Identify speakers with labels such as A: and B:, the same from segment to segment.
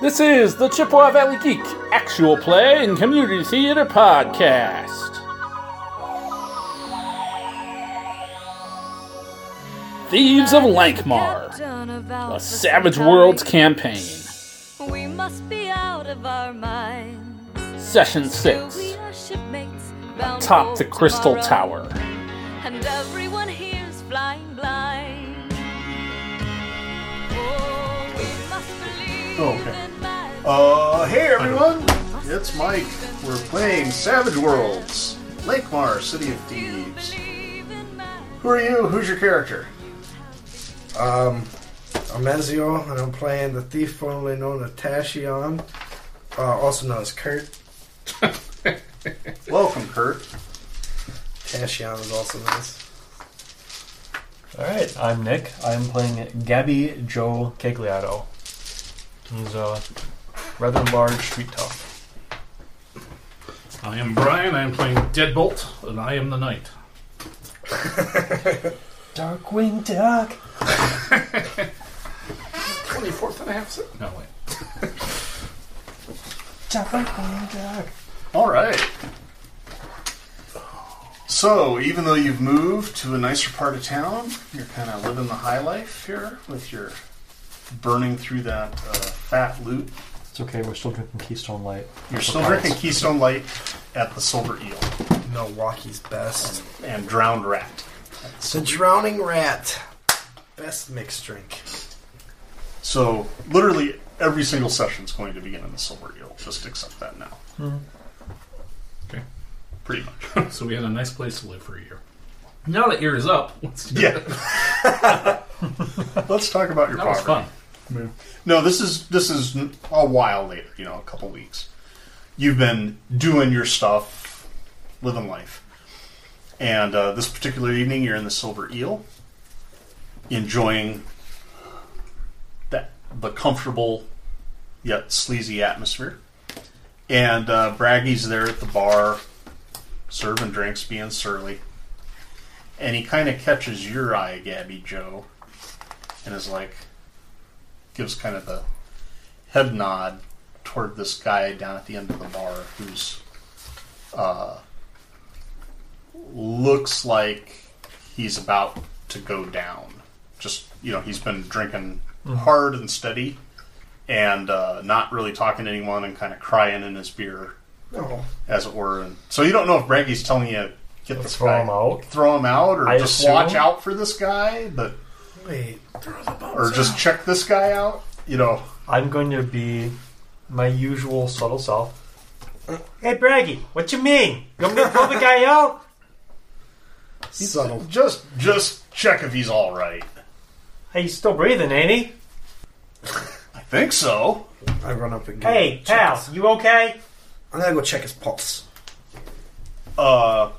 A: This is the Chippewa Valley Geek Actual Play and Community Theater Podcast. Thieves of Lankmar, a Savage Worlds campaign,
B: We must be out of our minds.
A: Session
B: Still
A: 6,
B: we are shipmates bound
A: Top the
B: for
A: Crystal Tower.
B: tomorrow, And everyone here's flying blind. Oh, we must believe
C: Oh, okay.
B: in magic.
C: Uh, hey everyone! It's Mike. We're playing Savage Worlds, Lakemar, City of Thieves.
B: Believe in magic.
C: Who are you? Who's your character?
D: Um, I'm Ezio, and I'm playing the thief formerly known as Tashion, uh, also known as Kurt.
C: Welcome, Kurt.
D: Tashion is also known as.
E: All right, I'm Nick. I'm playing Gabby Joe Cagliato. He's a rather large street top.
F: I am Brian. I'm playing Deadbolt, and I am the Knight.
E: Darkwing Duck.
F: 24th and a half second. No, wait.
E: Darkwing Duck.
C: Alright. So, even though you've moved to a nicer part of town, you're kind of living the high life here with your burning through that uh, fat loot.
E: It's okay. We're still drinking Keystone Light.
C: You're still drinking Keystone Light at the Silver Eel
D: Milwaukee's best.
C: and Drowned Rat.
D: The Drowning Rat. Best mixed drink.
C: So literally every single session is going to begin in the Silver Eel. Just accept that now.
F: Okay.
C: Pretty much.
F: So we had a nice place to live for a year. Now that year is up, let's do
C: yeah. Let's talk about your
F: That was
C: poverty.
F: fun.
C: No, this is this is n- a while later. You know, a couple weeks. You've been doing your stuff, living life, and uh, this particular evening you're in the Silver Eel, enjoying that the comfortable yet sleazy atmosphere. And uh, Braggy's there at the bar, serving drinks, being surly. And he kind of catches your eye, Gabby Joe, and is like, gives kind of the head nod toward this guy down at the end of the bar who's uh, looks like he's about to go down. Just you know, he's been drinking
E: Mm-hmm.
C: hard and steady, and uh, not really talking to anyone, and kind of crying in his beer,
D: Oh,
C: as it were. And so you don't know if Braggy's telling you get this
E: Throw
C: guy,
E: him out?
C: throw him out, or
E: I
C: just
E: assume.
C: watch out for this guy, but
D: wait.
C: or just check this guy out. You know.
E: I'm going to be my usual subtle self. Hey, Braggy, what you mean? You want me to pull the guy out?
D: Subtle.
C: Just just check if he's all right.
E: Hey, he's still breathing, ain't he?
C: I think so.
D: I run up and go.
E: Hey,
D: check
E: pal,
D: his-
E: you okay?
D: I'm gonna go check his pulse.
C: Uh,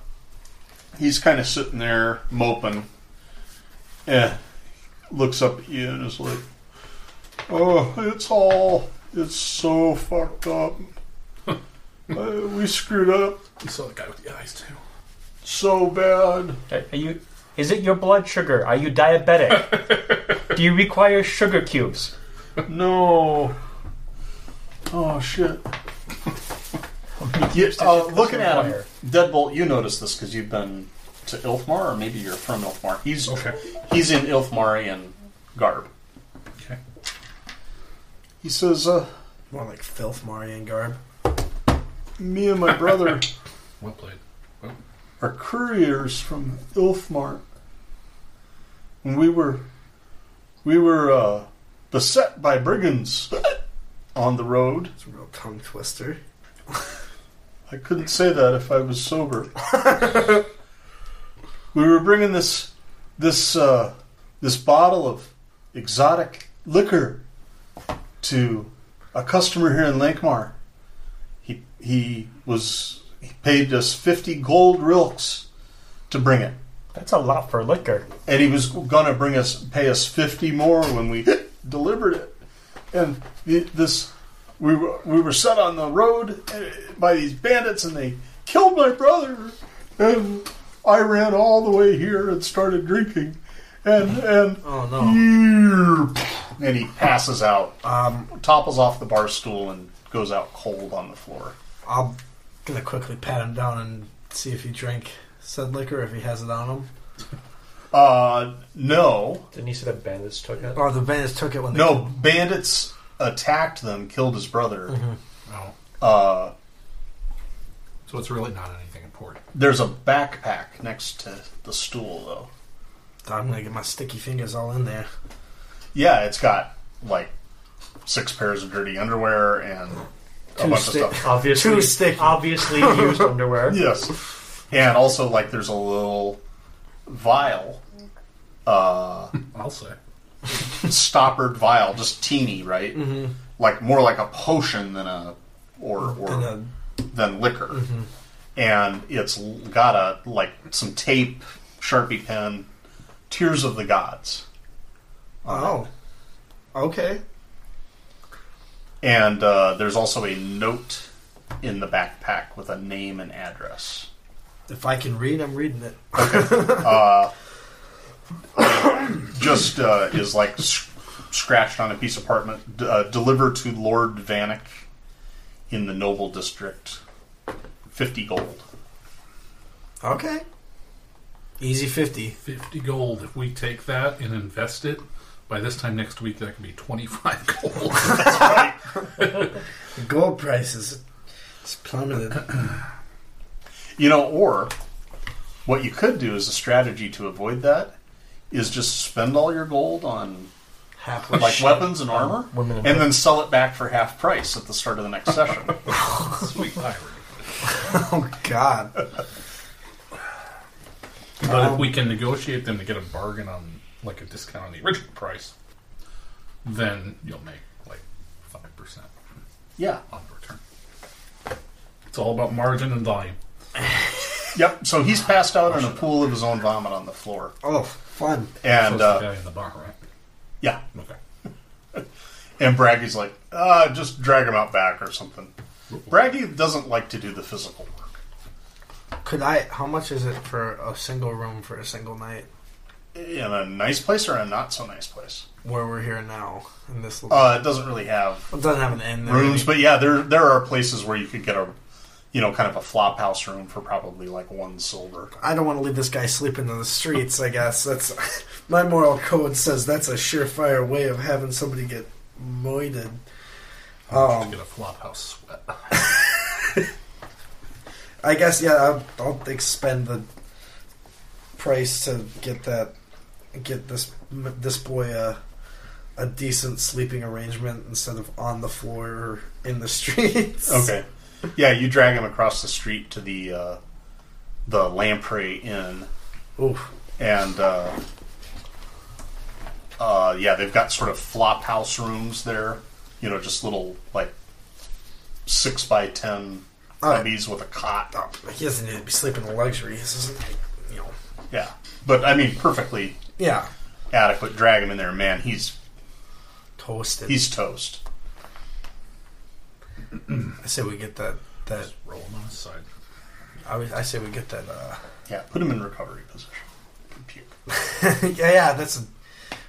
C: he's kind of sitting there moping. Eh, looks up at you and is like, "Oh, it's all it's so fucked up. Uh, we screwed up
F: You saw the guy with the eyes too.
C: so bad."
E: Are are you? Is it your blood sugar? Are you diabetic? Do you require sugar cubes?
C: No. Oh shit. You, uh, looking at him, Deadbolt. You noticed this because you've been to Ilfmar, or maybe you're from Ilfmar. He's
F: Okay.
C: he's in Ilfmarian garb.
F: Okay.
C: He says, uh,
D: More like filth Marian garb.
C: "Me and my brother
F: Well played.
C: are couriers from Ilfmar, and we were we were uh, beset by brigands on the road.
D: It's a real tongue twister.
C: I couldn't say that if I was sober. we were bringing this this uh, this bottle of exotic liquor to a customer here in Lankmar. He he was he paid us fifty gold rilks to bring it,
E: That's a lot for liquor.
C: and he was gonna bring us pay us fifty more when we delivered it. And the, this we were we were set on the road eh, by these bandits, and they killed my brother. And I ran all the way here and started drinking, and and
D: Oh
C: here, and he passes out,
D: Um,
C: topples off the bar stool, and goes out cold on the floor.
D: I'm gonna quickly pat him down and see if he drank said liquor, if he has it on him.
C: Uh, no,
E: Didn't he say that bandits took it?
D: Or the bandits took it when they
C: no, bandits attacked them, killed his brother.
F: No.
C: Uh,
F: Oh. So it's really not anything important.
C: there's a backpack next to the stool, though.
D: I'm gonna get my sticky fingers all in there.
C: Yeah, it's got like six pairs of dirty underwear and a
D: Two
C: bunch
D: sti-
C: of stuff.
E: Obviously,
D: Too sticky.
E: obviously used underwear.
C: Yes. And also, like, there's a little vial, uh,
F: I'll say.
C: stoppered vial, just teeny, right? Mm-hmm. Like, more like a potion than a, or, or
D: And then uh,
C: than liquor. And it's l- got a, like, some tape, Sharpie pen, Tears of the Gods.
D: oh, okay.
C: And uh, there's also a note in the backpack with a name and address.
D: If I can read, I'm reading it.
C: just uh, is like sc- scratched on a piece of parchment. D- uh, delivered to Lord Vanek in the Noble District. Fifty gold.
D: Okay. Easy fifty.
F: 50 gold. If we take that and invest it, by this time next week, that could be 25 gold.
D: The gold price is it's plummeted.
C: You know, or what you could do as a strategy to avoid that is just spend all your gold on
D: Halfway.
C: like weapons and armor,
F: Um,
E: women and
C: and then sell it back for half price at the start of the next session.
F: Sweet irony.
D: Oh God.
F: But if we can negotiate them to get a bargain on, like, a discount on the original price, then you'll make, like, 5%
C: yeah.
F: on the return. It's all about margin and volume.
C: Yep. So he's passed out in a pool of his own vomit on the floor,
D: Oh, fun.
F: So
C: and
F: it's the
C: uh,
F: guy in the bar, right?
C: yeah,
F: Okay.
C: And Braggy's like, uh, just drag him out back or something. Braggy doesn't like to do the physical work.
D: Could I? How much is it for a single room for a single night?
C: In a nice place or a not so nice place?
D: Where we're here now in this. little
C: Uh, it doesn't really have
D: it doesn't have an end. There,
C: rooms,
D: really.
C: but yeah, there there are places where you could get a, you know, kind of a flop house room for probably like one silver.
D: I don't want to leave this guy sleeping in the streets. I guess that's my moral code says that's a surefire way of having somebody get moited. Um,
F: Get a flophouse sweat.
D: I guess yeah. I'll, I'll expend the price to get that, get this this boy a a decent sleeping arrangement instead of on the floor or in the streets.
C: Okay, yeah, you drag him across the street to the uh, the Lamprey Inn,
D: Oof.
C: and uh, uh, yeah, they've got sort of flop house rooms there. You know, just little like six by ten
D: All right.
C: cubbies with a cot.
D: Oh, he doesn't need to be sleeping in luxury. This isn't like you know.
C: Yeah, but I mean, perfectly
D: Yeah.
C: adequate. Drag him in there, man. He's
D: Toasted.
C: he's toast.
D: I say we get that. That
F: Roll them on his side.
D: I, would- I say we get that. Uh,
C: Yeah, put him in recovery position. Puke.
D: yeah, yeah. That's a,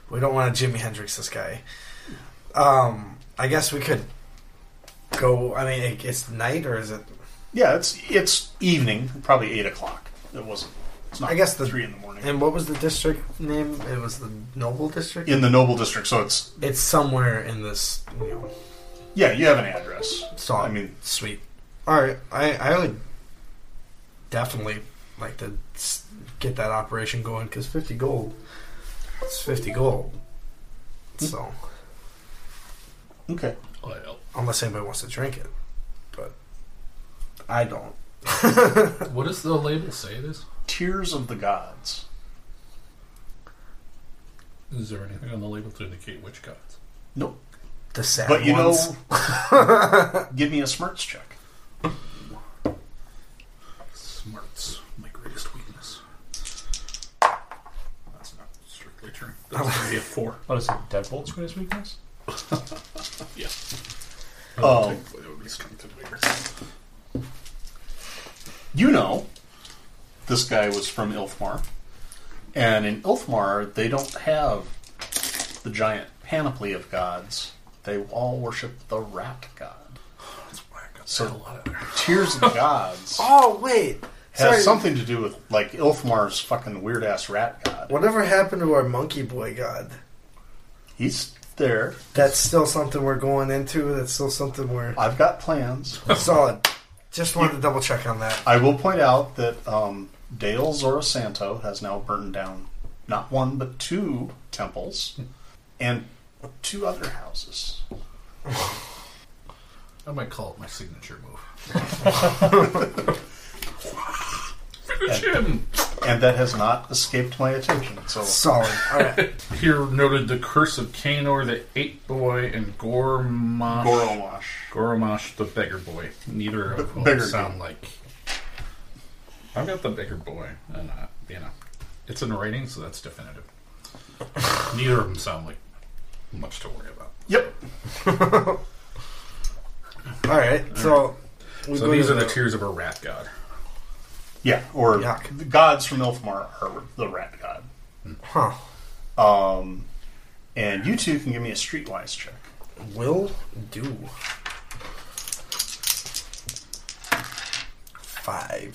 D: we don't want to Jimi Hendrix this guy. Um, I guess we could go. I mean, it, it's night or is it?
C: Yeah, it's it's evening, probably eight o'clock. It wasn't. It's not.
D: I guess the-
C: three in the morning.
D: And what was the district name? It was the Noble District.
C: in the Noble District, so it's
D: It's somewhere in this. You know,
C: yeah. You have an address.
D: So
C: I mean,
D: sweet. All right, I I would definitely like to s- get that operation going because fifty gold, it's fifty gold.
C: Hmm.
D: So
C: okay.
F: Well,
D: unless anybody wants to drink it, but I don't.
F: what does the label say it is?
C: Tears of the Gods.
F: Is there anything on the label to indicate which gods?
C: Nope.
D: The sad
C: But you
D: ones.
C: know, give me a smarts check.
F: Smarts, my greatest weakness. That's not strictly true. That's going to be a four.
E: What is it? Deadbolt's greatest weakness?
F: Yeah.
C: Oh.
F: Technically, that would be strength and vigor.
C: You know, this guy was from Ilfmar, and in Ilfmar they don't have the giant panoply of gods, they all worship the rat god.
F: That's whack.
C: So Tears of the gods
D: Oh wait,
C: has
D: sorry.
C: something to do with like Ilfmar's fucking weird ass rat god.
D: Whatever happened to our monkey boy god?
C: He's there.
D: That's still something we're going into. That's still something we're
C: I've got plans.
D: solid. Just wanted to double check on that.
C: I will point out that um, Dale Zorosanto has now burned down not one but two temples and two other houses.
F: I might call it my signature move. Finish him!
C: And that has not escaped my attention. So
D: Solid. All right.
F: Here noted the curse of Kanor the Ape Boy and Gormash.
C: Goromash.
F: Goromash the Beggar Boy. Neither of them
C: Beggar
F: sound
C: Boy.
F: like. I've got the Beggar Boy, and uh, you know, it's in writing, so that's definitive. Neither of them sound like much to worry about.
C: Yep.
D: All right. So we
F: So
D: go
F: these
D: to
F: are the tears of a rat god.
C: Yeah, or
D: Yuck.
C: the gods from Ilfmar are the rat god.
D: Huh.
C: Um, and you two can give me a streetwise check.
D: Will do. Five.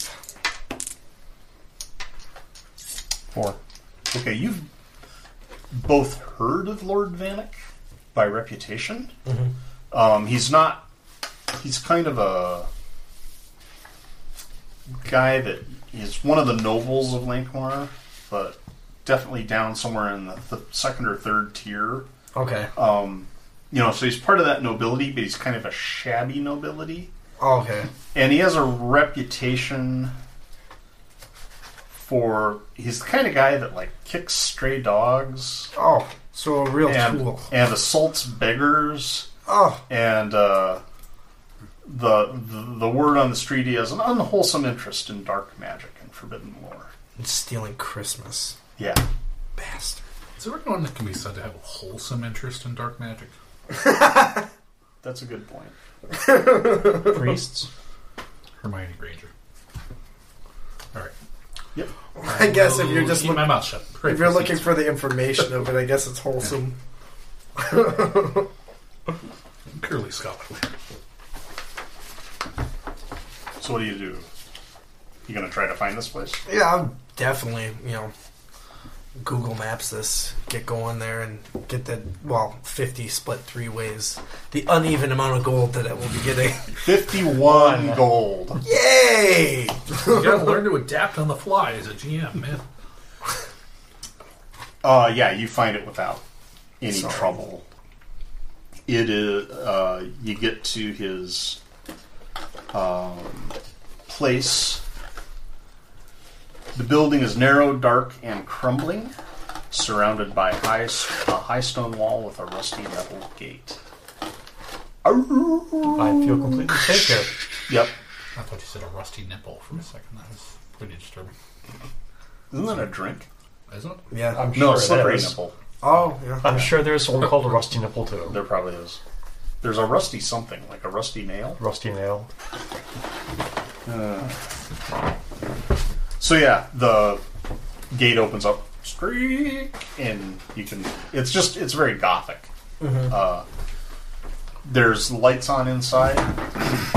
C: Four. Okay, you've both heard of Lord Vanek by reputation. Um, he's not. He's kind of a guy that is one of the nobles of Lankmar, but definitely down somewhere in the th- second or third tier.
D: Okay.
C: Um, you know, so he's part of that nobility, but he's kind of a shabby nobility.
D: okay.
C: and he has a reputation for he's the kind of guy that like kicks stray dogs
D: Oh, so a real
C: and,
D: tool.
C: and assaults beggars
D: Oh,
C: and uh, the, the the word on the street he has an unwholesome interest in dark magic and forbidden lore
D: it's stealing Christmas,
C: yeah
D: bastard.
F: Is there anyone that can be said to have a wholesome interest in dark magic?
C: that's a good point
E: Priests.
F: Hermione Granger. All right.
C: yep
D: I guess if you're just
F: Keep
D: look-
F: my mouth shut.
D: if you're looking for the information of it, I guess it's wholesome.
F: purely scholarly,
C: so what do you do you gonna try to find this place
D: Yeah, I'll definitely, you know, Google Maps this, get going there, and get that, well, 50 split three ways. The uneven amount of gold that I will be getting.
C: 51 gold
D: Yay!
F: you gotta learn to adapt on the fly as a GM, man.
C: Uh, yeah, you find it without any
D: Sorry.
C: trouble. It is. Uh, you get to his um, place. The building is narrow, dark, and crumbling, surrounded by high, s- a high stone wall with a rusty metal gate.
E: I feel completely safe here.
C: Yep.
F: I thought you said a rusty nipple for a second. That was pretty disturbing.
C: Isn't that a drink?
F: Isn't it?
D: Yeah.
E: I'm
C: No,
E: sure
C: slippery
E: it is.
C: nipple.
D: Oh, yeah.
E: I'm sure there's one called a rusty nipple too.
C: There probably is. There's a rusty something, like a rusty nail.
E: Rusty nail.
C: So yeah, the gate opens up, streak, and you can. It's just it's very gothic.
E: Mm-hmm.
C: Uh, there's lights on inside.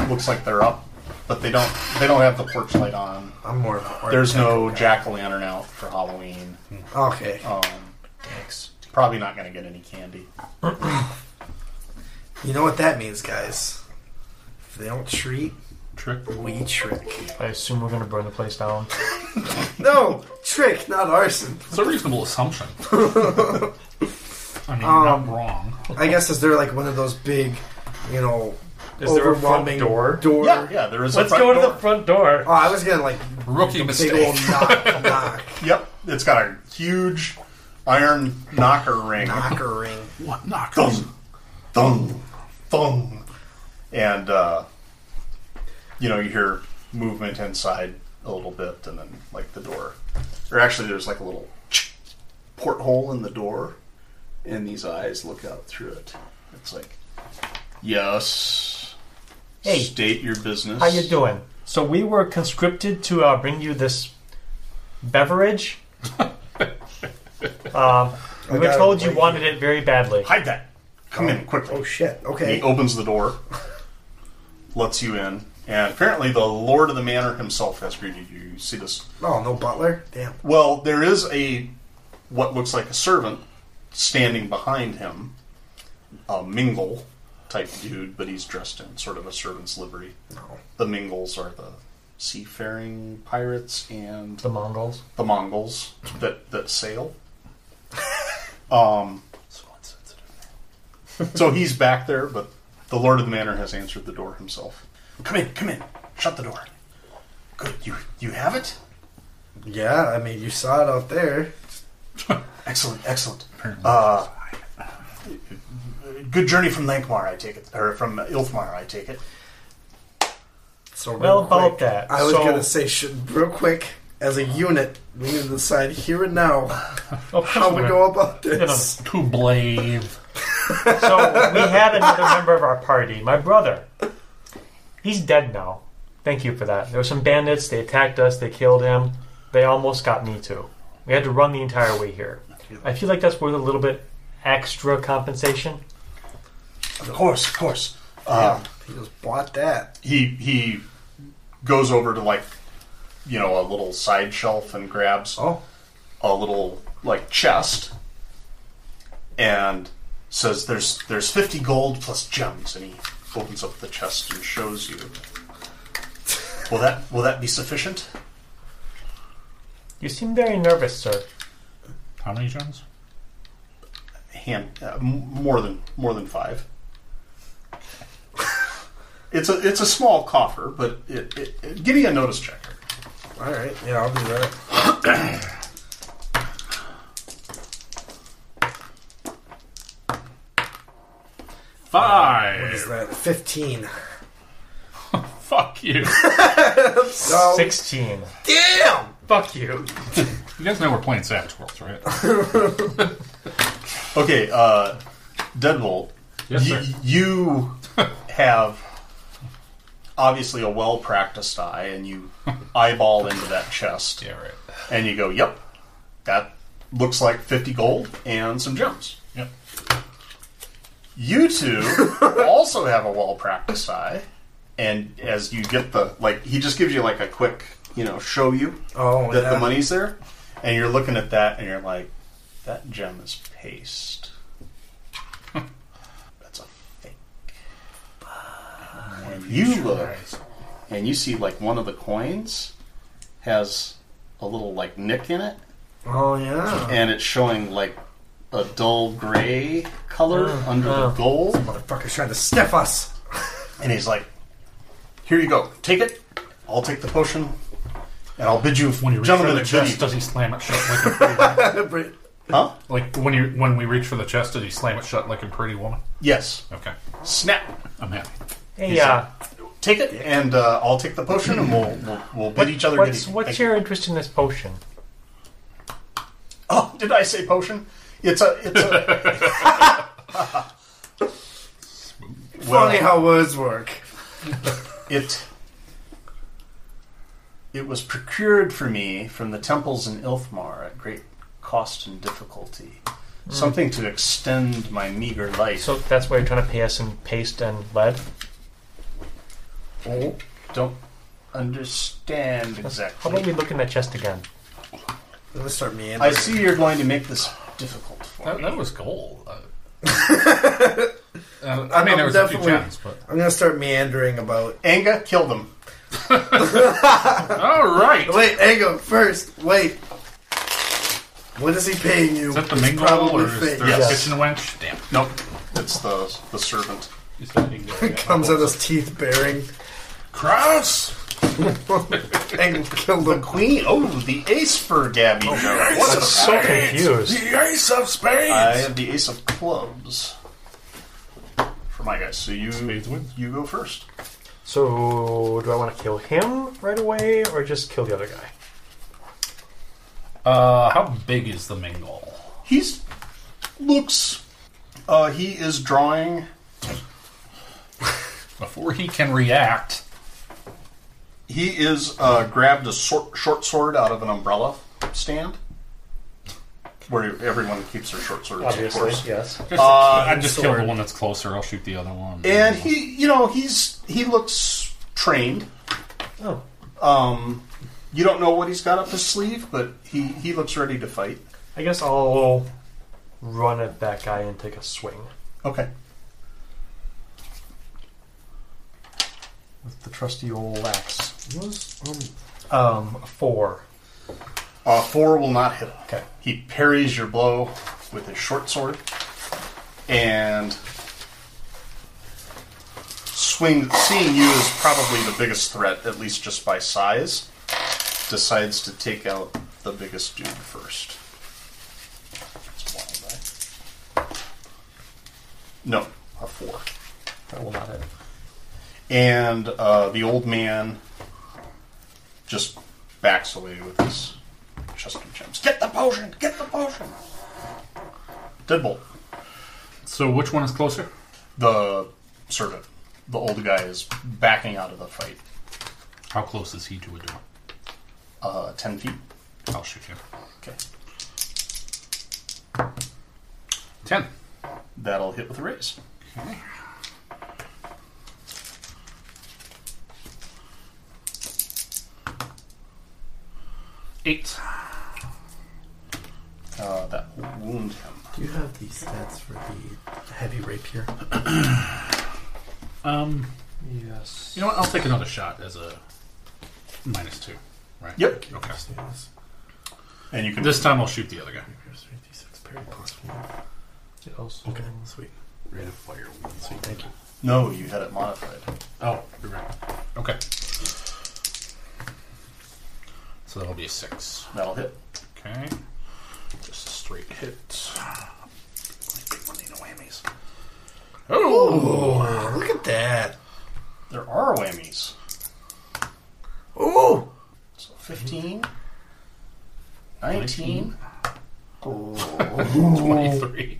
C: Looks like they're up, but they don't. They don't have the porch light on.
D: I'm more of an art
C: There's
D: tech
C: no
D: guy.
C: jack o' lantern out for Halloween.
D: Okay.
C: Um, Probably not going to get any candy.
D: You know what that means, guys. If they don't treat,
F: Trick.
D: we trick.
E: I assume we're gonna burn the place down.
D: No, trick, not arson.
F: It's a reasonable assumption. I mean,
D: Um,
F: not wrong.
D: I guess is there like one of those big, you know,
E: Is there a front
D: overwhelming
E: door?
D: Door.
C: Yeah, yeah. There is. a
E: Let's
C: front
E: go to
C: door.
E: the front door.
D: Oh, I was gonna like
F: Rookie
D: big old
F: mistake.
D: knock, knock,
C: Yep, it's got a huge iron knocker ring.
D: knocker ring.
F: What knock?
C: thung, thung, thung. And, uh, you know, you hear movement inside a little bit, and then, like, the door. Or actually, there's, like, a little porthole in the door, and these eyes look out through it. It's like, yes.
E: Hey.
C: State your business.
E: How you doing? So we were conscripted to uh, bring you this beverage. uh, We were
D: got
E: told
D: it
E: you
D: right
E: wanted it very badly.
C: Hide that. Come in quickly.
D: Oh shit.
C: He
D: Okay.
C: opens the door, lets you in, and apparently the lord of the manor himself has greeted you. You see this?
D: Oh no, butler. Damn.
C: Well, there is a what looks like a servant standing behind him, a mingle type dude, but he's dressed in sort of a servant's livery.
D: No.
C: The mingles are the seafaring pirates and
E: The Mongols.
C: the Mongols that that sail. Um,
E: So insensitive.
C: So he's back there, but the Lord of the Manor has answered the door himself. Come in, come in. Shut the door. Good. You you have it?
D: Yeah, I mean you saw it out there.
C: Excellent, excellent. Uh, good journey from Lankmar, I take it, or from Ilfmar, I take it.
D: So real
E: Well, about
D: quick,
E: that,
D: I was
E: so-
D: gonna say, should, real quick, as a unit, we need to decide here and now
E: Of course
D: how we
E: we're-
D: go about this.
F: To blave.
E: So we had another member of our party, my brother. He's dead now. Thank you for that. There were some bandits. They attacked us. They killed him. They almost got me too. We had to run the entire way here. I feel like that's worth a little bit extra compensation.
C: Of course, of course. Uh,
D: He just bought that.
C: he he goes over to like you know a little side shelf and grabs
D: Oh,
C: a little like chest and says there's there's 50 gold plus gems and he opens up the chest and shows you will that will that be sufficient
E: You seem very nervous, sir.
F: How many gems?
C: hand uh, m- more than more than 5 it's a it's a small coffer but it, it, it- give me a notice check
D: all right. Yeah, I'll do that.
F: Five.
D: What is that? Fifteen.
F: Fuck you.
D: So,
E: Sixteen.
D: Damn.
E: Fuck you.
F: you guys know we're playing Savage Worlds, right?
C: okay uh deadbolt
F: Yes,
C: you,
F: sir.
C: you have obviously a well practiced eye, and you eyeball into that chest,
F: Yeah, right.
C: and you go, "Yep, that looks like fifty gold and some gems."
F: Yep.
C: You two also have a well practiced eye, and as you get the like, he just gives you like a quick, you know, show you
D: Oh,
C: that
D: yeah.
C: the money's there, and you're looking at that, and you're like, "That gem is paste." That's a fake. You look, and you see like one of the coins has a little like nick in it,
D: Oh yeah.
C: and it's showing like a dull gray color
E: Oh,
C: under
E: oh.
C: the gold.
D: Motherfucker's trying to sniff us.
C: And he's like, "Here you go. Take it. I'll take the potion, and I'll bid you,
F: When you reach
C: gentlemen,
F: for the
C: a good
F: chest,
C: evening."
F: does he slam it shut like a pretty woman?
D: Brit-
C: Huh?
F: Like when you when we reach for the chest, does he slam it shut like a pretty woman?
C: Yes.
F: Okay,
C: Snap.
F: I'm happy.
E: Hey, uh,
C: Take it, and uh, I'll take the potion, and we'll we'll, we'll bid each other. good
E: what's
C: evening.
E: what's
C: Thank you.
E: your interest in this potion?
C: Oh, did I say potion? It's a it's a. well,
D: Funny how words work.
C: it it was procured for me from the temples in Ilfmar at great cost and difficulty. Something to extend my meager life.
E: Hmm. So that's why you're trying to pay us in paste and lead.
C: Oh, don't understand
E: How about we
C: exactly.
E: look in that chest again?
D: Let me start meandering.
C: I see you're going to make this difficult for
F: That,
C: me.
F: that was gold. Uh, uh, I
D: I'm-
F: mean,
D: I'm
F: there was a few
D: definitely-
F: gems, but
D: I'm gonna start meandering about.
C: Anga, kill them.
F: all right. Is
D: Wait, Ego first. Wait. What is he paying you?
F: that the
D: It's
F: mingle
D: probably
F: or is
D: fake.
F: there
C: Yes.
F: a kitchen wench? Damn.
C: Nope, it's the the servant.
F: He's not even doing that.
D: Comes out his teeth bearing.
F: Kraus.
D: Angle killed
C: The
D: him.
C: queen. Oh, the ace for Gabby. Joe. What a
E: So confused.
F: The ace of spades.
C: I have the ace of clubs for my guys. So you
F: wins.
C: you go first.
E: So, do I want to kill him right away or just kill the other guy?
F: Uh, how big is the mingle?
C: He's looks. Uh, he is drawing.
F: Before he can react,
C: He is uh, grabbed a sor- short sword out of an umbrella stand. where everyone keeps their short swords, of
E: Obviously,
C: course.
E: yes.
C: Uh,
F: I just killed
D: sword.
F: the one that's closer. I'll shoot the other one.
C: and he, you know, he's he looks trained.
E: Oh,
C: Um, you don't know what he's got up his sleeve, but he he looks ready to fight.
E: I guess I'll run at that guy and take a swing.
C: Okay,
E: with the trusty old axe. Was um, a four.
C: uh, four will not hit. him.
E: Okay.
C: He parries your blow with his short sword and swing. Seeing you is probably the biggest threat, at least just by size. Decides to take out the biggest dude first. It's a wild die. No, a four.
E: That will not hit.
C: And uh, the old man just backs away with his chest of gems. Get the potion! Get the potion! Deadbolt,
F: so which one is closer?
C: the servant, the old guy is backing out of the fight.
F: How close is he to a door?
C: Uh, 10 feet.
F: I'll shoot him.
C: Okay.
F: Ten.
C: That'll hit with a raise.
F: Eight.
C: Uh, that will wound him.
D: Do you have the stats for the heavy rapier?
F: Um,
E: Yes.
F: you know what? I'll take another shot as a minus two. Right.
C: Yep.
F: Okay.
D: Yes.
C: And you can.
F: This time I'll shoot the other guy.
D: Here's 56 parry plus one.
E: It also
D: Okay, sweet.
F: Rate of fire.
D: Sweet, thank you.
C: no, you had it modified.
F: Oh, you're right. Okay. So that'll be a six.
C: That'll hit.
F: Okay. Just a straight hit. Big one, ain't no whammies. Oh!
D: Oh, look at that.
C: There are whammies.
D: Ooh.
C: So 15, 19,
F: 23.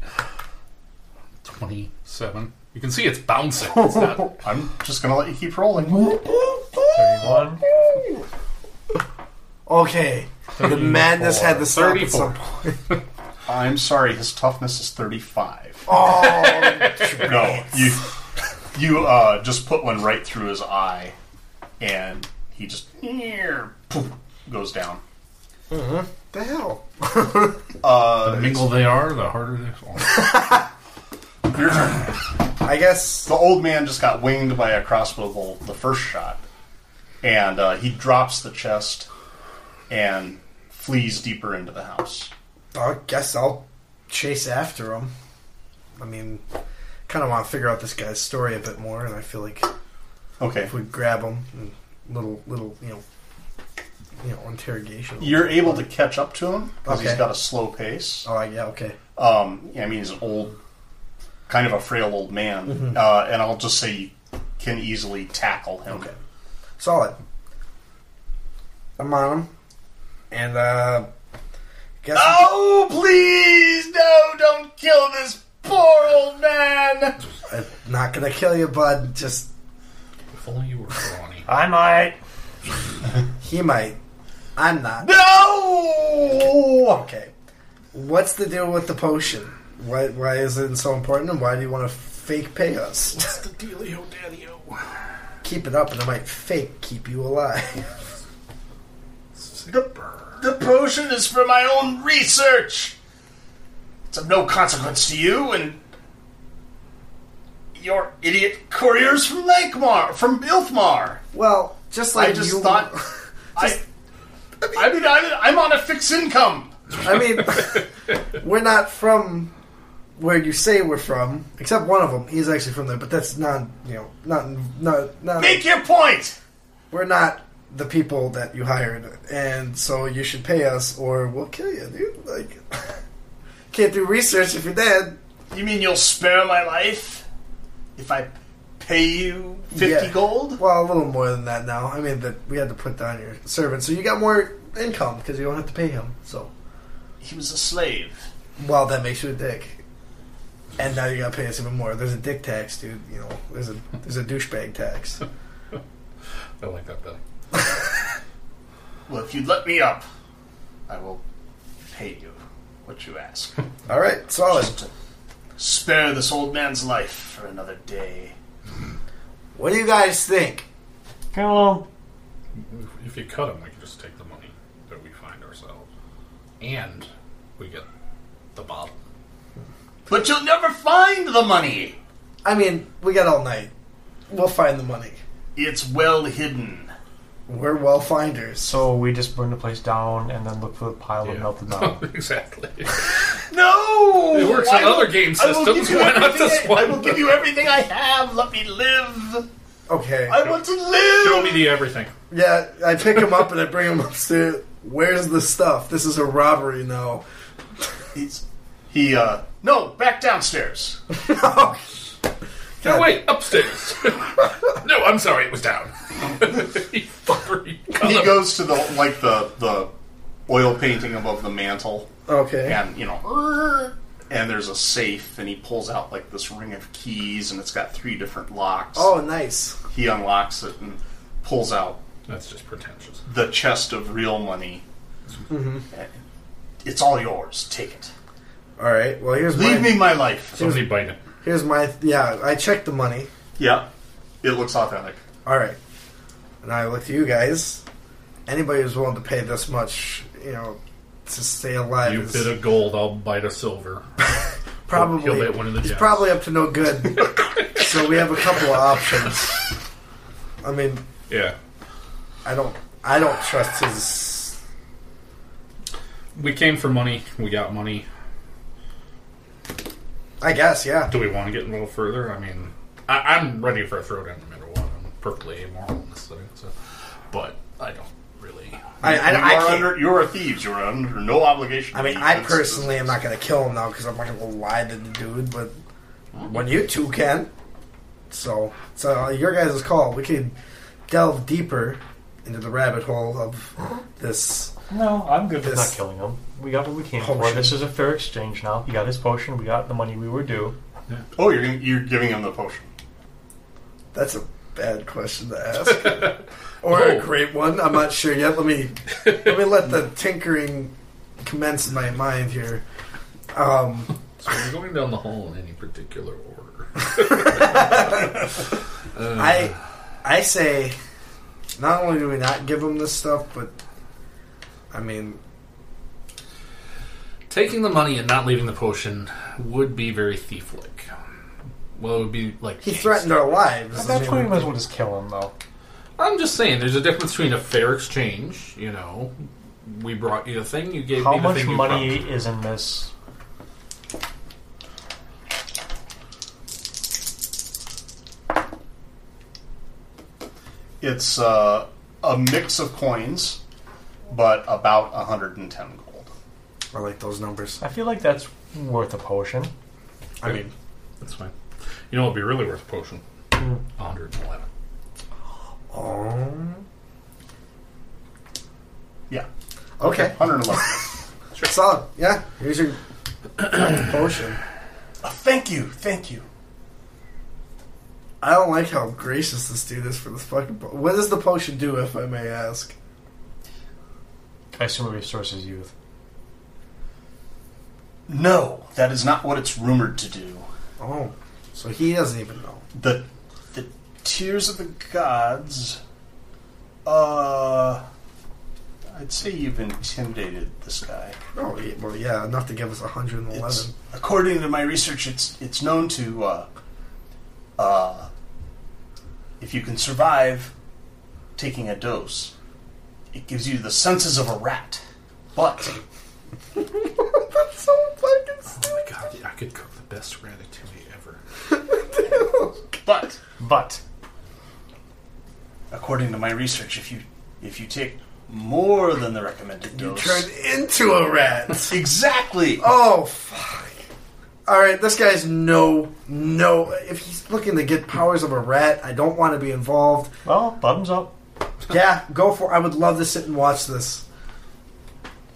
F: 27. You can see it's bouncing. It's not.
C: I'm just gonna let you keep rolling.
E: thirty-one.
D: Okay. The madness had to stop at some point.
C: I'm sorry, his toughness is 35.
D: Oh,
C: No, you you uh, just put one right through his eye, and he just poof, goes down.
D: the hell.
F: The mingle they are, the harder they are. Oh,
C: Your turn.
D: I guess.
C: The old man just got winged by a crossbow bolt the first shot, and uh, he drops the chest and flees deeper into the house.
D: I guess I'll chase after him. I mean, kind of want to figure out this guy's story a bit more, and I feel like
C: Okay,
D: if we grab him, and little little you know, you know interrogation.
C: you're able to catch up to him because he's
D: Okay.
C: got a slow pace.
D: Oh yeah, okay.
C: um, I mean, he's an old, kind of a frail old man, uh, and I'll just say you can easily tackle him.
D: Okay. Solid. I'm on him. And, uh. Guess
C: Oh, please, no, don't kill this poor old man.
D: I'm not gonna kill you, bud. Just.
F: If only you were brawny.
E: I might.
D: He might. I'm not.
C: No.
D: Okay. What's the deal with the potion? Why, why is it so important, and why do you want to fake pay us?
F: the dealio daddy-o?
D: keep it up, and I might fake keep you alive.
C: The potion is for my own research. It's of no consequence to you and your idiot couriers from Lakemar, from Ilfmar.
D: well, just like
C: I just
D: you-
C: thought. I, I mean, I, I'm on a fixed income.
D: I mean, we're not from where you say we're from, except one of them. He's actually from there, but that's not you know not not not.
C: Make your point.
D: We're not the people that you hired, and so you should pay us, or we'll kill you, dude. Like, can't do research if you're dead.
C: You mean you'll spare my life if I pay you fifty
D: Yeah.
C: gold?
D: Well, a little more than that now. I mean, that we had to put down your servant, so you got more income because you don't have to pay him. So,
C: He was a slave.
D: well, that makes you a dick. And now you gotta pay us even more. There's a dick tax, dude. You know, there's a there's a douchebag tax.
F: I like that better.
C: Well, if you'd let me up, I will pay you. what you ask.
D: All right, solid.
C: Spare this old man's life for another day.
D: What do you guys think?
E: Well,
G: If- If you cut him, we can just take the money that we find ourselves, and we get the bottle.
C: But you'll never find the money.
D: I mean, we got all night. We'll find the money.
C: It's well hidden.
D: We're well finders.
E: so we just burn the place down and then look for the pile of melted down.
G: exactly.
C: No!
G: It works
C: I
G: in
C: will-
G: other game
C: I will
G: systems.
C: give you
G: Why not
C: everything
G: this
C: I-
G: one?
C: I will give you everything I have. Let me live.
D: Okay.
C: I want to live.
G: Show me the everything.
D: Yeah, I pick him up and I bring him upstairs. Where's the stuff? This is a robbery now.
C: He's, he, uh, no, back downstairs.
G: No, wait, upstairs. no, I'm sorry, it was down. he fucker, he cut
C: He
G: him.
C: goes to the, like, the, the oil painting above the mantle,
D: Okay.
C: and, you know, and there's a safe, and he pulls out, like, this ring of keys, and it's got three different locks.
D: Oh, nice.
C: He unlocks it and pulls out
G: That's just pretentious.
C: the chest of real money. It's all yours. Take it.
D: All right. Well, here's
C: Leave
D: my,
C: me my life.
G: Somebody bite it.
D: Here's my. Yeah, I checked the money.
C: Yeah. It looks authentic.
D: All right. And I look to you guys. Anybody who's willing to pay this much, you know, to stay alive
G: You
D: is
G: bit of gold, I'll bite a silver.
D: probably
G: he'll hit one of the
D: he's
G: jabs.
D: probably up to no good. so we have a couple of options. I mean,
G: Yeah.
D: I don't, I don't trust his.
G: We came for money. We got money.
D: I guess, yeah.
G: Do we want to get a little further? I mean, I, I'm ready for a throwdown in the middle one. I'm perfectly amoral in this thing, so. But I don't really.
D: I, I,
C: you
D: I
C: are
D: can't-
C: under, you're a thief. You're under no obligation.
D: I mean,
C: to
D: I
C: defense.
D: personally am not going to kill him now because I'm not going to lie to the dude, but when you two can. So, so uh, your guys' call. We can delve deeper into the rabbit hole of this.
E: No, I'm good with
D: This-
E: not killing him. We got what we came for.
D: Potion.
E: This is a fair exchange now. He got his potion. We got the money we were due.
C: Oh, you're gonna- you're giving him the potion.
D: That's a bad question to ask, or a
G: Oh.
D: great one. I'm not sure yet. Let me let me let the tinkering commence in my mind here. Um,
G: So we're going down the hall in any particular order.
D: I I say, not only do we not give him this stuff, but I mean,
G: Taking the money and not leaving the potion would be very thief like. Well, it would be like.
D: He threatened our lives.
E: At that point, we might as well just kill him, though.
G: I'm just saying, there's a difference between a fair exchange, you know. We brought you the thing, you gave
E: How
G: me the
E: much
G: thing. you
E: money
G: brought.
E: is in this?
C: It's uh, a mix of coins, but about 110 gold.
D: I like those numbers.
E: I feel like that's worth a potion.
D: I mean,
G: That's fine. You know, it'd be really worth a potion. 111.
D: um,
C: Yeah.
D: okay,
C: 111.
D: solid. Yeah, here's your potion. Uh,
C: thank you. Thank you.
D: I don't like how gracious this dude is for this fucking. Po- what does the potion do, if I may ask?
E: I assume it restores his youth.
C: No, that is not what it's rumored to do.
D: Oh, so he doesn't even know.
C: The the tears of the gods. Uh, I'd say you've intimidated this guy.
D: Oh, yeah, well, yeah, enough to give us 111.
C: It's, according to my research, it's it's known to, uh, uh, if you can survive taking a dose, it gives you the senses of a rat. But
D: That's so fucking stupid.
G: Oh my god, yeah, I could cook the best ratatouille ever.
C: but
E: But
C: according to my research, if you if you take more than the recommended
D: You
C: dose,
D: turned into a rat.
C: exactly.
D: Oh fuck! All right, this guy's no, no. If he's looking to get powers of a rat, I don't want to be involved.
E: well, bottoms up.
D: Yeah, go for. I would love to sit and watch this.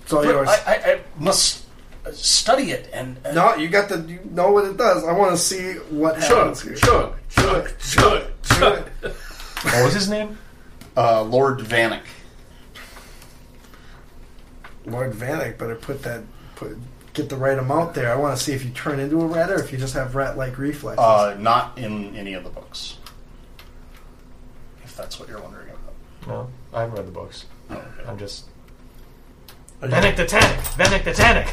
D: It's all
C: But
D: yours.
C: Oh, I, I, I must uh, study it and, and
D: no, you got the. You know what it does. I want to see what happens here.
G: chug, chug, chug, chug.
E: What was his name?
C: uh, Lord Vanek.
D: Lord Vanek better put that put get the right amount there. I want to see if you turn into a rat or if you just have rat-like reflexes.
C: Uh, not in any of the books. If that's what you're wondering about.
E: No, I haven't read the books. I'm just.
D: Are you-
E: Vanek the Tank! Vanek the Tank!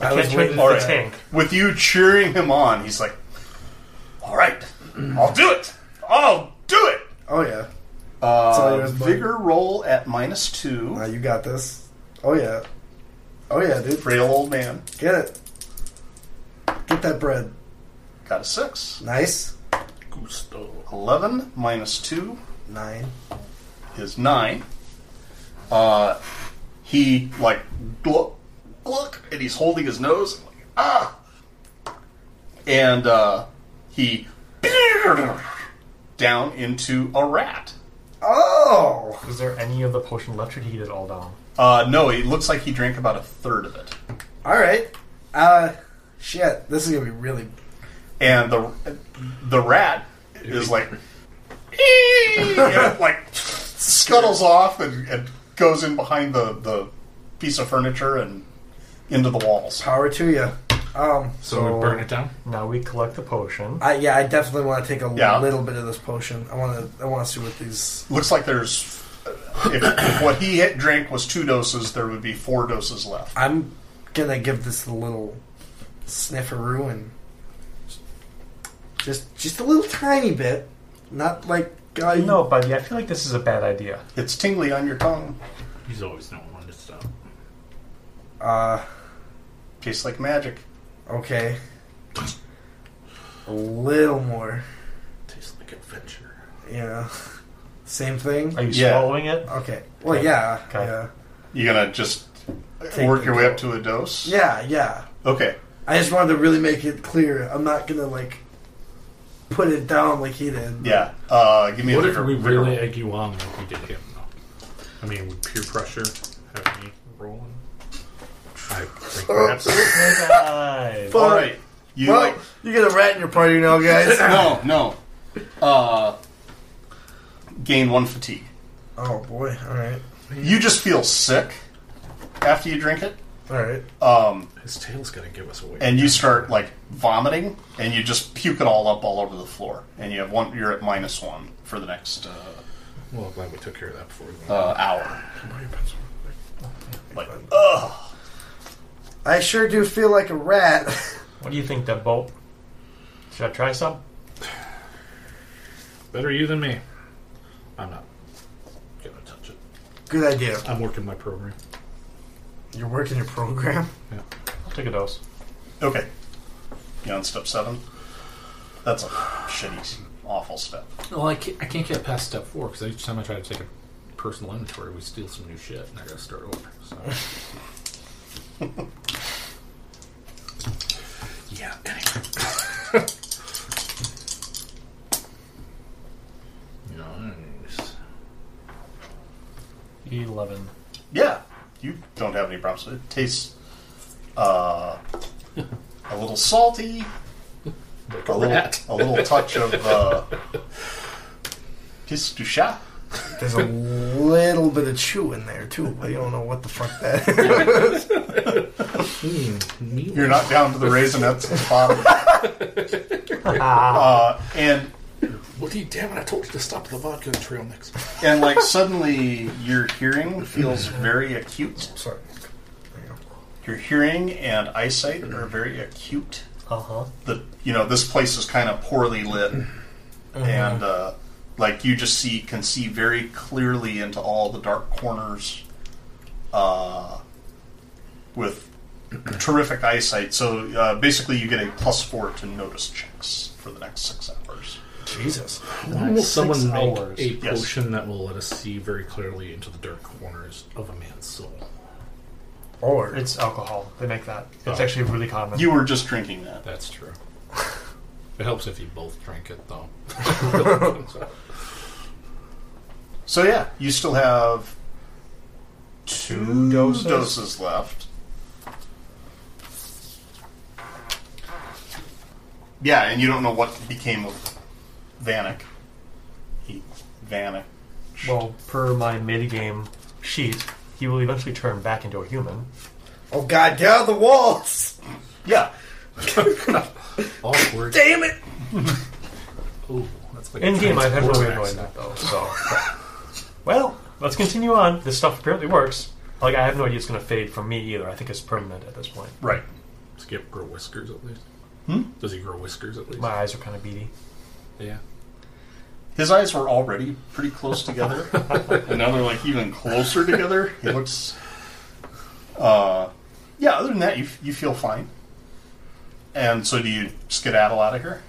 D: I
E: Can't
D: was
E: turn
D: waiting
E: into
C: for
E: the
C: it.
E: tank.
C: With you cheering him on, he's like, "All right, I'll do it. I'll do it."
D: Oh yeah, all
C: Uh,
D: yours, bud.
C: vigor roll at minus two.
D: Uh, you got this. Oh yeah, oh yeah, dude,
C: Frail old man
D: get it. Get that bread.
C: got a six.
D: Nice.
F: Gusto.
C: Eleven minus two
D: Nine.
C: is nine. Uh, he like look, look, and he's holding his nose. Like, ah, and uh, he down into a rat.
D: Oh.
E: Is there any of the potion left, or did he eat it all down?
C: Uh, no, it looks like he drank about a third of it.
D: All right. Uh, shit. This is gonna be really.
C: and the the rat is like "Ee!" and, like scuttles off and, and goes in behind the, the piece of furniture and into the walls.
D: Power to you. Um.
F: So, we burn it down.
E: Now we collect the potion.
D: I, yeah, I definitely want to take a
C: Yeah.
D: little bit of this potion. I want to. I want to see what these.
C: Looks like there's if, if what he had drank was two doses, there would be four doses left.
D: I'm gonna give this a little snifferoo and just just a little tiny bit, not like uh,
E: No, buddy, I feel like this is a bad idea.
C: It's tingly on your tongue,
F: He's always known when to stop.
D: Uh,
C: tastes like magic.
D: okay. A little more,
F: Tastes like adventure.
D: you know. Same thing.
E: Are you
C: Yeah.
E: swallowing it?
D: Okay. Well,
E: Okay.
D: yeah,
E: Okay.
D: yeah,
C: You gonna just
D: Take
C: work
D: the
C: your way up
D: pill.
C: to a dose?
D: yeah, yeah.
C: Okay.
D: I just wanted to really make it clear. I'm not gonna like put it down like he did.
C: Yeah. Uh, give me
F: What
C: a
F: if
C: vigor-
F: we
C: vigor
F: really
C: roll.
F: egg you on like we did him, though? I mean, would peer pressure have me rolling? I think perhaps.
E: Right.
C: All right. You
D: Well, you get a rat in your party now, guys.
C: no, no. Uh, gain one fatigue.
D: oh boy. All right.
C: You just feel sick after you drink it,
D: All right.
F: His tail's gonna give us away.
C: and you start like vomiting, and you just puke it all up all over the floor, and you have one. You're at minus one for the next uh,
F: Well, I'm glad we took care of that before we went.
C: uh, hour. Like,
D: I sure do feel like a rat.
E: What do you think, Deadbolt? Should I try some?
F: Better you than me. I'm not gonna touch it.
D: Good idea.
F: I'm working my program.
D: You're working your program.
E: I'll take a dose.
C: okay, you on step seven. That's a shitty, awful step.
F: Well, I can't, I can't get past step four because each time I try to take a personal inventory, we steal some new shit, and I gotta start over. So. yeah. Anyway. nice.
E: Eleven.
C: Yeah, you don't have any problems. with It It tastes uh, a little salty.
F: Like
C: a little,
F: rat.
C: a little touch of uh, piss du chat.
D: There's a little bit of chew in there too, but you don't know what the fuck that. Is.
C: You're not down to the raisinettes at the bottom. uh, and
F: Well, gee, damn it! I told you to stop the vodka and trail mix.
C: and like suddenly your hearing feels very acute.
D: Sorry.
C: Your hearing and eyesight are very acute.
E: Uh huh.
C: The you know this place is kind of poorly lit, and uh, like you just see can see very clearly into all the dark corners. Uh, with terrific eyesight, so uh, basically you get a plus four to notice checks for the next six hours.
D: Jesus.
F: Why will someone make
E: hours.
F: a
C: Yes.
F: potion that will let us see very clearly into the dark corners of a man's soul?
D: Or
E: It's alcohol. They make that. It's
F: Oh.
E: actually really common.
C: You were just drinking that.
F: That's true. It helps if you both drink it, though.
C: So yeah, you still have two,
E: Two doses?
C: doses? left. Yeah, and you don't know what became of Vanek. He Vanek.
E: well, per my mid-game sheet, he will eventually turn back into a human.
D: Oh God, get out of the walls!
C: Yeah.
F: Awkward.
D: Damn it!
F: Ooh, that's like a
E: In game, I've had really
F: transporter
E: annoyed
F: accident.
E: that though. So, well, let's continue on. This stuff apparently works. Like I have no idea it's going to fade from me either. I think it's permanent at this point.
C: Right.
F: Does Skip grow whiskers at least. Hmm? Does he grow whiskers at least?
E: My eyes are kind of beady.
F: Yeah.
C: His eyes were already pretty close together, and now they're like even closer together. He looks. Uh, yeah. Other than that, you you feel fine. And so, do you skedaddle out of here?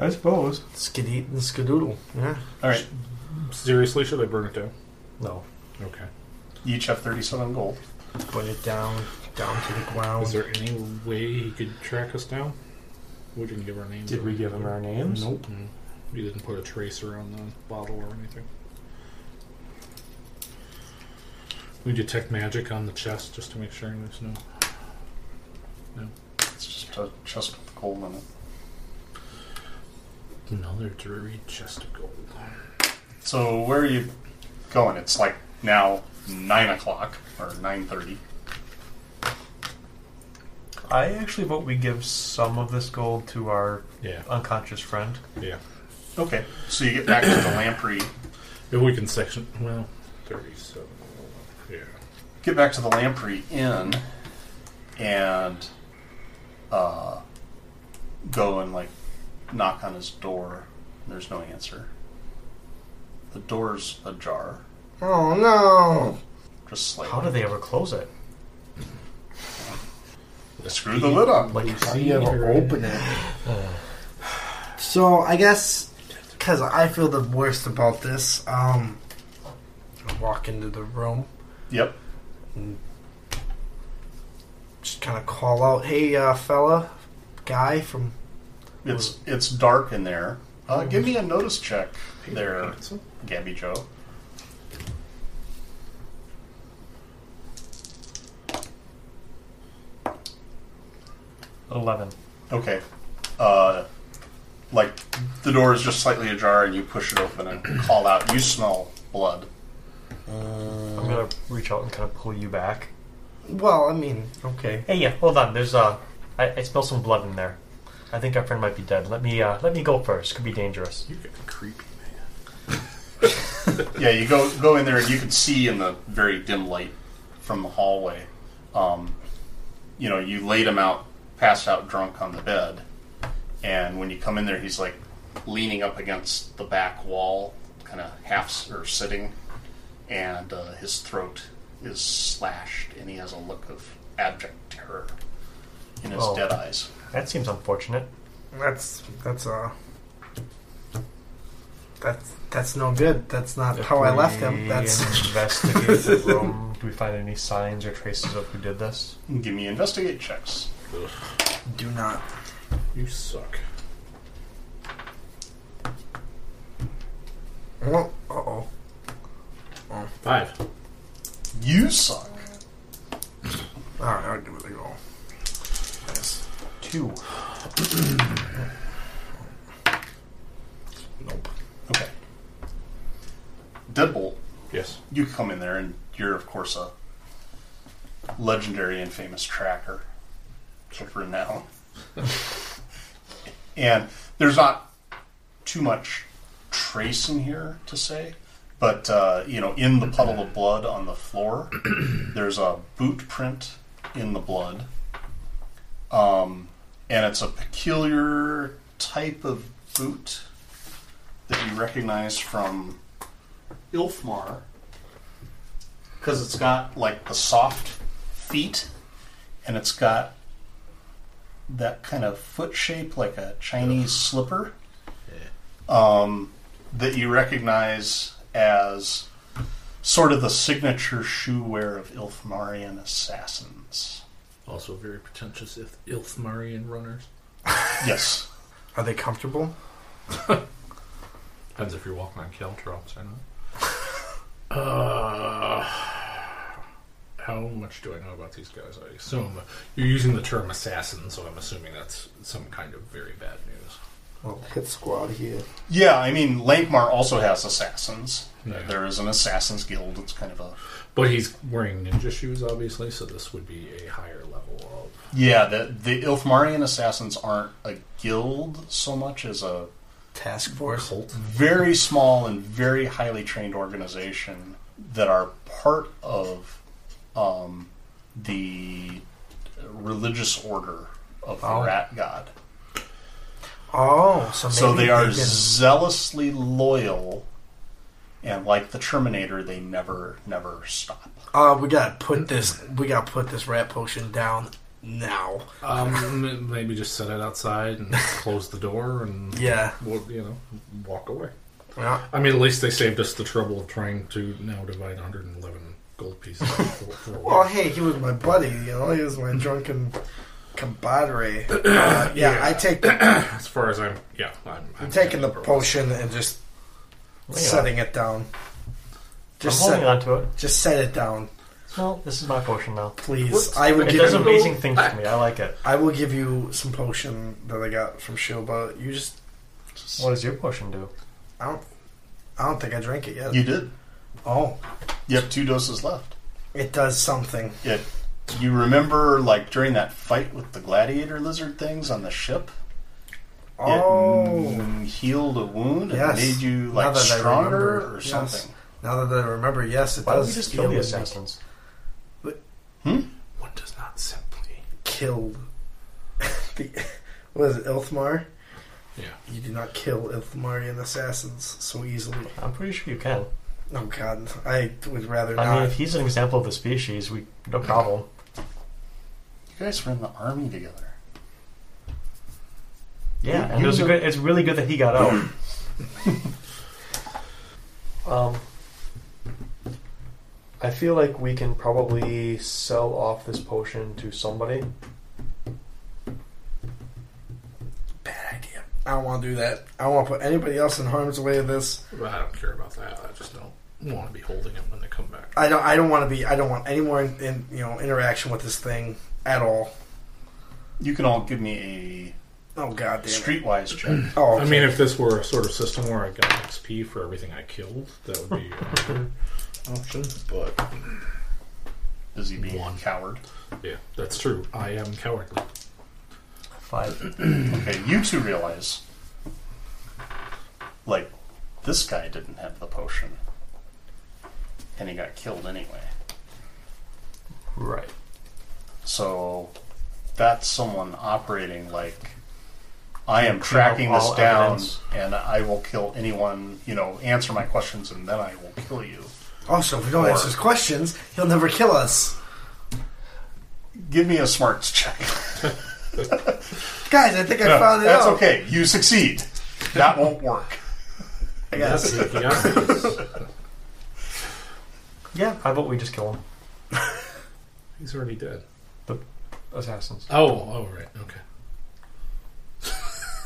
E: I suppose. Skideet and skadoodle. Yeah.
C: All right.
F: Seriously, should I burn it down?
E: No.
F: Okay.
C: You each have thirty-seven gold.
E: Put it down, down to the ground.
F: Is there any way he could track us down? We didn't give our names.
E: Did we give him our names?
F: Nope. You didn't put a tracer on the bottle or anything. We detect magic on the chest just to make sure there's no.
C: It's just a chest with gold in it.
F: Another dreary chest of gold.
C: So where are you going? It's like now nine o'clock or nine thirty.
E: I actually vote we give some of this gold to our
F: Yeah,
E: unconscious friend.
F: yeah.
C: Okay. So you get back to the lamprey.
F: If we can section. Well, 37. Yeah.
C: Get back to the lamprey inn, and uh, go and like knock on his door. There's no answer. The door's ajar,
D: Oh no!
C: just slightly.
E: How do they ever close it?
C: Screw the lid up.
E: Like
D: it? So I guess because I feel the worst about this, um, I walk into the room,
C: Yep.
D: just kind of call out, "Hey, uh, fella, guy from
C: It's it's dark in there. Uh, give me a notice check there,
F: Pencil?
C: Gabby Joe.
E: Eleven.
C: Okay. Uh, like the door is just slightly ajar, and you push it open and call out. You smell blood.
E: I'm gonna reach out and kind of pull you back.
D: well, I mean, okay,
E: Hey, yeah, hold on. There's uh, I, I smell some blood in there. I think our friend might be dead. Let me uh, let me go first. Could be dangerous.
F: You get creepy, man.
C: Yeah, you go go in there, and you can see in the very dim light from the hallway. Um, you know, you laid him out, passed out drunk on the bed, and when you come in there, he's like leaning up against the back wall, kind of half s- or sitting, and uh, his throat is slashed, and he has a look of abject terror in his
E: Oh.
C: dead eyes.
E: That seems unfortunate.
D: that's that's uh, that's that's no good. That's not how I left him.
E: We
D: That's
E: investigate the room. Do we find any signs or traces of who did this?
C: Give me investigate checks.
D: do not.
F: You suck.
D: Oh, uh oh.
F: Five.
C: You suck.
D: All right, I'll give it a go. Yes.
E: Two.
D: Nope.
C: Okay. Deadbolt,
F: Yes.
C: you come in there, and you're, of course, a legendary and famous tracker of renown. and there's not too much trace in here to say, but, uh, you know, in the puddle of blood on the floor, there's a boot print in the blood. Um, and it's a peculiar type of boot that you recognize from Ilfmar because it's got like the soft feet and it's got that kind of foot shape like a Chinese slipper um, that you recognize as sort of the signature shoe wear of Ilfmarian assassins.
F: Also very pretentious if Ilthmarian runners.
C: Yes.
D: Are they comfortable?
F: Depends if you're walking on caltrops or not. uh, how much do I know about these guys? I
G: Hmm.
F: assume you're using the term assassin, so I'm assuming that's some kind of very bad news.
D: Well, hit squad here.
C: Yeah, I mean, Lankmar also has assassins.
G: Yeah.
C: There is an assassins guild. It's kind of a
G: But he's wearing ninja shoes, obviously, so this would be a higher level of.
C: yeah. The the Ilfmarian assassins aren't a guild so much as a
D: Task force.
G: Cult.
C: very small and very highly trained organization that are part of um, the religious order of the
E: Oh.
C: Rat God.
D: Oh, so maybe
C: So they are
D: can-
C: zealously loyal, and like the Terminator, they never, never stop.
D: Uh, we gotta put this. We gotta put this rat potion down now.
G: Um, maybe just set it outside and close the door and
D: Yeah.
G: well, you know, walk away.
D: Yeah.
G: I mean, at least they saved us the trouble of trying to now divide 111 gold pieces. for, for a
D: Well,
G: while.
D: hey, he was my buddy. You know, he was my drunken compadre. Uh, yeah, I take
G: as far as I'm, yeah, I'm, I'm
D: I'm taking the potion and just
E: Hang on.
D: setting it down. Just
E: I'm holding
D: set,
E: on to it.
D: just set it down,
E: Well, this is my potion now.
D: please. I will
E: It
D: give
E: does
D: you,
E: amazing things to me. I like it.
D: I will give you some potion that I got from Shilba. You just
E: What does your potion do?
D: I don't I don't think I drank it yet.
C: You did.
D: oh,
C: You have two doses left.
D: it does something.
C: It. You remember, like during that fight with the gladiator lizard things on the ship, it
D: Oh,
C: mm, healed a wound and
D: Yes.
C: made you
D: Now
C: like
D: that I
C: stronger
D: remember,
C: or
D: yes.
C: something.
D: now that I remember, yes, it
E: Why don't
D: does.
E: we just kill
D: heal
E: the
D: me.
E: assassins?
G: One does not simply.
D: Kill the what is it, Ilthmar?
G: Yeah.
D: You do not kill Ilthmarian assassins so easily.
E: I'm pretty sure you can.
D: Oh God, I would rather
E: I mean,
D: not.
E: if he's an example of the species, we no problem.
C: You guys were in the army together.
E: Yeah,
C: You-
E: and it was a
C: you-
E: good. It's really good that he got out. um, I feel like we can probably sell off this potion to somebody.
D: Bad idea. I don't want to do that. I don't want to put anybody else in harm's way of this.
G: Well, I don't care about that. I just don't want to be holding it when they come back.
D: I don't. I don't want to be. I don't want any more in, in, you know interaction with this thing at all.
C: You can all give me
D: Oh God
C: a
D: damn. it.
C: streetwise check.
D: Oh,
G: I mean, if this were a sort of system where I got XP for everything I killed, that would be uh, an option. But
C: Is he being
G: One.
C: a coward?
G: yeah, that's true. I am cowardly.
E: Five.
C: Okay, you two realize, like, this guy didn't have the potion, and he got killed anyway.
E: Right.
C: So that's someone operating like I am
E: Clean up
C: tracking this
E: all
C: down
E: evidence.
C: and I will kill anyone, you know, answer my questions and then I will kill you.
D: also, if we don't
C: Or-
D: answer his questions, he'll never kill us,
C: Give me a smarts check.
D: guys. I think I found it
C: That's
D: out.
C: okay. You succeed. That won't work.
D: I guess.
G: Yeah,
E: Yeah, how about we just kill him?
G: he's already dead.
E: Assassins.
G: Oh, oh, right, okay.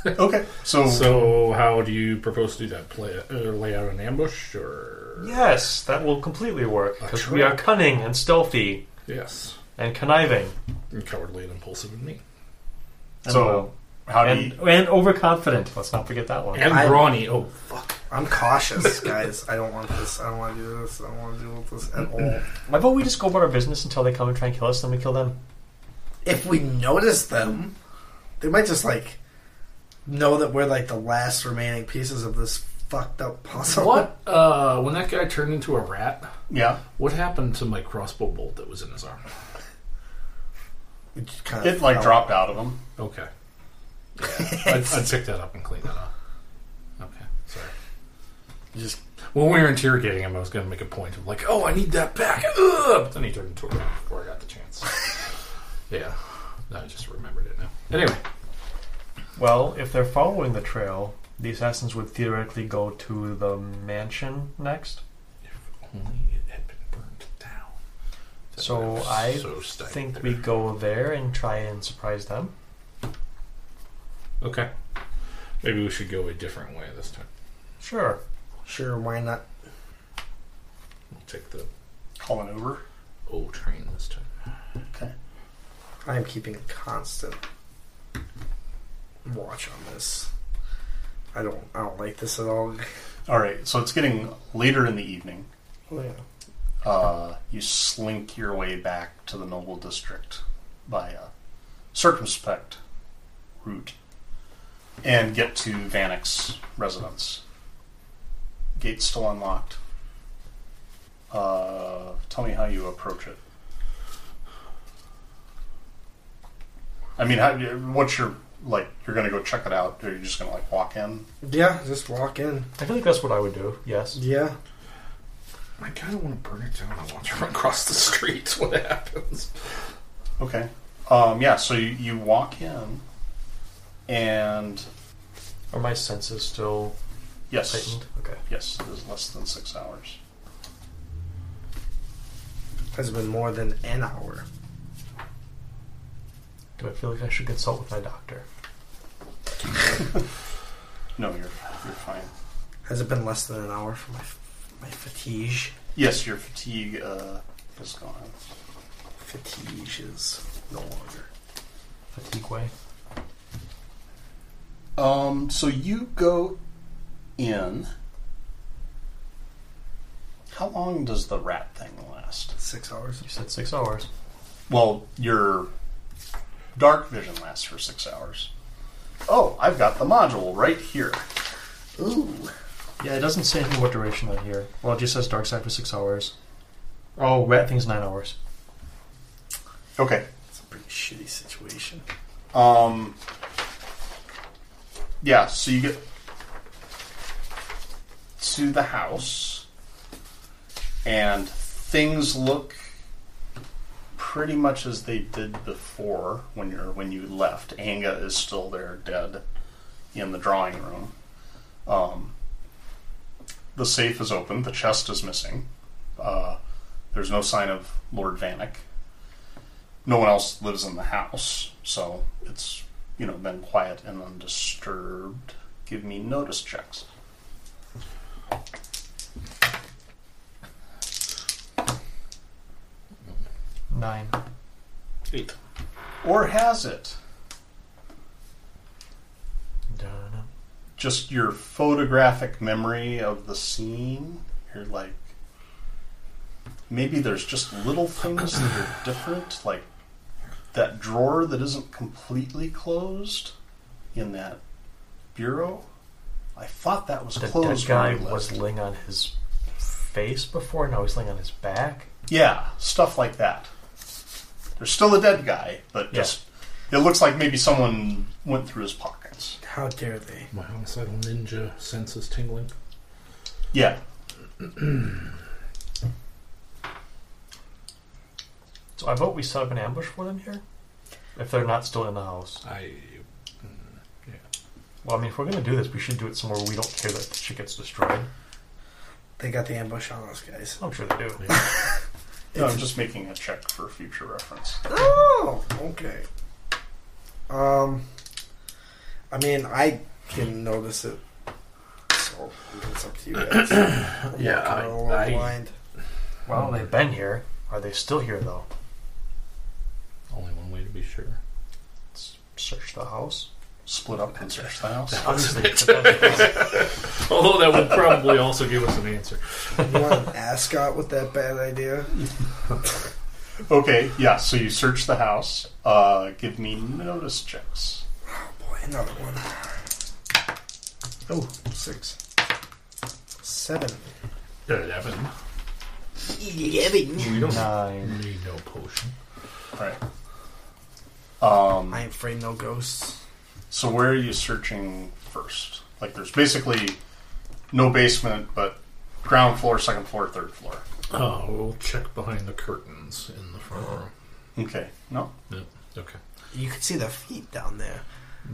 C: Okay. So,
G: So, how do you propose to do that? Play, uh, lay out an ambush, or
E: Yes, that will completely work because we
G: trap.
E: are cunning and stealthy
G: yes,
E: and conniving.
G: and cowardly and impulsive in me,
E: And
C: So-
E: well.
C: how do
E: and,
C: you
E: and overconfident. Let's not forget that one.
G: and
D: I-
G: brawny. Oh, fuck!
D: I'm cautious, guys. I don't want this. I don't want to do this. I don't want to deal with this at all.
E: Why don't we just go about our business until they come and try and kill us, then we kill them?
D: If we notice them, they might just like know that we're like the last remaining pieces of this fucked up puzzle.
G: What? Uh, when that guy turned into a rat,
C: Yeah.
G: what happened to my crossbow bolt that was in his arm?
D: It just kinda
C: It like
D: fell.
C: dropped out of him.
G: Okay, yeah, I'd, I'd pick that up and clean that up. Okay, sorry.
D: Just
G: When we were interrogating him, I was going to make a point of like, "Oh, I need that back." Ugh! But then he turned into a rat before I got the chance. yeah, I just remembered it now. Anyway,
E: Well, if they're following the trail, the assassins would theoretically go to the mansion next.
G: only it had been burned down. That
E: So
G: would have
E: I
G: so stank
E: think
G: there.
E: we go there and try and surprise them.
G: Okay. Maybe we should go a different way this time.
E: Sure.
D: sure, why not?
G: We'll take the
C: Call an Uber.
G: O train this time.
D: I'm keeping a constant watch on this. I don't. I don't like this at all.
C: All right, so it's getting later in the evening.
D: yeah.
C: Uh, you slink your way back to the noble district by a circumspect route and get to Vanek's residence. Gate still unlocked. Uh, tell me how you approach it. I mean, how, what's your like? You're gonna go check it out, or you're just gonna like walk in?
D: Yeah. Just walk in.
E: I feel like that's what I would do. Yes.
D: Yeah.
F: I kind of want to burn it down and watch it run across the streets. What happens?
C: Okay. Um, yeah, so you, you walk in, and
E: Are my senses still
C: yes,
E: heightened? Okay.
C: yes, it is less than six hours.
D: Has been more than an hour.
E: Do I feel like I should consult with my doctor?
C: No, you're you're fine.
D: Has it been less than an hour for my f- my fatigue?
C: Yes, your fatigue uh, is gone.
D: Fatigue is no longer.
E: Fatigue way.
C: Um, so you go in. How long does the rat thing last?
D: Six hours.
E: You said six hours.
C: Well, your dark vision lasts for six hours. Oh, I've got the module right here.
D: Ooh.
E: Yeah, it doesn't say anything what duration on here. Well, it just says dark side for six hours. Oh, rat thing's nine hours.
C: Okay.
D: It's a pretty shitty situation.
C: Um, yeah, so you get to the house, and things look pretty much as they did before when you're when you left. Anga is still there, dead, in the drawing room. Um, the safe is open. The chest is missing. Uh, there's no sign of Lord Vanek no one else lives in the house, so it's you know been quiet and undisturbed. Give me notice checks.
E: Nine.
F: Eight.
C: Or has it?
E: Dun.
C: Just your photographic memory of the scene. You're like maybe there's just little things that are different, like that drawer that isn't completely closed in that bureau. I thought that was
E: The dead
C: closed.
E: guy
C: when we left.
E: was laying on his face before. Now he's laying on his back.
C: Yeah, stuff like that. There's still a dead guy, but
E: Yeah.
C: just it looks like maybe someone went through his pockets.
D: How dare they?
F: My homicidal ninja sense is tingling.
C: Yeah.
E: So I vote we set up an ambush for them here. If they're not still in the house.
F: I.
E: Well, I mean, if we're gonna do this, we should do it somewhere where we don't care that the shit gets destroyed.
D: They got the ambush on us, guys.
E: I'm sure they do.
C: No, I'm just making a check for future reference.
D: Oh, okay. Um, I mean, I can notice it, so it's up to you guys. I'm
F: Yeah,
D: walking
F: I-
D: a little
F: I-
D: blind.
E: Well, they've been here. Are they still here though?
F: Only one way to be sure.
E: Let's search the house.
C: Split up and search the house.
E: Obviously, it's the best house.
F: Although Oh, that would probably also give us an answer.
D: You want an ascot with that bad idea?
C: Okay, yeah, so you search the house. Uh, give me notice checks.
D: Boy, another one. Oh, six. Seven.
F: Eleven.
D: Mm.
F: We don't
E: nine.
F: need no potion.
C: All right. Um,
D: I ain't afraid of no ghosts.
C: so where are you searching first? Like, there's basically no basement, but ground floor, second floor, third floor.
F: Oh, we'll check behind the curtains in the front room.
C: Okay. No.
F: Yep. Okay.
D: You could see the feet down there.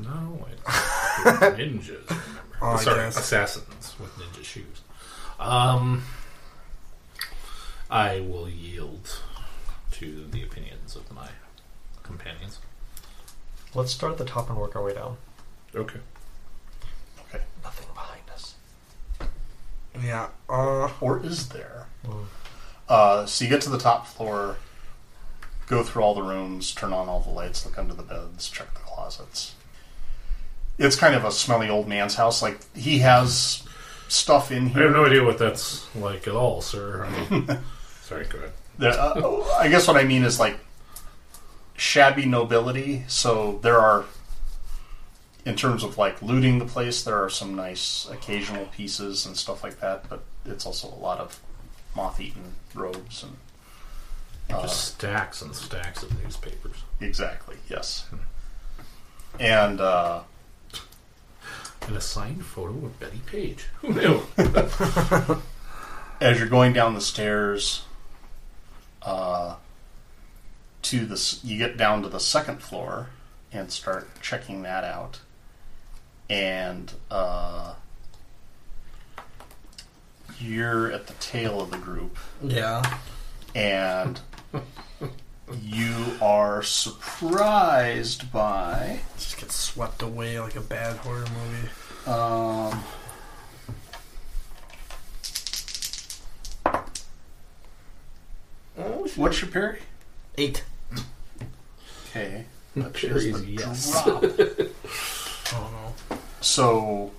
F: No, I they're ninjas. Remember?
D: Oh, I
F: Sorry,
D: guess.
F: assassins with ninja shoes. Um, I will yield to the opinions of my companions.
E: Let's start at the top and work our way down.
F: Okay.
C: Okay.
E: Nothing behind us.
D: Yeah. Uh,
C: Or is there?
E: Mm.
C: Uh, so you get to the top floor, go through all the rooms, turn on all the lights, look under the beds, check the closets. It's kind of a smelly old man's house. Like he has stuff in
G: I have
C: here.
G: no idea what that's like at all, sir. I mean, sorry, go ahead.
C: that- uh, I guess what I mean is like shabby nobility. So there are, in terms of like looting the place, there are some nice occasional pieces and stuff like that. But it's also a lot of moth-eaten robes and
F: Uh,
G: Just stacks and stacks of newspapers.
C: exactly yes. And uh,
G: An assigned photo of Betty Page. Who knew?
C: as you're going down the stairs, uh, to this, you get down to the second floor and start checking that out, and uh, you're at the tail of the group,
D: Yeah.
C: and you are surprised by.
D: Just gets swept away like a bad horror movie.
C: Um, what's your parry?
D: Eight.
C: Okay. That
G: Parry
C: is
G: is
C: a
G: yes.
C: drop.
D: Oh no.
C: so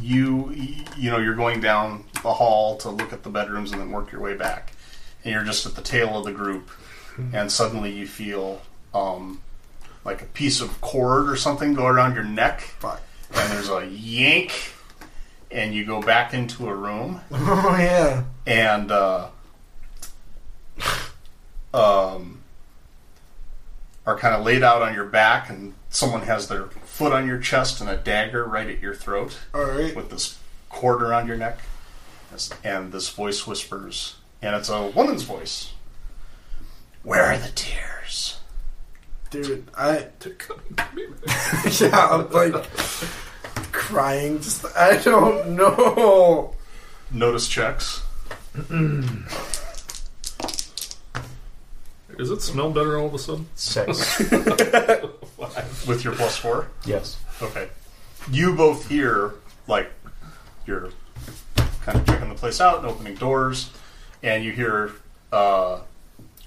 C: you you know you're going down the hall to look at the bedrooms and then work your way back and you're just at the tail of the group and suddenly you feel um, like a piece of cord or something go around your neck
D: Fuck.
C: and there's a yank and you go back into a room
D: Oh yeah.
C: and uh, um, are kind of laid out on your back, and someone has their foot on your chest and a dagger right at your throat
D: All right.
C: with this cord around your neck. This- And this voice whispers, and it's a woman's voice. Where are the tears?
D: Dude, I
G: They're coming to me.
D: yeah, I'm like crying. Just I don't know.
C: Notice checks.
G: Does it smell better all of a sudden?
E: Six.
C: With your plus four.
E: yes.
C: Okay. You both hear, like, you're kind of checking the place out and opening doors, and you hear uh,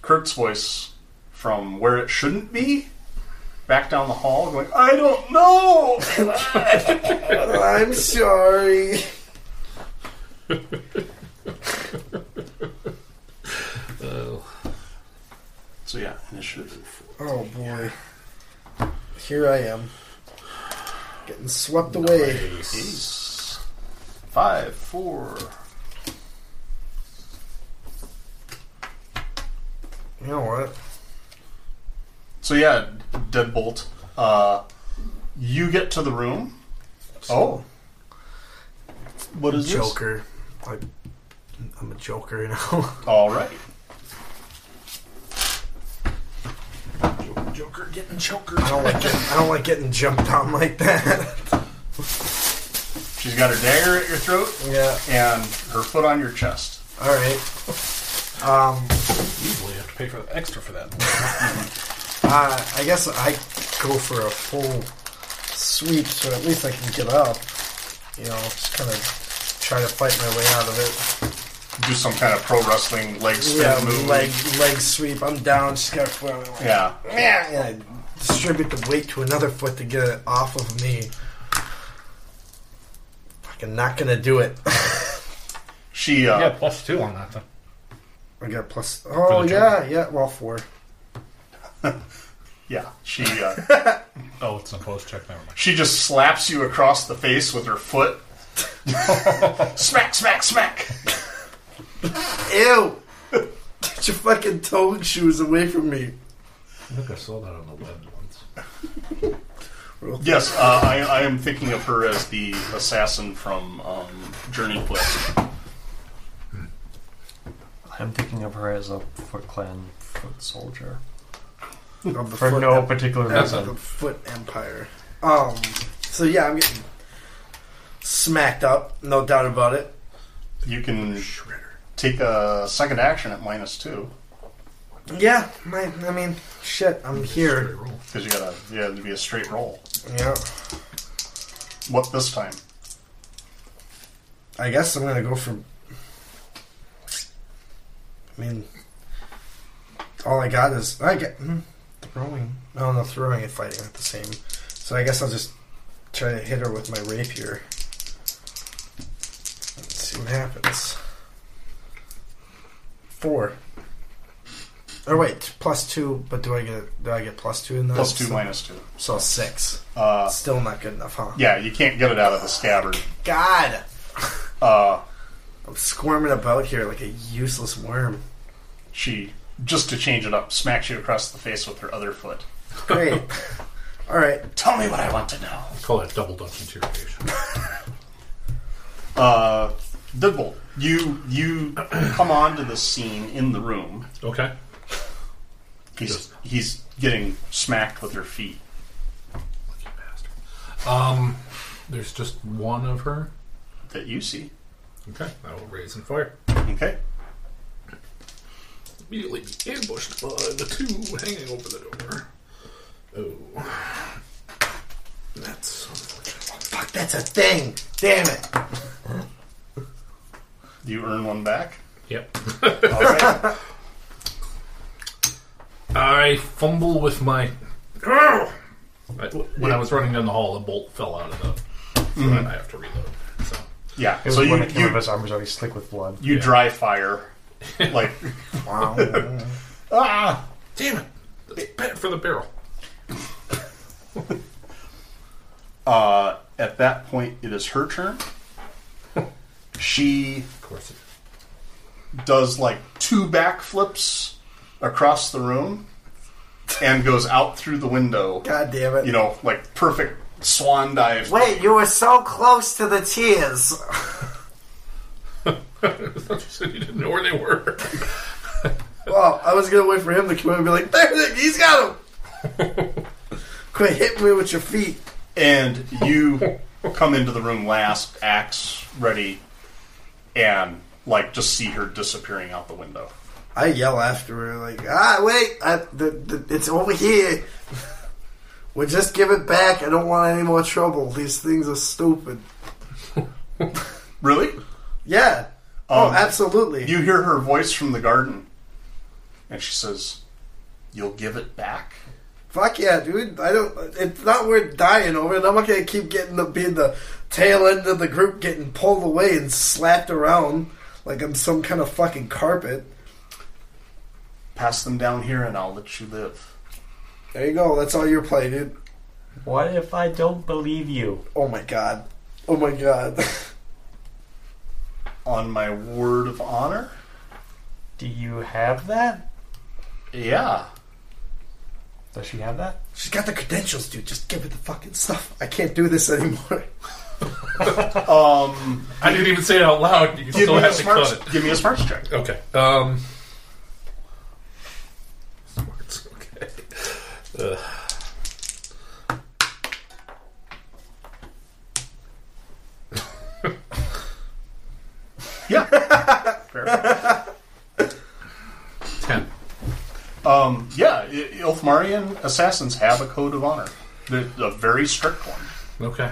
C: Kurt's voice from where it shouldn't be, back down the hall, going, I don't know!
D: I'm sorry.
C: so, yeah, initiative.
D: Oh boy. Here I am. Getting swept away.
C: Ace. Five, four.
D: You know what?
C: So, yeah, Deadbolt. Uh, you get to the room. Oh. What is this?
D: Joker. I, I'm a joker now.
C: All right.
G: Joker getting choker.
D: I don't like getting, I don't like getting jumped on like that.
C: She's got her dagger at your throat.
D: yeah.
C: and her foot on your chest.
D: All right. Um.
G: Usually you have to pay for the extra for that.
D: Uh, I guess I go for a full sweep, so at least I can get up. You know, just kind of try to fight my way out of it.
C: Do some kind of pro wrestling leg spin
D: Yeah,
C: move.
D: leg leg sweep. I'm down. Just got foot. on my leg.
C: Yeah.
D: Yeah, and I distribute the weight to another foot to get it off of me. Fucking not gonna do it.
C: She uh,
F: Yeah, plus two on that. Then.
D: I got plus. Oh
F: the
D: yeah, yeah. Well, four.
C: yeah, she uh,
F: Oh, it's an opposed check. Never mind.
C: she just slaps you across the face with her foot. smack, smack, smack.
D: Ew! Get your fucking toe shoes away from me.
G: I think I saw that on the web once.
C: Yes, uh, I, I am thinking of her as the assassin from um, Journey Quest.
E: I'm thinking of her as a Foot Clan foot soldier.
D: Of the
E: For
D: foot
E: no
D: em-
E: particular
D: of
E: reason.
D: the foot empire. Um. So yeah, I'm getting smacked up. No doubt about it.
C: You can take a second action at minus two
D: Yeah, my, I mean, shit. I'm here.
C: because you gotta yeah it'd be a straight roll.
D: Yeah.
C: What this time?
D: I guess I'm gonna go for. I mean, all I got is I get. hmm, The throwing. No, no, throwing and fighting aren't the same. So I guess I'll just try to hit her with my rapier. Let's see what happens. Four. Or wait, plus two. But do I get do I get plus two in that?
C: Plus two,
D: So-
C: minus two.
D: So six.
C: Uh,
D: Still not good enough, huh?
C: yeah, you can't get it out of the scabbard.
D: God,
C: Uh,
D: I'm squirming about here like a useless worm.
C: she just to change it up smacks you across the face with her other foot.
D: Great. All right.
C: Tell me what I want to know.
G: Call that double dutch interrogation.
C: Uh, Dibble, you you come onto the scene in the room.
G: Okay.
C: He's
G: Yes.
C: he's getting smacked with her feet.
G: Lucky bastard. Um, there's just one of her.
C: that you see.
G: Okay, I will raise and fire.
C: Okay.
G: Immediately be ambushed by the two hanging over the door. Oh. That's unfortunate.
D: Fuck, that's a thing. Damn it.
C: You earn one back.
G: Yep.
C: All right.
G: I fumble with my. I- When I was running down the hall, a bolt fell out of the. So I have to reload. So
C: yeah.
E: It was
C: So
E: when
C: you
E: it came up,
C: you,
E: his arm was already slick with blood.
C: you
G: Yeah.
C: dry fire, like
D: Wow.
C: ah.
G: damn it. That's bad for the barrel.
C: Uh, at that point, it is her turn. She
G: Of course. It,
C: does like two backflips across the room and goes out through the window.
D: God damn it.
C: You know, like perfect swan dive.
D: Wait, you were so close to the tears.
G: so you didn't know where they were.
D: Well, I was gonna wait for him to come in and be like, there, there, he's got him. Quit hitting me with your feet.
C: And you come into the room last, axe ready, and like just see her disappearing out the window.
D: I yell after her like, ah, wait, I, the, the, it's over here. we just give it back. I don't want any more trouble. These things are stupid.
C: Really?
D: Yeah. oh,
C: Um,
D: absolutely.
C: You hear her voice from the garden, and she says, "You'll give it back."
D: Fuck yeah, dude. I don't. It's not worth dying over it. I'm not gonna keep getting the being the tail end of the group getting pulled away and slapped around like I'm some kind of fucking carpet.
C: Pass them down here, and I'll let you live.
D: There you go. That's all you're playing, dude.
E: What if I don't believe you?
D: Oh my god. Oh my god.
C: On my word of honor.
E: Do you have that?
C: Yeah.
E: Does she have that?
D: She's got the credentials, dude. Just give her the fucking stuff. I can't do this anymore.
C: Um.
G: I didn't even say it out loud. You
C: Give
G: still
C: me, a
G: have to
C: smart,
G: cut it.
C: give me a smarts check.
G: Okay. Um. Smarts. Okay. Uh,
C: Yeah.
G: ten.
C: Um. Yeah. I- Ilfmarian assassins have a code of honor. They're a very strict one.
G: Okay.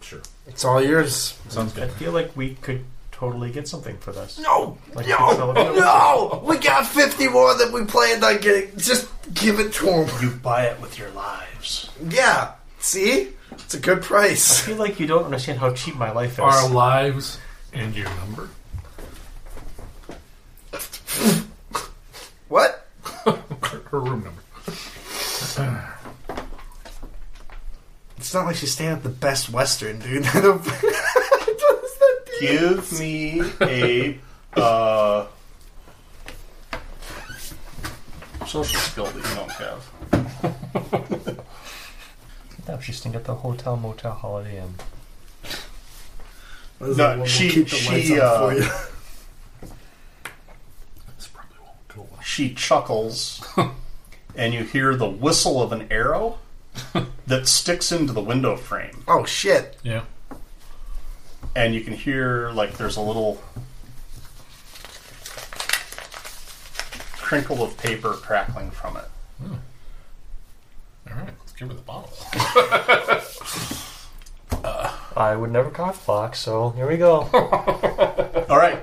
G: Sure.
D: It's all yours.
G: Sounds
E: I
G: good.
E: feel like we could totally get something for this.
D: No!
E: Like to
D: no!
E: celebrate-
D: No! We got 50 more that we planned on getting. Just give it to him.
C: You buy it with your lives.
D: Yeah. See? It's a good
E: I
D: price.
E: feel like you don't understand how cheap my life is.
G: Our lives and your number.
D: What?
G: Her, her room number.
D: It's not like she's staying at the best Western, dude. I don't- what does that do?
C: Give me a uh, social skill that you don't have.
E: No, she's staying at the hotel, motel, Holiday Inn.
D: What is
C: No,
D: it? We'll
C: she-
D: keep the
C: she,
D: lights on
C: uh,
D: for you.
G: This probably won't go well.
C: She chuckles, and you hear the whistle of an arrow that sticks into the window frame.
D: Oh, shit.
G: Yeah.
C: And you can hear, like, there's a little crinkle of paper crackling from it.
G: All right. Let's give her the bottle.
E: I would never cough block, so here we go.
C: All right.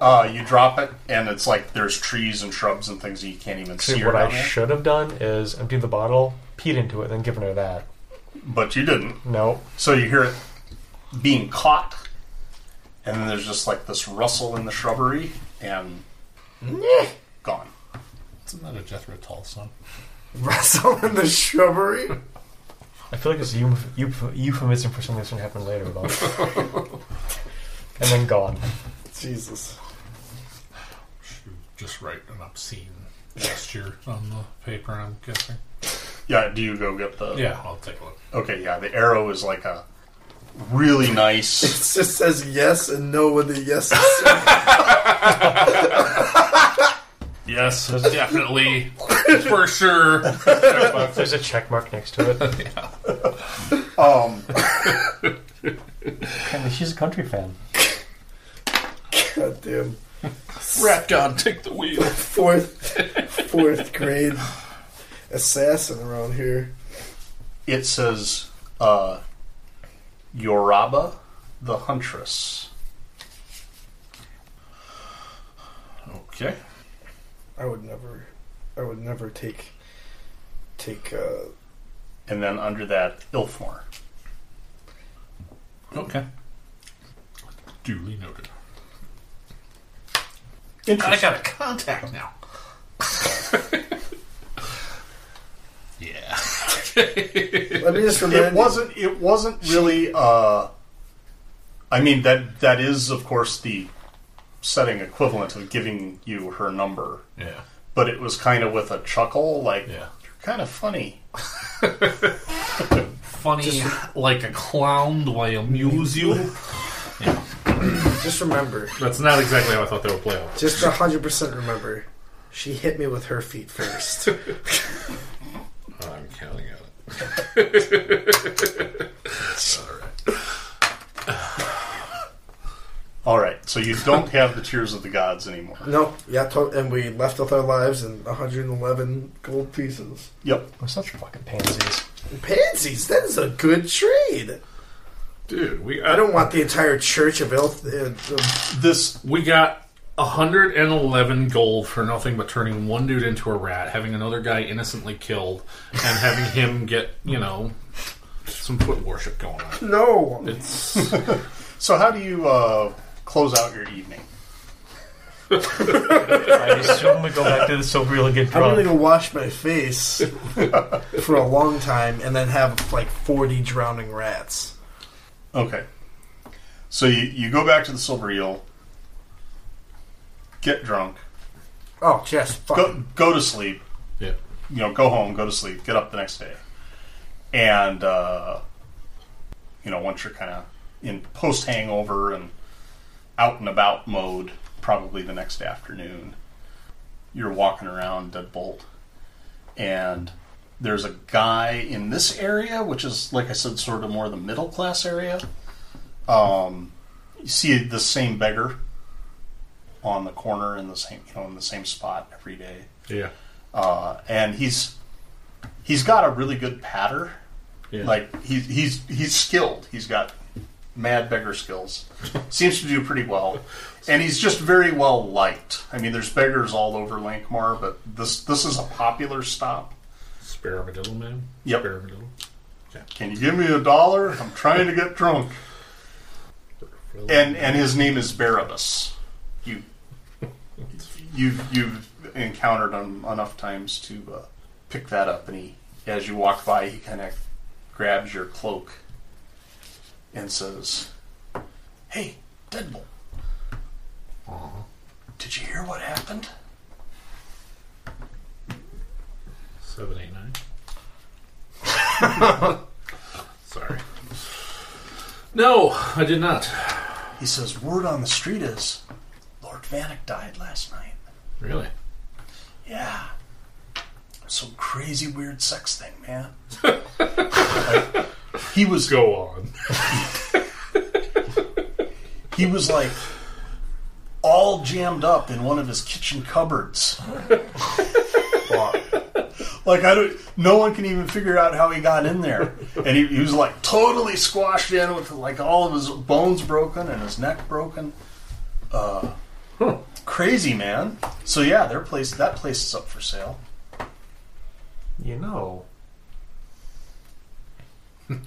C: Uh, you drop it, and it's like there's trees and shrubs and things that you can't even see.
E: See,
C: or
E: what I
C: down there.
E: should have done is emptied the bottle, peed into it, then given her that.
C: but you didn't.
E: No.
C: So you hear it being caught, and then there's just like this rustle in the shrubbery, and gone.
F: Isn't that a Jethro Tull song?
D: Wrestle in the shrubbery.
E: I feel like it's a euph- euph- euphemism for something that's going to happen later, though. and then gone.
D: Jesus.
F: Should Just write an obscene gesture on the paper, I'm guessing.
C: Yeah, do you go get the?
F: Yeah, I'll take a look.
C: Okay, yeah. The arrow is like a really
D: It
C: nice.
D: just says yes and no when the yes is said.
F: Yes, definitely. for sure. Checkbox.
E: There's a check mark next to it.
C: Um,
E: Apparently she's a country fan.
D: God damn.
F: Rat God, take the wheel.
D: Fourth, fourth grade assassin around here.
C: it says uh, Yoraba the Huntress.
F: Okay.
D: I would never, I would never take, take. uh
C: and then under that Ilfmore.
F: Okay. Duly noted.
C: Interesting.
F: got a contact now. yeah.
D: Let me just remind
C: It wasn't. It wasn't really. Uh, I mean that that is of course the setting equivalent of giving you her number,
F: Yeah.
C: but it was kind of with a chuckle, like
F: Yeah.
C: you're kind of funny.
F: Funny like a clown. Do I amuse you?
D: you. Just remember.
G: That's not exactly how I thought they would play out.
D: Just hundred percent remember. She hit me with her feet first.
F: I'm counting on it.
C: All right, so you don't have the tears of the gods anymore.
D: no, yeah, to- and we left with our lives and 111 gold pieces.
C: Yep.
E: We're such fucking pansies.
D: Pansies, that is a good trade.
G: Dude, we
D: I don't want the entire church of Elf. Uh, uh,
C: This
G: We got 111 gold for nothing but turning one dude into a rat, having another guy innocently killed, and having him get, you know, some foot worship going on.
D: no,
G: It's
C: So how do you uh, close out your evening?
E: I assume we go back to the silver really get
D: I'm gonna
E: drunk.
D: go wash my face for a long time and then have like 40 drowning rats.
C: Okay. So you, you go back to the Silver Eel, get drunk,
D: Oh, yes, fuck.
C: go go to sleep,
G: yeah.
C: you know, go home, go to sleep, get up the next day, and uh, you know, once you're kind of in post hangover and out and about mode, probably the next afternoon, you're walking around Deadbolt, and there's a guy in this area, which is like I said, sort of more the middle class area. Um, you see the same beggar on the corner in the same you know in the same spot every day
G: Yeah.
C: uh, and he's he's got a really good patter.
G: Yeah.
C: Like he's he's he's skilled. He's got mad beggar skills. Seems to do pretty well, and he's just very well liked. I mean, there's beggars all over Lankmar, but this this is a popular stop.
G: Spare armadillo, man.
C: Yep.
G: Spare armadillo.
C: Can you give me a dollar? I'm trying to get drunk. And and his name is Barabbas. You you've you've encountered him enough times to uh, pick that up, and he as you walk by, he kind of grabs your cloak and says, "Hey, Deadbolt, did you hear what happened?"
G: Seven, eight, nine. Sorry. No, I did not.
C: He says, "Word on the street is Lord Vanek died last night."
G: Really?
C: Yeah. Some crazy weird sex thing, man. Like, he was
G: Go on.
C: he was like all jammed up in one of his kitchen cupboards. like I don't no one can even figure out how he got in there. And he, he was like totally squashed in with like all of his bones broken and his neck broken. Uh Crazy man. So yeah, their place that place is up for sale.
E: You know.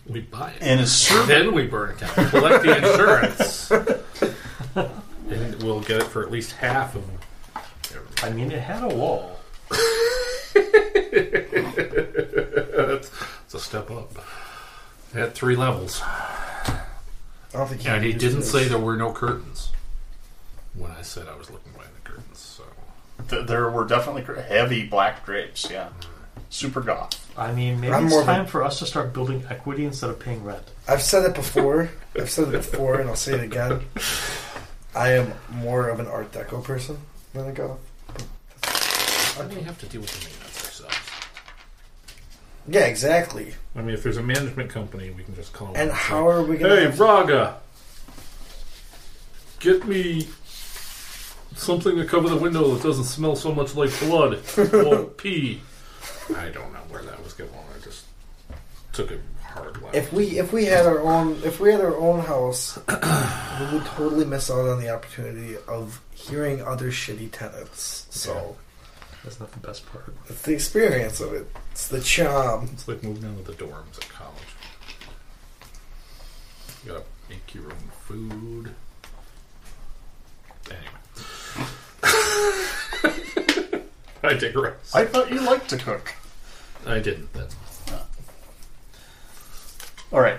G: We buy it.
C: And is served
G: Then we burn it down. Collect the insurance. and we'll get it for at least half of
E: I mean, it had a wall.
G: that's, that's a step up. It had three levels.
D: I don't think. you
G: And he
D: used
G: didn't
D: those.
G: say there were no curtains when I said I was looking behind the curtains. So
C: th- there were definitely cr- heavy black drapes, yeah. Super goth.
E: I mean, maybe
D: I'm more
E: it's
D: of a-
E: time for us to start building equity instead of paying rent.
D: I've said it before. I've said it before, and I'll say it again. I am more of an Art Deco person than a goth.
G: why do we have to deal with the maintenance ourselves?
D: Yeah, exactly.
G: I mean, if there's a management company, we can just call. them
D: And
G: say,
D: how are we gonna?
G: Hey, Raga, get me something to cover the window that doesn't smell so much like blood or pee. I don't know where that was going. I just took a hard left.
D: if we if we had our own if we had our own house, we would totally miss out on the opportunity of hearing other shitty tenants. So
E: That's not the best part.
D: it's the experience of it. It's the charm.
G: It's like moving into the dorms at college. You gotta make your own food. Anyway. I digress.
C: I thought you liked to cook.
G: I didn't. That's
C: All right.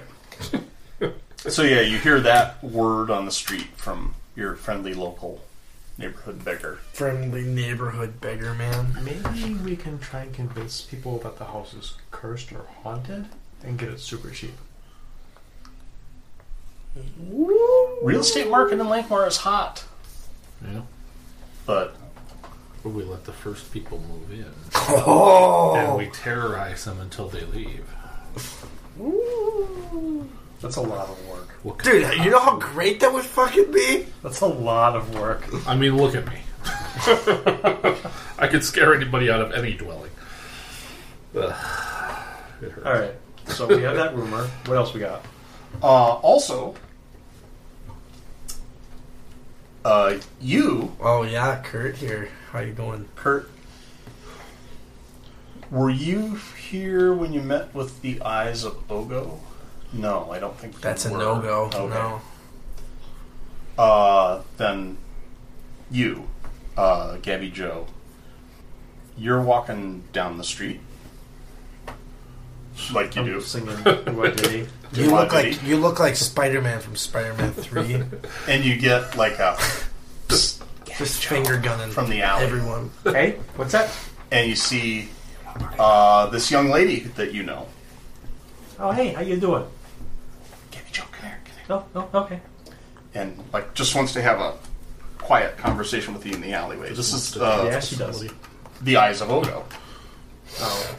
C: so yeah, you hear that word on the street from your friendly local neighborhood beggar.
D: Friendly neighborhood beggar man.
E: Maybe we can try and convince people that the house is cursed or haunted and get it super cheap.
C: Real estate market in Lankmore is hot,
G: yeah.
C: but
G: Or we let the first people move in and
D: Oh,
G: we terrorize them until they leave.
C: that's a lot of work.
G: What kind
D: dude, you know how great that would fucking be.
E: That's a lot of work.
G: of- I mean, look at me. I could scare anybody out of any dwelling. Ugh. It hurts.
E: All right. So we have that rumor. What else we got?
C: Uh, also, uh, you,
D: Oh yeah, Kurt here. How you doing?
C: Kurt, were you here when you met with the eyes of Ogo? No, I don't think you
D: That's a
C: were.
D: no go.
C: Okay.
D: No.
C: Uh, then you, uh, Gabby Joe, you're walking down the street like you
E: I'm
D: Oh.
C: do.
E: singing what did he?
D: You look
C: Commodity.
D: like you look like Spider Man from Spider Man Three.
C: and you get like a
D: Just finger gunning
C: from the alley.
D: everyone.
E: Hey, what's that?
C: and you see uh, this young lady that you know.
E: Oh, hey, how you doing?
C: Gabby Joe, come here, come here.
E: No, no, okay.
C: And like just wants to have a quiet conversation with you in the alleyway. This is uh,
E: Yeah, she does.
C: the eyes of Ogo,
E: Oh,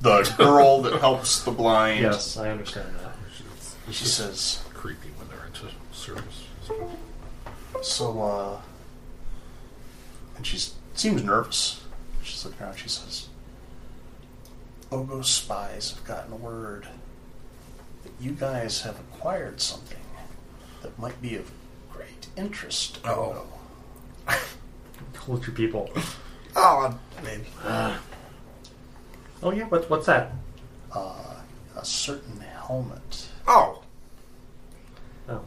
C: the girl that helps the blind.
E: yes, I understand that.
C: She says,
G: creepy when they're into service.
C: So, uh. And she seems nervous. She's looking around. She says, Ogo's spies have gotten word that you guys have acquired something that might be of great interest. to
D: Uh-oh.
C: Ogo."
E: Told you people.
D: Oh man.
E: Oh yeah, what, what's that?
C: A certain helmet
D: Oh.
E: Oh,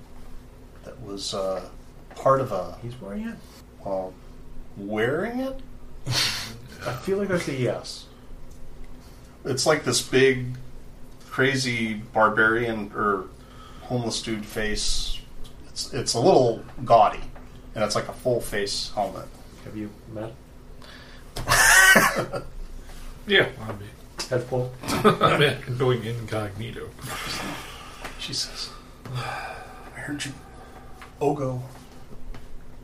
C: that was uh, part of a.
E: he's wearing it.
C: Well, wearing it?
E: I feel like that's a yes.
C: It's like this big, crazy barbarian or homeless dude face. It's it's a little gaudy, and it's like a full face helmet.
E: Have you met
G: Yeah, I'm,
E: head full?
G: I'm going incognito.
C: She says, "I heard you, Ogo,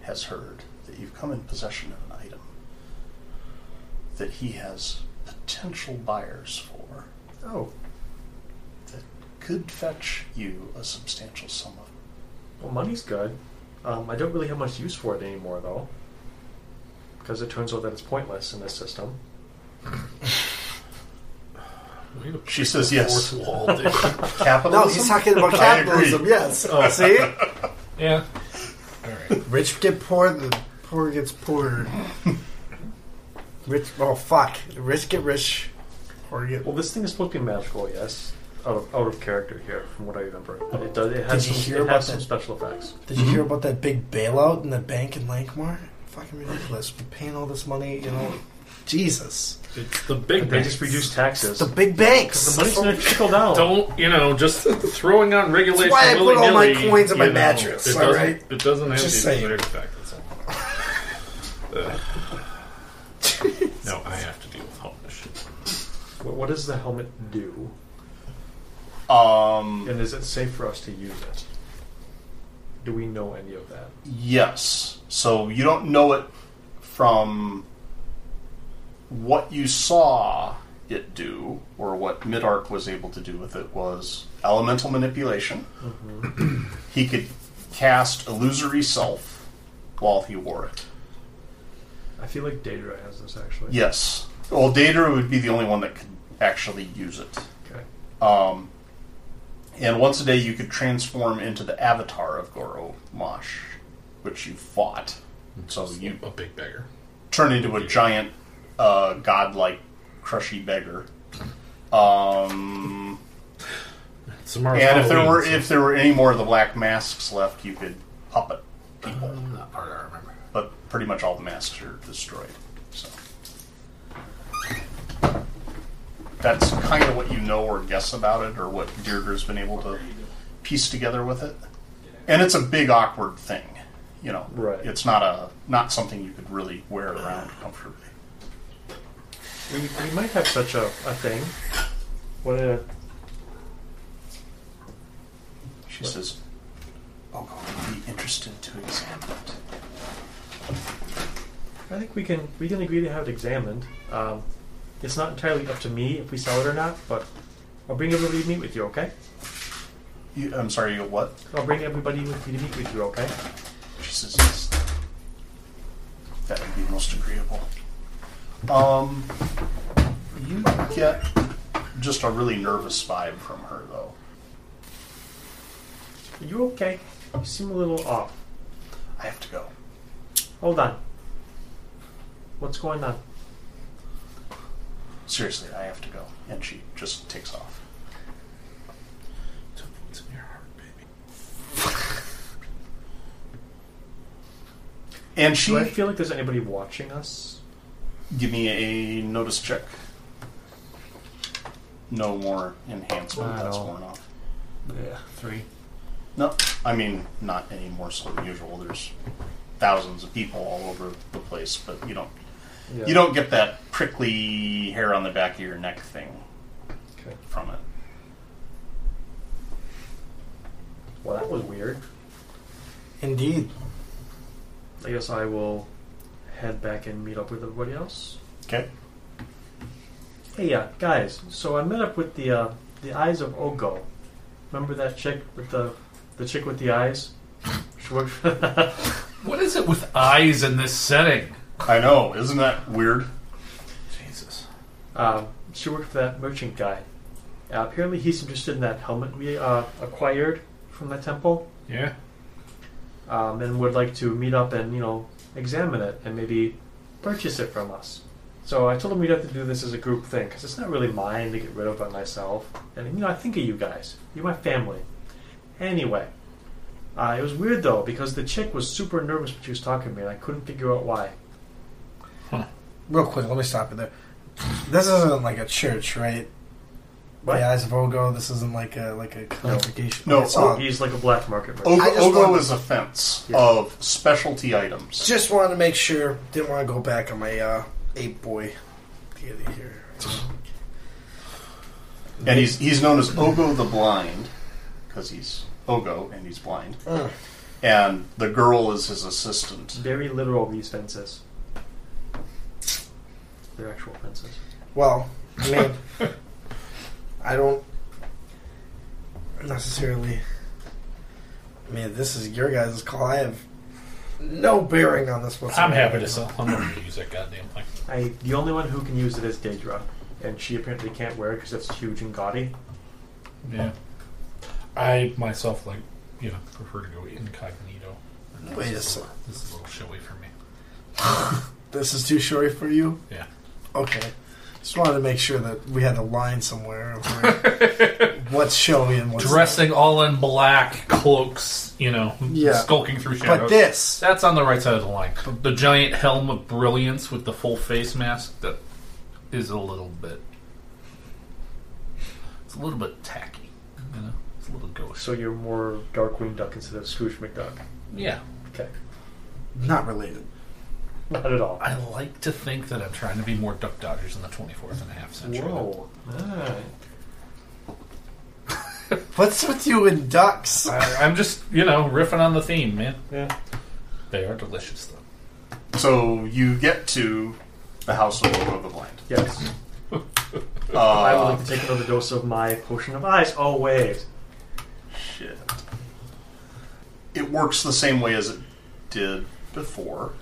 C: has heard that you've come in possession of an item that he has potential buyers for
E: Oh,
C: that could fetch you a substantial sum of
E: well, money's good. Um, I don't really have much use for it anymore though, because it turns out that it's pointless in this system.
C: She says yes.
G: Fourth wall, dude.
C: capitalism."
D: No, he's talking about Oh,
C: I agree.
D: capitalism. Yes. See,
G: yeah. All right.
D: rich get poor, the Poor gets poorer. rich. Oh fuck. Rich get rich. Poor get.
E: Well, this thing is supposed to be magical, yes. Out of, out of character here, from what I remember. But it does. It has,
D: Did you
E: some,
D: hear
E: it
D: about
E: has some
D: that?
E: special effects.
D: Did you hear about that big bailout in the bank in Lankmore? Fucking ridiculous. We're paying all this money, you know. Jesus.
G: It's the big
E: They
G: thing.
E: just reduce taxes.
D: The big banks.
E: The money's gonna trickle down.
G: Don't you know? Just throwing out regulation.
D: That's why I put all my
G: willy-nilly,
D: coins in my
G: you know,
D: mattress,
G: It
D: all
G: doesn't,
D: right?
G: it doesn't have
D: Just
G: to do
D: saying.
G: with fact. That's all. Ugh. no, I have to deal with all this shit.
E: Wh- What does the helmet do?
C: Um,
E: And is it safe for us to use it? Do we know any of that?
C: yes. So you don't know it from what you saw it do, or what Midark was able to do with it was elemental manipulation.
G: Mm-hmm.
C: he could cast illusory self while he wore it.
E: I feel like Daedra has this actually.
C: Yes. Well, Daedra would be the only one that could actually use it.
E: Okay.
C: Um, and once a day, you could transform into the avatar of Goro Mosh, which you fought. So you
G: A big beggar.
C: turn into a giant, uh, godlike, crushy beggar. Um,
G: Tomorrow's
C: and if there
G: Halloween,
C: were
G: so
C: if there were any more of the black masks left, you could puppet people.
G: that part I remember.
C: But pretty much all the masks are destroyed. So that's kind of what you know or guess about it, or what Deirdre's been able to piece together with it. And it's a big awkward thing, you know.
E: Right.
C: It's not a not something you could really wear around comfortably.
E: We, we might have such a, a thing. What uh, a.
C: She says, "Oh, I'd be interested to examine it."
E: I think we can we can agree to have it examined. Um, it's not entirely up to me if we sell it or not, but I'll bring everybody to meet with you, okay?
C: You, I'm sorry, you what?
E: I'll bring everybody with me to meet with you, okay?
C: She says, "Yes, that would be most agreeable." Um, you get just a really nervous vibe from her, though.
E: Are you okay? You seem a little off.
C: I have to go.
E: Hold on. What's going on?
C: Seriously, I have to go. And she just takes off.
G: Took what's in your heart, baby.
C: And
E: Do I
C: she
E: feel like there's anybody watching us?
C: give me a notice check. No more enhancement. That's
E: Wow.
C: worn off.
E: Yeah, three.
C: No, I mean not any more so than usual. There's thousands of people all over the place, but you don't
E: Yeah.
C: you don't get that prickly hair on the back of your neck thing
E: Okay.
C: from it.
E: Well, that was weird.
D: Indeed.
E: I guess I will head back and meet up with everybody else.
C: Okay.
E: Hey, uh, guys. So I met up with the uh, the eyes of Ogo. Remember that chick with the the chick with the eyes? She worked for
G: What is it with eyes in this setting?
C: I know, isn't that weird?
G: Jesus.
E: um, she worked for that merchant guy. Uh, apparently, he's interested in that helmet we uh, acquired from the temple,
G: Yeah.
E: um, and would like to meet up and you know examine it and maybe purchase it from us. So I told him we'd have to do this as a group thing because it's not really mine to get rid of by myself. And you know, I think of you guys. You're my family. Anyway, uh, it was weird though because the chick was super nervous when she was talking to me, and I couldn't figure out why.
D: Real quick, let me stop you there. This isn't like a church, right?
E: What?
D: The eyes of Ogo. This isn't like a like a congregation.
C: No,
D: It's all-
E: He's like a black market merchant.
C: Ogo,
D: I just
C: Ogo
D: wanted-
C: is a fence
E: Yeah.
C: of specialty items.
D: Just wanted to make sure. Didn't want to go back on my uh, ape boy. Get it here.
C: And he's he's known as Ogo the Blind because he's Ogo and he's blind.
D: Mm.
C: And the girl is his assistant.
E: Very literal, these fences. They're actual fences.
D: Well, I mean, I don't necessarily. I mean, this is your guys' call. I have no bearing on this whatsoever.
G: I'm happy to sell. I'm going to use that goddamn thing.
E: I, the only one who can use it is Daedra, and she apparently can't wear it because it's huge and gaudy.
G: Yeah. I myself like you know prefer to go incognito.
D: Wait a sec.
G: This is a little showy for me.
D: This is too short for you?
G: Yeah.
D: Okay. Just wanted to make sure that we had a line somewhere of where, what's showy and what's
G: Dressing all in black, cloaks, you know,
D: Yeah.
G: skulking through shadows.
D: But this.
G: That's on the right side of the line. The giant helm of brilliance with the full face mask that is a little bit. It's a little bit tacky. You know? It's a little ghost.
E: So you're more Darkwing Duck instead of Scrooge McDuck.
G: Yeah.
E: Okay.
D: Not related.
E: Not at all.
G: I like to think that I'm trying to be more Duck Dodgers in the 24th and a half century.
E: Whoa. Alright.
D: What's with you and ducks?
G: I, I'm just, you know, riffing on the theme, man.
E: Yeah.
G: They are delicious, though.
C: So you get to the House of Lord of the Blind.
E: Yes. I would
C: Uh,
E: like to take another dose of my potion of ice. Oh wait.
C: Shit. It works the same way as it did before.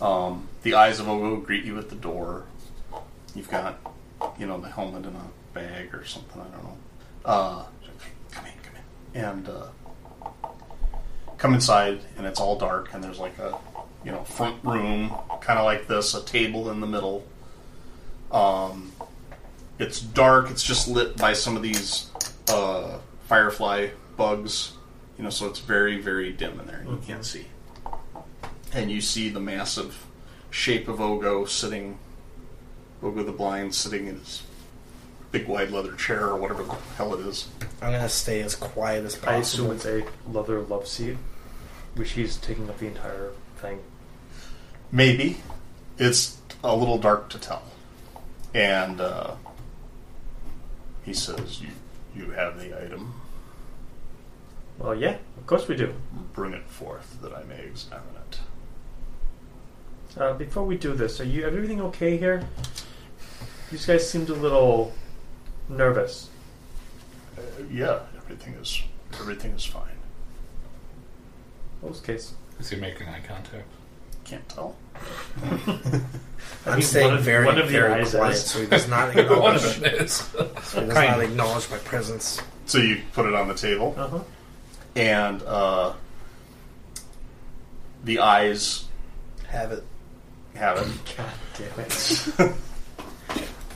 C: Um, the eyes of Ogo greet you at the door. You've got, you know, the helmet in a bag or something. I don't know. Uh, come in, come in, and uh, come inside. And it's all dark. And there's like a, you know, front room, kind of like this, a table in the middle. Um, it's dark. It's just lit by some of these uh, firefly bugs, you know. So it's very, very dim in there, and you can't see. And you see the massive shape of Ogo sitting, Ogo the Blind sitting in his big wide leather chair or whatever the hell it is.
D: I'm gonna stay as quiet as
E: I assume
D: possible.
E: it's a leather love seat, which he's taking up the entire thing.
C: Maybe it's a little dark to tell. And uh, he says, "You, you have the item.
E: Well yeah, of course we do.
C: Bring it forth that I may examine it."
E: Uh, before we do this, are you everything okay here? You guys seemed a little nervous.
C: Yeah, everything is everything is fine.
E: Worst case.
G: Is he making eye contact?
C: Can't tell.
D: I'm
E: mean,
D: staying
E: one of-
D: very,
E: one of the
D: very
E: eyes
D: quiet
E: is-
D: so he does not
G: One
D: acknowledge.
G: of them is.
D: so he does
G: Kind
D: not
G: of.
D: acknowledge my presence.
C: So you put it on the table,
E: Uh huh.
C: and uh, the eyes
D: Have it.
C: have it.
E: God damn it.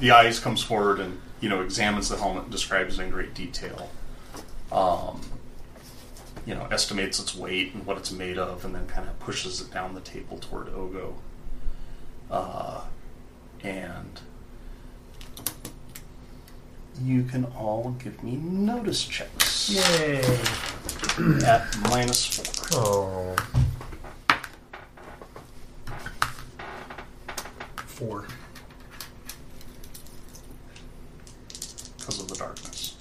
C: The eyes comes forward and you know examines the helmet, and describes it in great detail. Um, you know, estimates its weight and what it's made of, and then kind of pushes it down the table toward Ogo. Uh, and you can all give me notice checks
E: Yay.
C: at minus four.
E: Oh.
C: Four. Because of the darkness.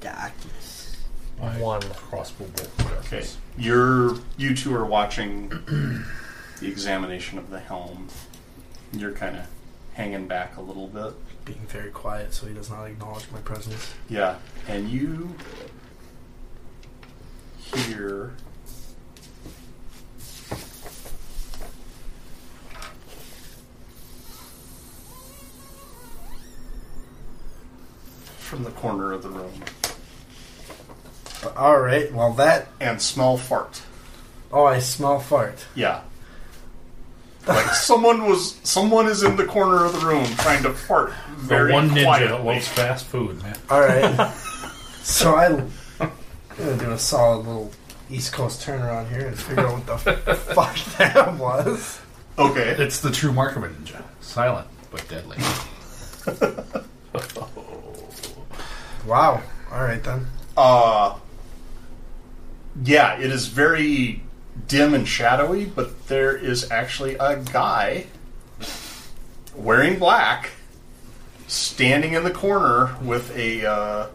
D: Darkness.
E: One.
G: Crossbow bolt.
C: Okay. You're you two are watching the examination of the helm. You're kind of hanging back a little bit.
D: Being very quiet so he does not acknowledge my presence.
C: Yeah. And you hear from the corner of the room
D: All right. Well, that.
C: and smell fart.
D: Oh, I smell fart.
C: Yeah. Like someone was someone is in the corner of the room trying to fart very
G: the one ninja that
C: quietly.
G: loves fast food, man.
D: All right. so I, I'm gonna do a solid little East Coast turnaround here and figure out what the fuck that was.
C: Okay.
G: It's the true mark of a ninja. Silent, but deadly.
D: Wow. All right then.
C: Uh Yeah, it is very dim and shadowy, but there is actually a guy wearing black standing in the corner with a uh,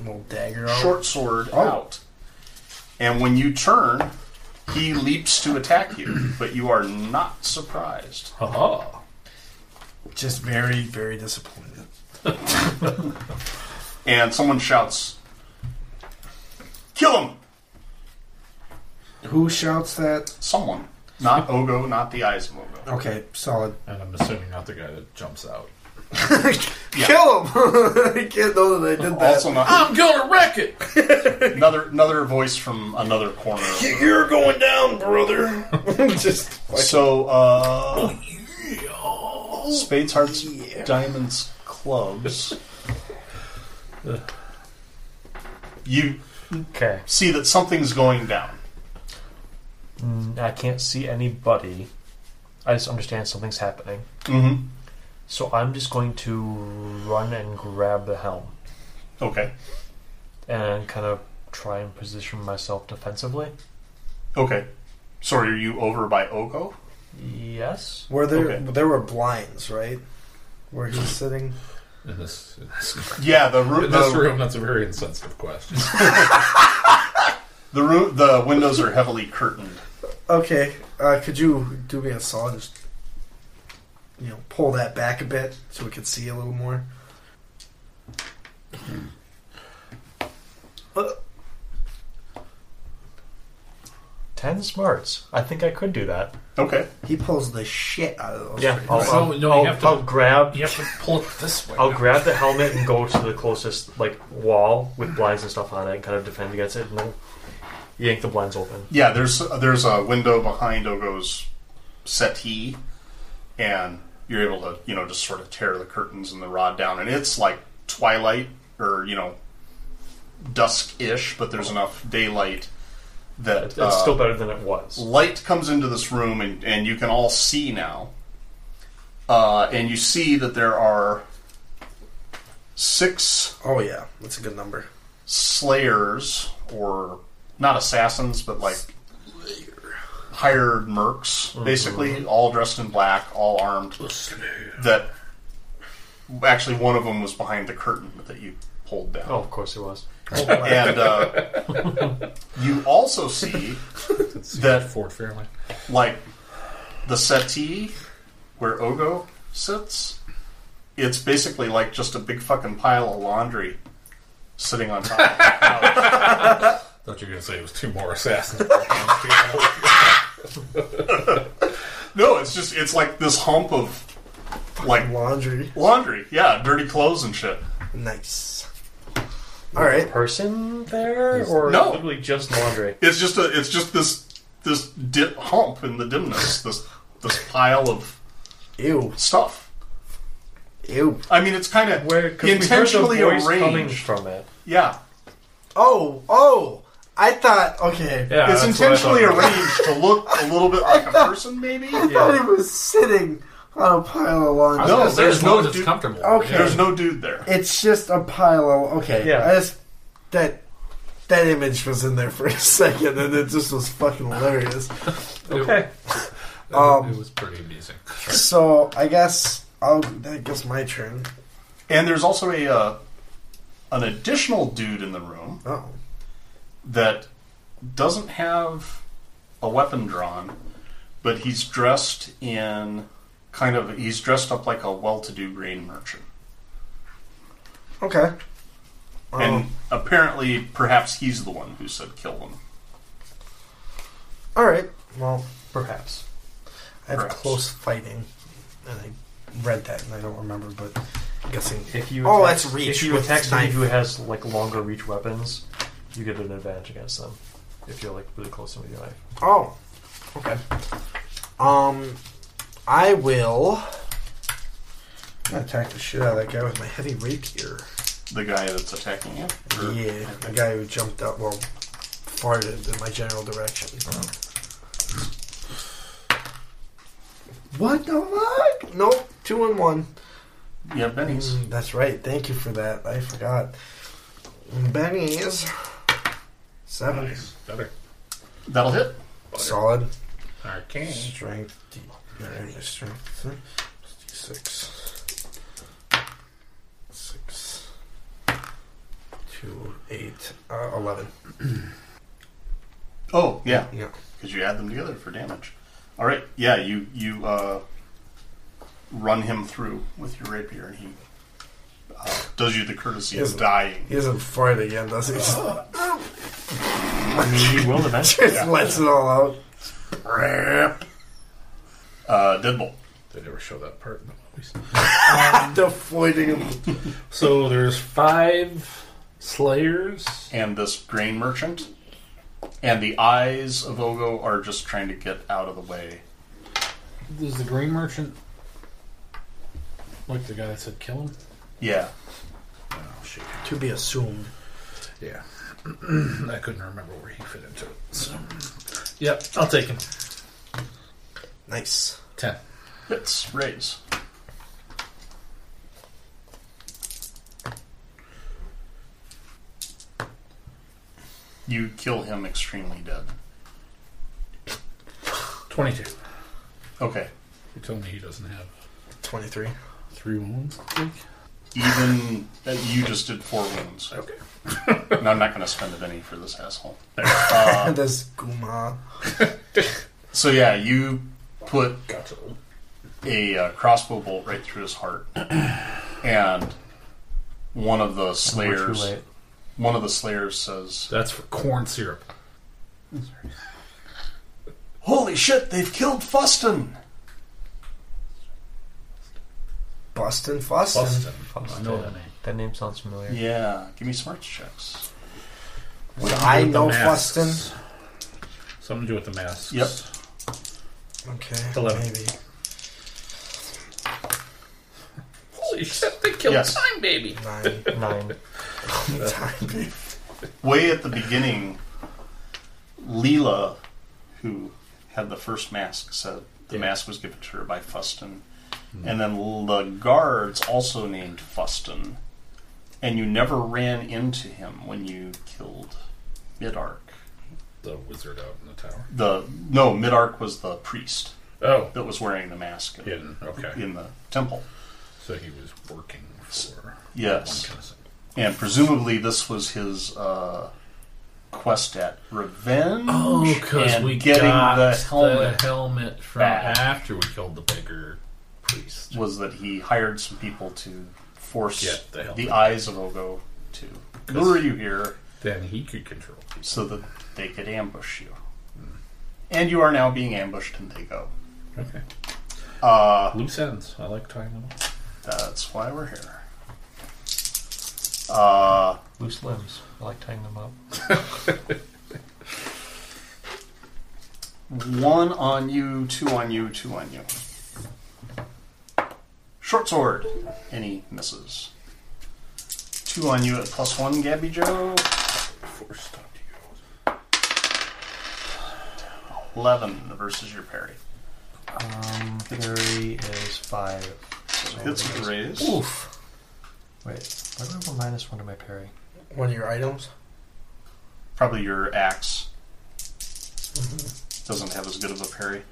D: An old dagger.
G: Oh.
D: Out.
C: short sword out. And when you turn, he leaps to attack you, but you are not surprised.
G: Haha.
D: Just very, very disappointed.
C: and someone shouts, "Kill him!"
D: Who shouts that?
C: Someone, not Ogo, not the eyes of Ogo.
D: Okay, solid.
G: And I'm assuming not the guy that jumps out.
D: Kill him! I can't know that I did that.
C: Also, not,
G: I'm gonna wreck it.
C: another another voice from another corner.
D: You're going down, brother. Just like,
C: So, uh, spades, hearts, diamonds, clubs. You
E: Okay.
C: see that something's going down.
E: Mm, I can't see anybody. I just understand something's happening.
C: Mm-hmm.
E: So I'm just going to run and grab the helm
C: Okay.
E: and kind of try and position myself defensively.
C: Okay. So are you over by Ogo?
E: Yes.
D: were there
C: Okay.
D: there were blinds right where he's sitting?
G: In this, in this,
C: Yeah, the room.
G: in this
C: the-
G: room, that's a very insensitive question.
C: The room, the windows are heavily curtained.
D: Okay, uh, could you do me a solid? Just, you know, pull that back a bit so we could see a little more.
E: Ten smarts. I think I could do that.
C: Okay.
D: He pulls the shit out of those.
E: Yeah.
D: things.
E: I'll,
G: So,
E: I'll-
G: no, you
E: I'll-
G: have to-
E: I'll grab.
G: you have to pull it this way.
E: I'll grab the helmet and go to the closest like wall with blinds and stuff on it and kind of defend against it and then yank the blinds open.
C: Yeah, there's there's a window behind Ogo's settee, and you're able to you know just sort of tear the curtains and the rod down, and it's like twilight or you know dusk ish, but there's enough daylight that
E: It's
C: uh,
E: still better than it was.
C: light comes into this room, and and you can all see now, uh, and you see that there are six
D: Oh yeah, that's a good number.
C: slayers or not assassins, but like hired mercs, basically, all dressed in black, all armed. That actually one of them was behind the curtain that you pulled down,
E: Oh, of course it was.
C: and uh, you also see that
G: Ford Fairlane.
C: like the settee where Ogo sits. It's basically like just a big fucking pile of laundry sitting on top. of it.
G: Thought you were gonna say it was two more assassins.
C: No, it's just it's like this hump of like
D: Laundry,
C: laundry, yeah, dirty clothes and shit.
D: nice. All right,
E: Person there or
C: No.
E: literally just laundry.
C: It's just a it's just this this dip hump in the dimness, this this pile of
D: ew,
C: stuff.
D: ew.
C: I mean, it's kind of
E: Where because we heard the
C: intentionally
E: voice coming
C: arranged.
E: from it.
C: Yeah,
D: Oh, oh, I thought okay.
G: yeah,
C: it's
G: that's what I thought.
C: intentionally arranged to look a little bit like a person, maybe.
D: I thought he was sitting on a pile of laundry.
C: No,
G: As long
C: there's
G: as
C: no
G: it's
C: du-
G: comfortable.
D: Okay.
C: There's no dude there.
D: It's just a pile of okay.
E: Yeah.
D: I just that that image was in there for a second, and it just was fucking hilarious.
E: Okay.
G: It,
D: Um,
G: it was pretty amusing.
D: So I guess I'll. I guess my turn.
C: And there's also a uh, an additional dude in the room
D: Oh,
C: that doesn't have a weapon drawn, but he's dressed in kind of he's dressed up like a well-to-do grain merchant,
D: okay.
C: and
D: Um,
C: apparently, perhaps he's the one who said kill them.
D: all right. Well,
E: Perhaps.
D: I have
C: Perhaps.
D: close fighting, and I read that, and I don't remember, but I'm guessing.
E: If you
D: Oh,
E: attack-
D: that's reach
E: If you
D: with
E: attack somebody
D: knife.
E: who has like longer reach weapons, you get an advantage against them. If you're like really close to them with your knife.
D: Oh, okay. Um, I will. I'm gonna attack the shit out of that guy with my heavy rapier.
C: The guy that's attacking you. Or-
D: Yeah, the guy who jumped up, well, farted in my general direction. What the fuck? Nope, two and one.
C: You have bennies.
D: Mm, that's right. Thank you for that. I forgot. Benny is seven.
G: Better.
C: That'll hit.
D: Solid.
G: Arcane.
D: Strength. D- yeah, yeah, Strength. Six. Six. Two, eight, uh, eleven.
C: Oh yeah,
D: Yeah.
C: because you add them together for damage. All right. Yeah, you you uh, run him through with your rapier, and he uh, does you the courtesy
D: Yes.
C: of dying.
D: He doesn't fart again, does he? Just,
E: I mean, you will eventually.
D: just lets it all out.
C: Uh, Deadbolt.
G: They never show that part in the movies.
D: The voiding of the
G: So there's five Slayers.
C: and this grain merchant. And the eyes of Ogo are just trying to get out of the way.
G: Is the Green Merchant like the guy that said kill him?
C: Yeah.
G: Oh shit!
D: to be assumed.
G: Yeah, I couldn't remember where he fit into it. So, yep, I'll take him.
D: Nice.
G: Ten.
C: It's raise. You kill him extremely dead.
G: Twenty-two.
C: Okay.
G: You told me he doesn't have
D: Twenty-three.
G: three wounds. I think.
C: Even uh, you just did four wounds.
G: Okay.
C: And I'm not going to spend a penny for this asshole.
D: And there's Guma.
C: So yeah, you put
G: Gotcha.
C: a uh, crossbow bolt right through his heart, and one of the slayers, one of the slayers says,
G: That's for corn syrup.
C: "Holy shit, they've killed Fustin!"
D: Bustin' Fustin'.
G: Boston.
E: Fuck,
G: I know that name.
E: "Oh, That name sounds familiar.
C: Yeah, give me smarts checks.
D: Would I
G: With the
D: know
G: masks.
D: Fustin'?
G: Something to do with the masks.
C: Yep.
D: Okay.
G: Eleven.
D: Maybe.
G: Holy shit! They killed
C: Yes.
G: Time Baby.
D: Nine.
E: Nine.
D: Time.
C: Way at the beginning, Leela, who had the first mask, said the mask was given to her by Fustin, and then the guards also named Fustin, and you never ran into him when you killed Midark.
G: The wizard out in the tower.
C: The no, Midark was the priest
G: Oh.
C: that was wearing the mask in,
G: Hidden. Okay.
C: in the temple.
G: So he was working for
C: Yes.
G: one innocent.
C: And presumably this was his uh, quest at revenge.
G: Oh, because
C: and
G: we
C: getting
G: got
C: the helmet
G: helmet from
C: back.
G: after we killed the bigger priest.
C: was that he hired some people to force
G: Get the helmet.
C: eyes of Ogo to lure you here
G: Then he could control people.
C: so that they could ambush you. And you are now being ambushed and they go.
G: Okay.
C: Uh,
G: Loose ends. I like tying them up.
C: that's why we're here. Uh,
E: Loose limbs. I like tying them up.
C: one on you, two on you, two on you. Short sword. Any misses. Two on you at plus one, Gabby Joe.
G: Four stop you.
C: 11 versus your parry.
E: Um, parry is five. So
C: Hits
E: it
C: with
E: is-
C: raise.
D: Oof.
E: Wait, why do I have a minus one to my parry?
D: One of your items.
C: Probably your axe doesn't have as good of a parry.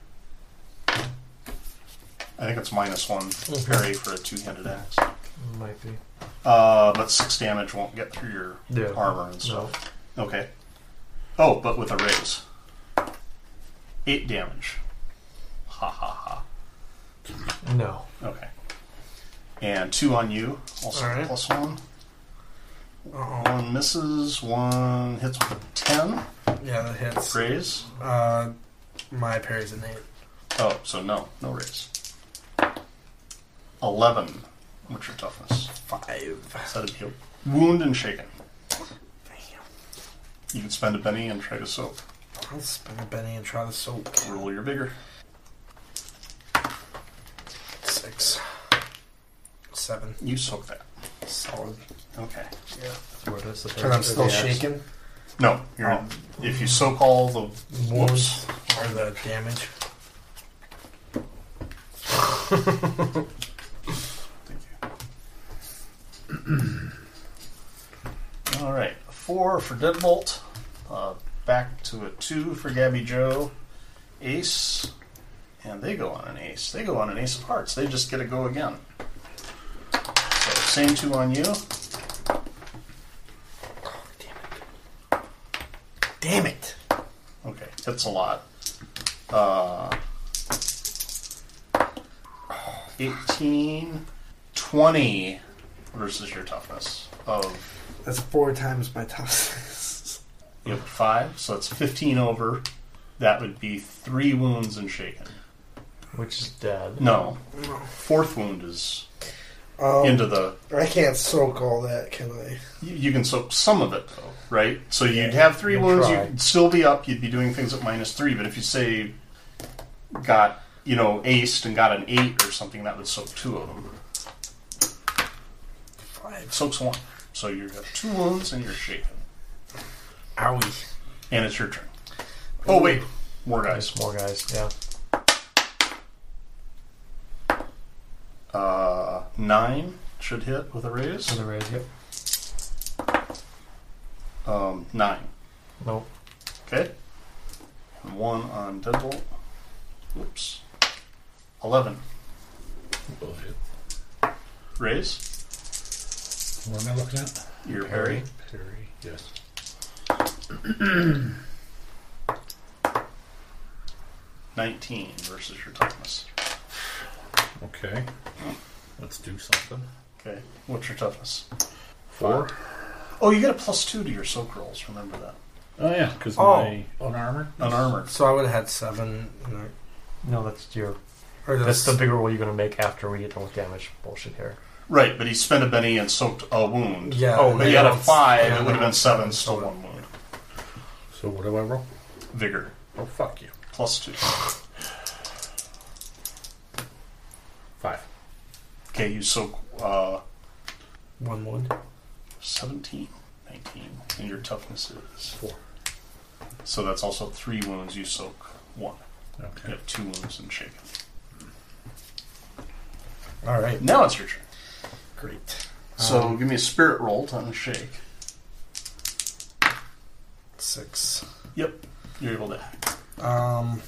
C: I think it's minus one parry for a two-handed axe.
E: Might be.
C: Uh, but six damage won't get through your
E: Yeah.
C: armor and
E: No.
C: stuff. Okay. Oh, but with a raise. Eight damage. Ha ha ha.
E: No.
C: Okay. And two on you, also
D: All right.
C: plus one.
D: Uh-oh.
C: One misses, one hits with a ten.
D: Yeah, that hits.
C: Raise.
D: Uh, my parry's an eight.
C: Oh, so no, no raise. Eleven. What's your toughness?
D: Five.
C: Set of heal. Wound and shaken. You can spend a penny and try to soak.
D: I'll spin a penny and try the soap.
C: Roll your bigger.
D: Six. Seven.
C: You soak that.
D: Solid.
C: Okay.
D: Yeah.
E: Where does the
D: And I'm still shaking.
C: No, you're if you soak all the whoops.
D: Wounds or the damage.
C: Thank you. all right, a four for deadbolt. Uh, back to a two for Gabby Joe. Ace, and they go on an ace. They go on an ace of hearts. They just get to go again. So same two on you.
D: Damn it.
C: Okay, that's a lot. Uh, 18, 20 versus your toughness of
D: That's four times my toughness.
C: you have five, so that's 15 over. That would be three wounds and shaken.
E: which is dead.
C: No. Fourth wound is
D: Um,
C: into the.
D: I can't soak all that, can I?
C: You you can soak some of it though, right? So you'd have three
E: You
C: wounds.
E: try.
C: You'd still be up. You'd be doing things at minus three. But if you say got you know aced and got an eight or something, that would soak two of them. Five soaks one. So you've got two wounds and you're shaken,
G: Owie.
C: and it's your turn. Oh wait, more guys.
E: There's more guys. Yeah.
C: Uh, nine should hit with a raise.
E: Another raise. Yep.
C: Um, nine.
E: Nope.
C: Okay. And one on Deadbolt. Whoops. Eleven.
G: Bullshit.
C: Raise.
G: What am I looking at?
C: Your parry.
G: Perry. Yes.
C: Nineteen versus your toughness.
G: Okay. Let's do something.
C: Okay. What's your toughness?
G: Four.
C: Oh, you get a plus two to your soak rolls. Remember that.
G: Oh yeah, because
D: Oh.
G: my unarmored.
C: Unarmored.
D: So I would have had seven. and
E: No, that's your.
D: I- Or that's
E: That's the bigger roll you're gonna make after we get done with damage bullshit here.
C: Right, but he spent a penny and soaked a wound.
D: yeah.
E: Oh,
C: But
E: yeah,
C: he had a
D: that's-
C: five.
D: yeah,
C: it would have been
D: that's-
C: seven. Still one wound.
G: So what do I roll?
C: Vigor
G: Oh fuck you.
C: plus two.
G: Five.
C: Okay, you soak uh,
D: One wound.
C: 17, 19, and your toughness is
G: Four.
C: So that's also three wounds. You soak one. You
G: Okay.
C: have two wounds and shaken.
D: All right.
C: Now it's your turn.
D: Great. Um,
C: So
G: Um,
C: give me a spirit roll to unshake.
D: Six.
C: Yep, you're able to.
D: Um,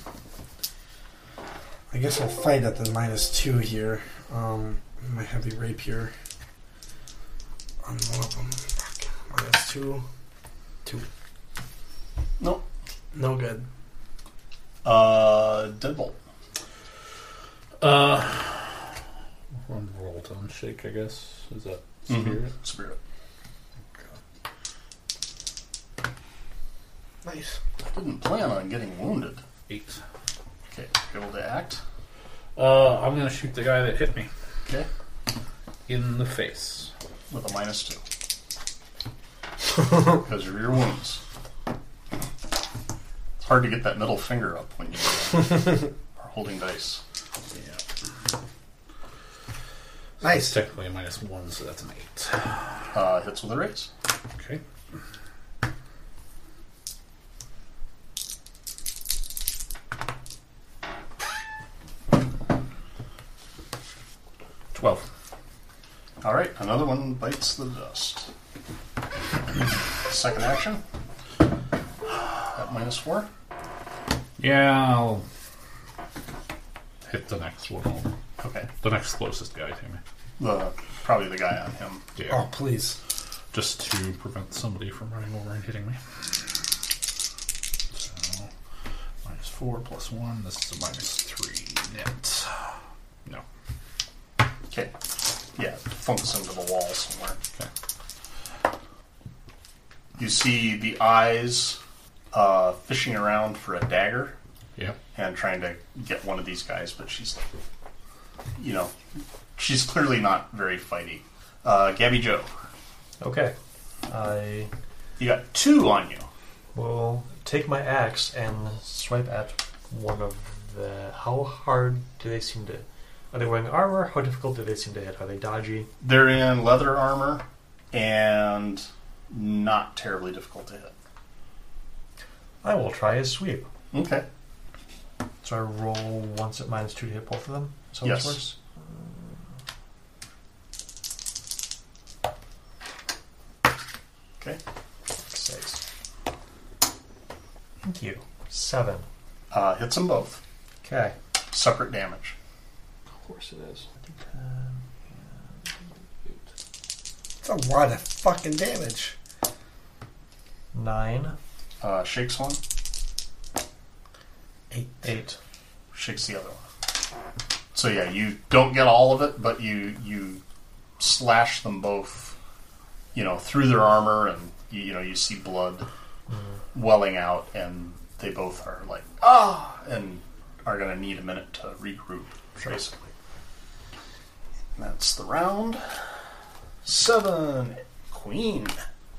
D: I guess I'll fight at the minus two here. Um, my heavy rapier on one of them. Fuck. Minus two. Two.
C: Nope.
D: No good.
C: Uh, deadbolt.
G: Uh, one roll to unshake. I guess is that
C: Mhm.
G: spirit.
C: Spirit.
D: Nice.
C: I didn't plan on getting wounded.
G: Eight.
C: Okay, you're able to act.
G: Uh, I'm gonna shoot the guy that hit me
C: Okay,
G: in the face.
C: with a minus two because of your wounds. It's hard to get that middle finger up when you are holding dice.
G: Yeah. It's
D: Nice.
G: technically a minus one, so that's an eight.
C: Uh, hits with a raise.
G: Okay. Twelve.
C: All right, another one bites the dust. Second action. At minus four.
G: Yeah, I'll hit the next one over.
C: Okay,
G: The next closest guy to me.
C: the probably the guy on him.
G: Yeah.
D: Oh, please.
G: Just to prevent somebody from running over and hitting me. So, minus four plus one. This is a minus three net. No.
C: Okay. Yeah, funks into the wall somewhere.
G: Okay.
C: You see the eyes uh, fishing around for a dagger
G: Yeah.
C: and trying to get one of these guys, but she's, you know, she's clearly not very fighty. Uh, Gabby Joe,
E: Okay. I
C: you got two on you.
E: will take my axe and swipe at one of the. How hard do they seem to? Are they wearing armor? How difficult do they seem to hit? Are they dodgy?
C: They're in leather armor and not terribly difficult to hit.
E: I will try a sweep.
C: Okay.
E: So I roll once at minus two to hit both of them. So
C: Yes.
E: this works.
C: Okay.
E: Six. Thank you. Seven.
C: Uh, hits them both.
E: Okay.
C: Separate damage.
E: Of course it is.
D: It's a lot of fucking damage.
E: Nine.
C: Uh, shakes one,
D: Eight.
E: Eight.
C: shakes the other one. So yeah, you don't get all of it, but you you slash them both, you know, through their armor, and you, you know you see
E: Mm-hmm.
C: blood welling out, and they both are like ah, and are going to need a minute to regroup, basically. And that's the round. Seven. Queen.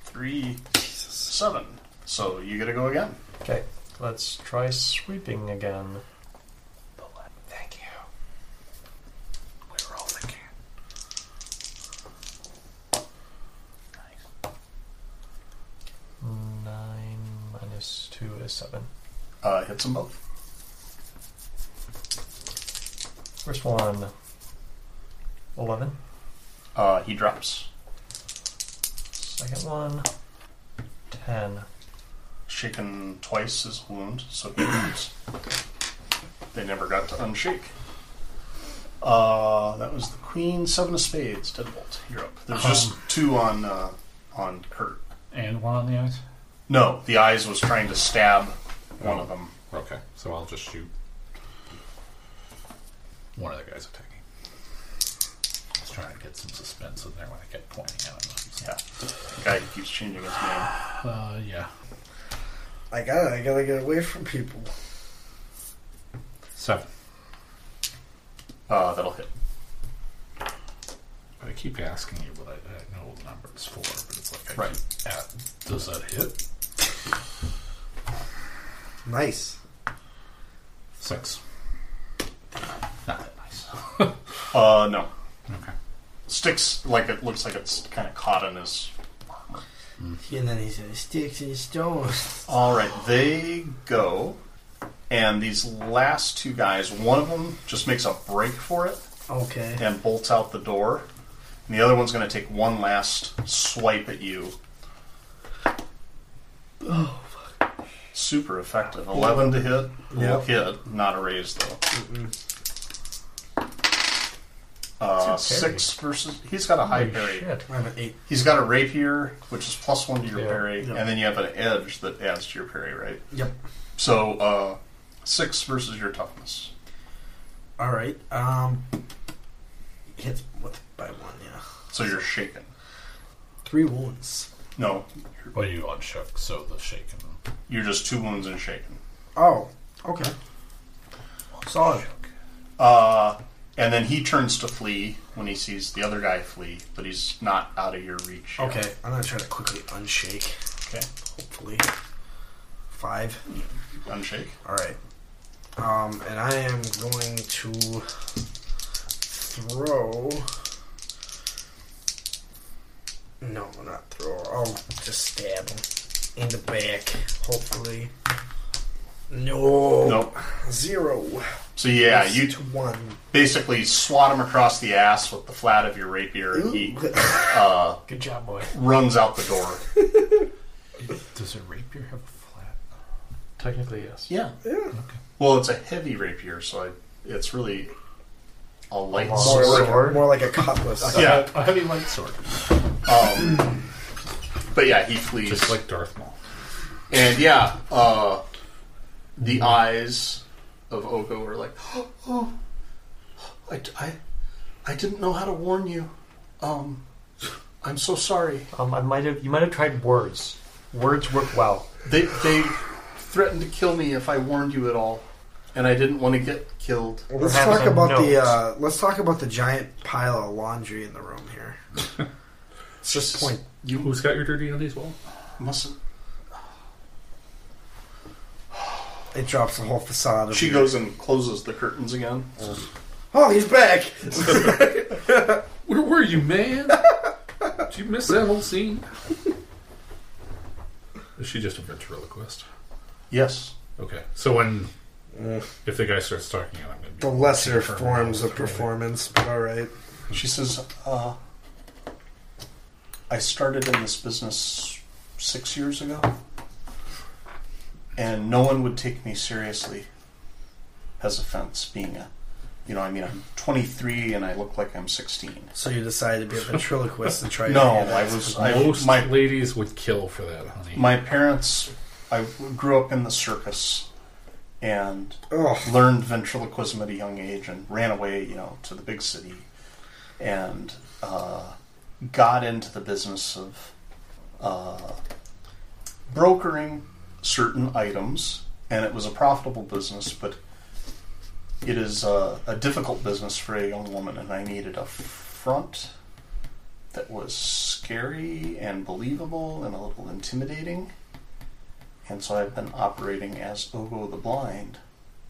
C: Three. Seven. So you got to go again.
E: Okay, let's try sweeping again. Thank you. We were all thinking. Nine minus two is seven.
C: Uh, hits them both.
E: First one. Eleven.
C: Uh, he drops.
E: Second one. Ten.
C: Shaken twice is a wound, so he moves. They never got to unshake. Uh, that was the queen, seven of spades, deadbolt. You're up. There's just two on uh, on Kurt.
G: And one on the eyes.
C: No, the eyes was trying to stab one of them.
F: Okay, so I'll just shoot one of the guys attacking. I was trying to get some suspense in there when I kept pointing at him.
C: Yeah, the guy who keeps changing his name.
F: Uh, yeah.
D: I gotta, I gotta get away from people.
F: Seven.
C: Uh, that'll hit.
F: I keep asking you what I, I know the number is for, but it's like, I
C: Right.
F: keep at, does that hit?
D: Nice.
F: Six. Not that nice.
C: Uh, no.
F: Okay.
C: Sticks like it looks like it's kind of caught in his.
D: And then he says, "Sticks and stones."
C: All right, they go, and these last two guys, one of them just makes a break for it
D: Okay.
C: and bolts out the door, and the other one's going to take one last swipe at you.
D: Oh,
C: Super effective. Eleven to hit. Will
D: Yep.
C: hit. Not a raise though. Uh,
E: That's a parry.
C: six versus. He's got a high
E: Holy
C: parry.
E: shit.
D: I have an eight.
C: He's got a rapier, which is plus one to your
E: Yeah.
C: parry,
D: Yeah.
C: and then you have an edge that adds to your parry, right?
D: Yep.
C: So uh, six versus your toughness.
D: All right. Um, hits with by one. Yeah.
C: So you're shaken.
D: Three wounds.
C: No,
F: Well, you unshook, so the shaken.
C: you're just two wounds and shaken.
D: Oh. Okay. Solid.
C: Uh, and then he turns to flee when he sees the other guy flee, but he's not out of your reach. yet.
D: Okay. I'm gonna try to quickly unshake.
C: Okay.
D: Hopefully. Five.
C: Unshake.
D: All right. Um, and I am going to throw. No, not throw. I'll just stab him in the back. Hopefully. No.
C: Nope.
D: Zero.
C: So yeah, you
D: to one.
C: basically swat him across the ass with the flat of your rapier, and he uh,
E: Good job, boy.
C: runs out the door.
F: Does a rapier have a flat?
E: Technically, yes.
C: Yeah.
D: Yeah.
C: Well, it's a heavy rapier, so I, it's really a light
E: Long
D: More
C: sword.
D: like, a,
E: Sword.
D: more like a cutlass.
C: Yeah.
F: A heavy light sword.
C: Um, but yeah, he flees.
F: Just like Darth Maul.
C: and yeah, uh, the eyes of Oko are like, oh, I, I, I didn't know how to warn you. Um, I'm so sorry.
E: Um, I might have. You might have tried words. Words work well.
C: They, they threatened to kill me if I warned you at all, and I didn't want to get killed.
D: Well, let's
E: Perhaps
D: talk
E: a
D: about the
E: note.
D: uh, let's talk about the giant pile of laundry in the room here. it's just point.
G: Who's got your dirty undies? Well,
C: Mustn't.
D: It drops the whole facade. Of
C: She
D: your-
C: goes and closes the curtains again.
D: Oh, he's back.
G: where were you, man? Did you miss that whole scene? Is she just a ventriloquist?
C: Yes.
G: Okay, so when
F: Eh.
G: if the guy starts talking, I'm gonna be
D: the lesser forms of performance, but all right.
C: She says, uh, I started in this business six years ago, and no one would take me seriously as offense being a, you know, I mean, I'm 23 and I look like I'm 16.
D: So you decided to be a ventriloquist and try.
C: No,
D: to
C: I was, I,
G: Most
C: my,
G: ladies would kill for that, honey.
C: my parents, I grew up in the circus and
D: Oh,
C: learned ventriloquism at a young age and ran away, you know, to the big city and uh, got into the business of uh, brokering certain items. And it was a profitable business, but It is uh, a difficult business for a young woman, and I needed a front that was scary and believable and a little intimidating. And so I've been operating as Ogo the Blind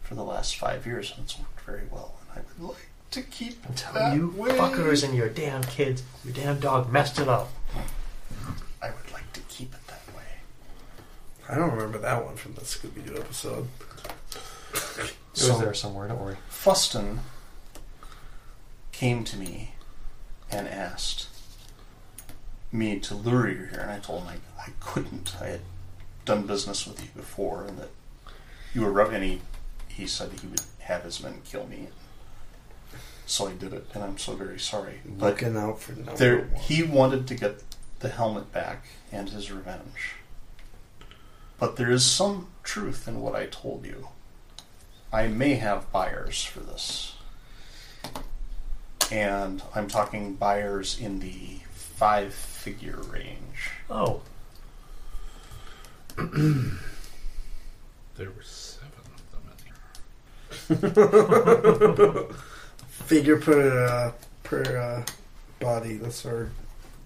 C: for the last five years, and it's worked very well. And I would like to keep
E: I'm telling
C: that
E: you,
C: way.
E: fuckers and your damn kids, your damn dog messed it up.
C: I would like to keep it that way.
D: I don't remember that one from the Scooby Doo episode.
E: It
C: So-
E: was there somewhere, don't worry.
C: Fuston came to me and asked me to lure you here, and I told him I, I couldn't. I had done business with you before, and that you were rough. And he, he said he would have his men kill me. So I did it, and I'm so very sorry. But
D: Looking out for number
C: there,
D: one.
C: he wanted to get the helmet back and his revenge. But there is some truth in what I told you. I may have buyers for this. And I'm talking buyers in the five figure range.
E: Oh,
G: There were seven of them in here.
D: figure per uh, per uh, body. That's our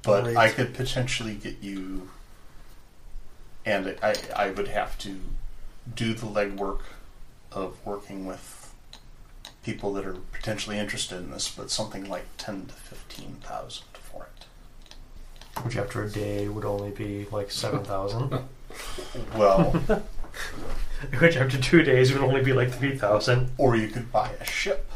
C: But
D: Great.
C: I could potentially get you, and I, I would have to do the legwork of working with people that are potentially interested in this, but something like ten to fifteen thousand for it.
E: which after a day would only be like 7,000.
C: Well,
E: which after two days would only be like 3,000.
C: or you could buy a ship.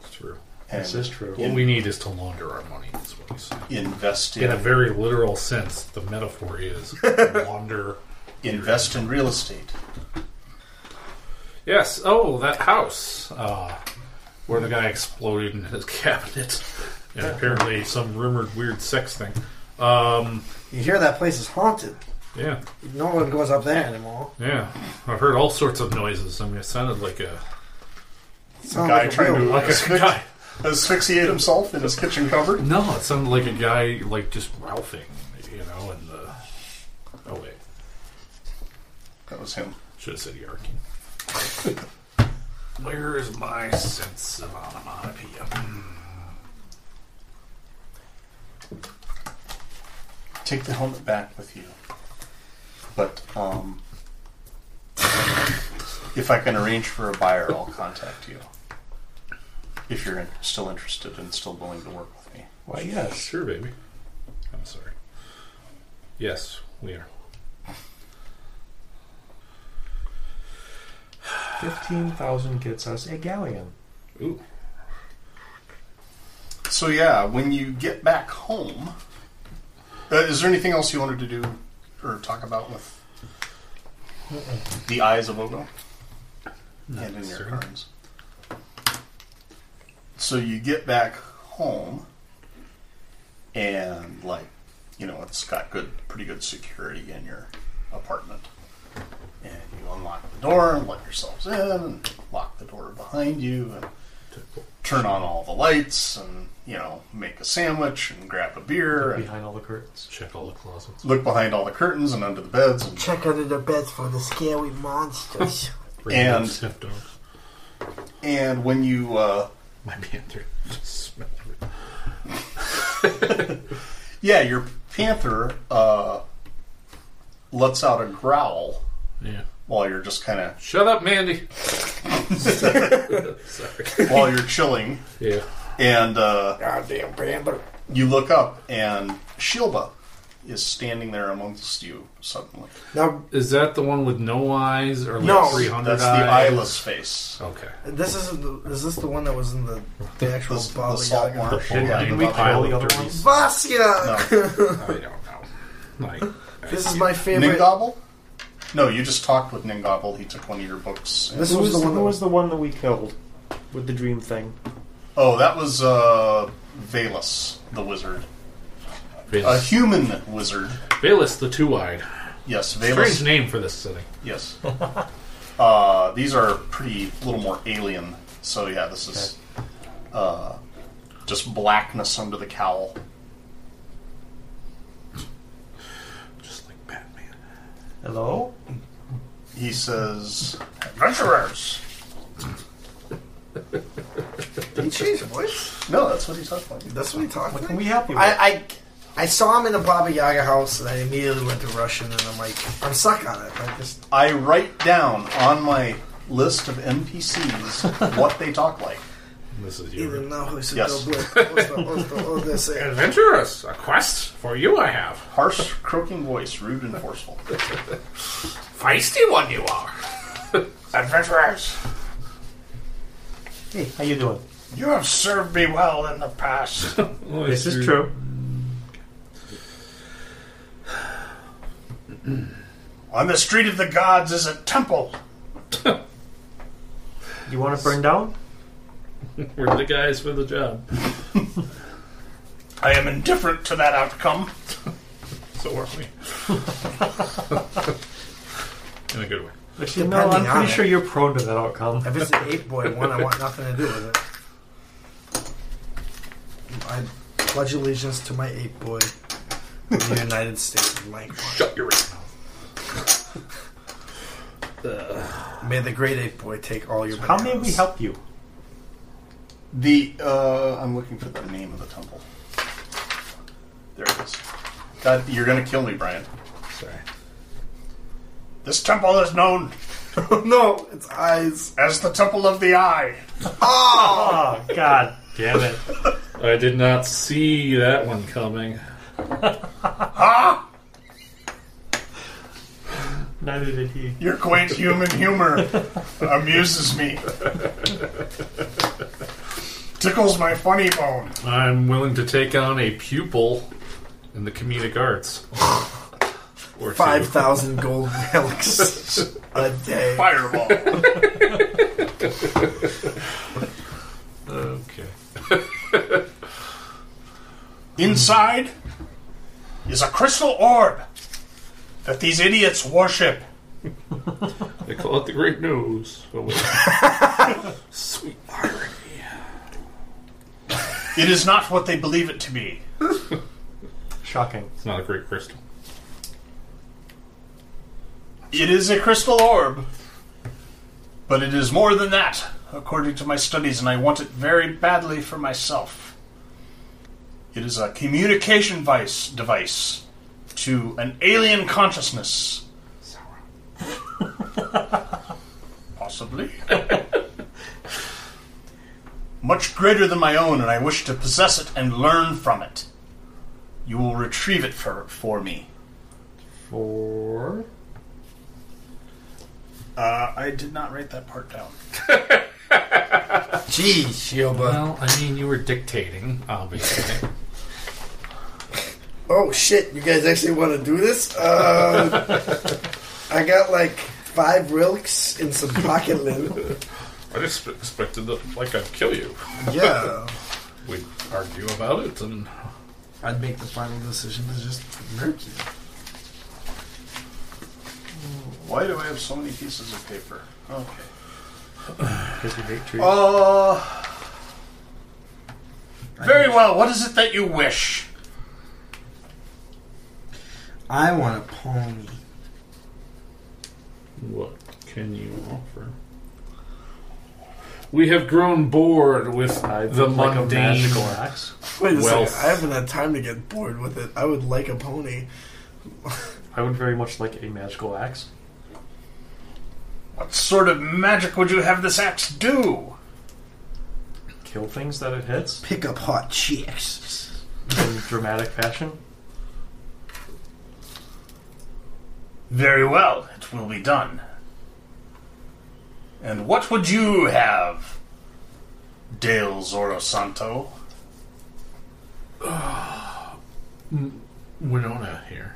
G: It's true.
C: And
E: This is true.
G: What we need is to launder our money. Is what he's saying.
C: invest
G: In a
C: in
G: very literal sense, the metaphor is launder.
C: invest in real estate.
G: Yes. Oh, that house uh, where the guy exploded in his cabinet, and apparently some rumored weird sex thing. Um,
D: You hear that place is haunted.
G: yeah,
D: No one goes up there anymore.
G: yeah. I've heard all sorts of noises. I mean, it sounded like a
D: Sounds
C: guy
D: like a
C: trying
D: real-
C: to
G: like a guy.
C: asphyxiate himself in his kitchen cupboard.
G: No, it sounded like a guy like just ralphing, you know. And the oh wait,
C: That was him.
G: should have said yarking. Where is my sense of onomatopoeia?
C: Take the helmet back with you. But um, if I can arrange for a buyer, I'll contact you. If you're in, still interested and still willing to work with me.
E: Why, yes.
G: Sure, baby. I'm sorry. Yes, we are.
E: 15,000 gets us a galleon.
G: Ooh.
C: So yeah, when you get back home, uh, is there anything else you wanted to do or talk about with the eyes of Ogo? and in your
G: sir.
C: arms. So you get back home, and like, you know, it's got good, pretty good security in your apartment. And you unlock the door and let yourselves in, and lock the door behind you, and turn on all the lights, and you know, make a sandwich and grab a beer, and
E: Behind all the curtains.
G: Check all the closets.
C: look behind all the curtains and under the beds, and
D: Check under their beds for the scary monsters.
G: Bring
C: And-
G: in sniff dogs.
C: and when you uh,
G: My panther. Smell everything.
C: Yeah, your panther uh, lets out a growl
G: Yeah.
C: while you're just kind of
G: Shut up, Mandy. sorry.
C: while you're chilling,
G: Yeah.
C: and uh,
D: Goddamn panther.
C: you look up, and Shilba is standing there amongst you suddenly.
D: Now
G: Is that the one with no eyes or like
D: No,
G: 300
C: That's the
G: eyes?
C: eyeless face.
G: Okay.
D: this isn't. The, is this the one that was in the, the actual
C: The,
D: the,
C: the salt marsh.
G: Did,
C: Yeah,
G: did
C: the
G: we
C: Baba
G: pile
E: the
G: the
E: other
G: other
E: ones?
G: ones?
D: Vasya.
C: Yaga.
G: I don't know. Like,
D: This
G: I-
D: is my
C: No.
D: favorite.
C: Ningobble? No, you just talked with Ningobble. He took one of your books. and-
D: This was the one that was.
E: the one that we killed with the dream thing?
C: oh, that was uh, Valus, the wizard. A
G: Valus,
C: human wizard.
G: Valus the Two-Eyed.
C: Yes, Valus.
G: Strange name for this city.
C: Yes. uh, these are pretty a little more alien. So yeah, this is uh, just blackness under the cowl.
G: Just like Batman.
E: Hello?
C: He says, "Adventurers,
D: Did he change voice?
C: No, that's what he's talking about.
D: That's what he talked
E: What
D: about?
E: can we help you with?
D: I, I I saw him in the Baba Yaga house, and I immediately went to Russian, and I'm like, I'm stuck on it. I just
C: I write down on my list of NPCs what they talk like.
G: This is
D: either
G: your
D: know who's
C: Yes.
G: adventurous. A quest for you, I have.
C: Harsh, croaking voice, rude and forceful.
G: Feisty one you are.
C: Adventurers,
E: Hey, how you doing?
C: you have served me well in the past.
E: This is true.
C: On the street of the gods is a temple.
E: You want to burn down?
G: We're the guys for the job.
C: I am indifferent to that outcome.
G: So are we. In a good way.
E: Actually, no, I'm
D: Depending on
E: pretty
D: it.
E: sure you're prone to that outcome.
D: If it's an ape boy one, I want nothing to do with it. I pledge allegiance to my ape boy, of the United States of Langford.
G: Shut your mouth.
D: May the great ape boy take all your.
E: How may we
D: bananas.
E: help you?
C: The uh, I'm looking for the name of the temple. There it is. God, you're gonna kill me, Brian.
G: Sorry.
C: This temple is known
D: no, it's eyes.
C: as the Temple of the Eye.
E: Oh, God damn it.
G: I did not see that one coming.
E: Neither did he.
C: Your quaint human humor amuses me. Tickles my funny bone.
G: I'm willing to take on a pupil in the comedic arts. or two.
D: Five thousand gold relics a day.
C: Fireball.
G: Okay.
C: Inside is a crystal orb that these idiots worship.
G: They call it the Great Nose. Oh, wait. Sweet irony.
C: It is not what they believe it to be.
E: Shocking.
G: It's not a great crystal.
C: It is a crystal orb, but it is more than that, according to my studies, and I want it very badly for myself. It is a communication vice device to an alien consciousness. Possibly. Much greater than my own, and I wish to possess it and learn from it. You will retrieve it for, for me.
G: Four.
C: Uh, I did not write that part down.
D: Gee, Shioba.
G: Well, I mean, you were dictating, obviously.
D: Oh shit! You guys actually want to do this? Uh, I got like five relics in some pocket lint.
G: I just expected that, like, I'd kill you.
D: Yeah.
G: We'd argue about it, and
D: I'd make the final decision to just murk you.
C: Why do I have so many pieces of paper? Okay.
E: Because you hate
D: Oh.
E: trees.
C: Uh, very well. What is it that you wish?
D: I want a pony.
G: What can you offer? We have grown bored with the
E: like a
G: mundane.
E: magical axe.
D: Wait a
G: Wealth.
D: second. I haven't had time to get bored with it. I would like a pony.
E: I would very much like a magical axe.
C: What sort of magic would you have this axe do?
E: Kill things that it hits
D: Pick up hot chicks.
E: in dramatic fashion.
C: Very well. It will be done. And what would you have, Dale Zorosanto?
G: Winona here.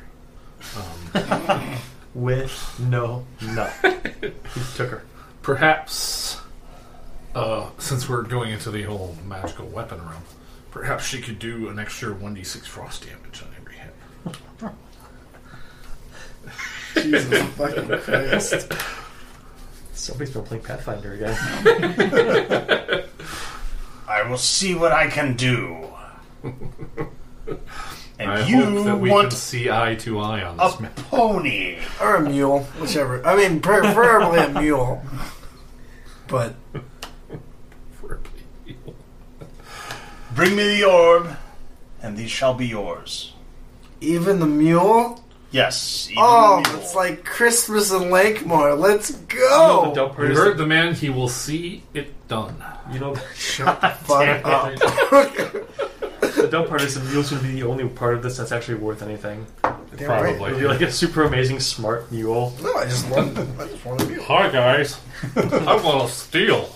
E: With no no. he took her.
G: Perhaps, uh, since we're going into the whole magical weapon realm, perhaps she could do an extra 1d6 frost damage on every hit.
D: Jesus fucking Christ.
E: Somebody's been playing Pathfinder again.
C: I will see what I can do. and
G: I
C: you
G: hope that we
C: want
G: can see eye to eye on
C: a
G: this map.
C: pony.
D: Or a mule. Whichever. I mean, preferably a mule. But
G: for a people.
C: Bring me the orb, and these shall be yours.
D: Even the mule?
C: Yes. even
D: Oh,
C: the mule.
D: it's like Christmas in Lakemore. Let's
E: know
D: go!
E: the dope part
G: You
E: is
G: heard the man, he will see it done.
E: you know
D: Shut the fuck up.
E: the dumb part is the mules would be the only part of this that's actually worth anything.
D: Damn right.
E: It would
G: Probably.
E: be like a super amazing smart mule.
D: No, I just love. I just want a mule.
G: Hi, guys. I want to steal.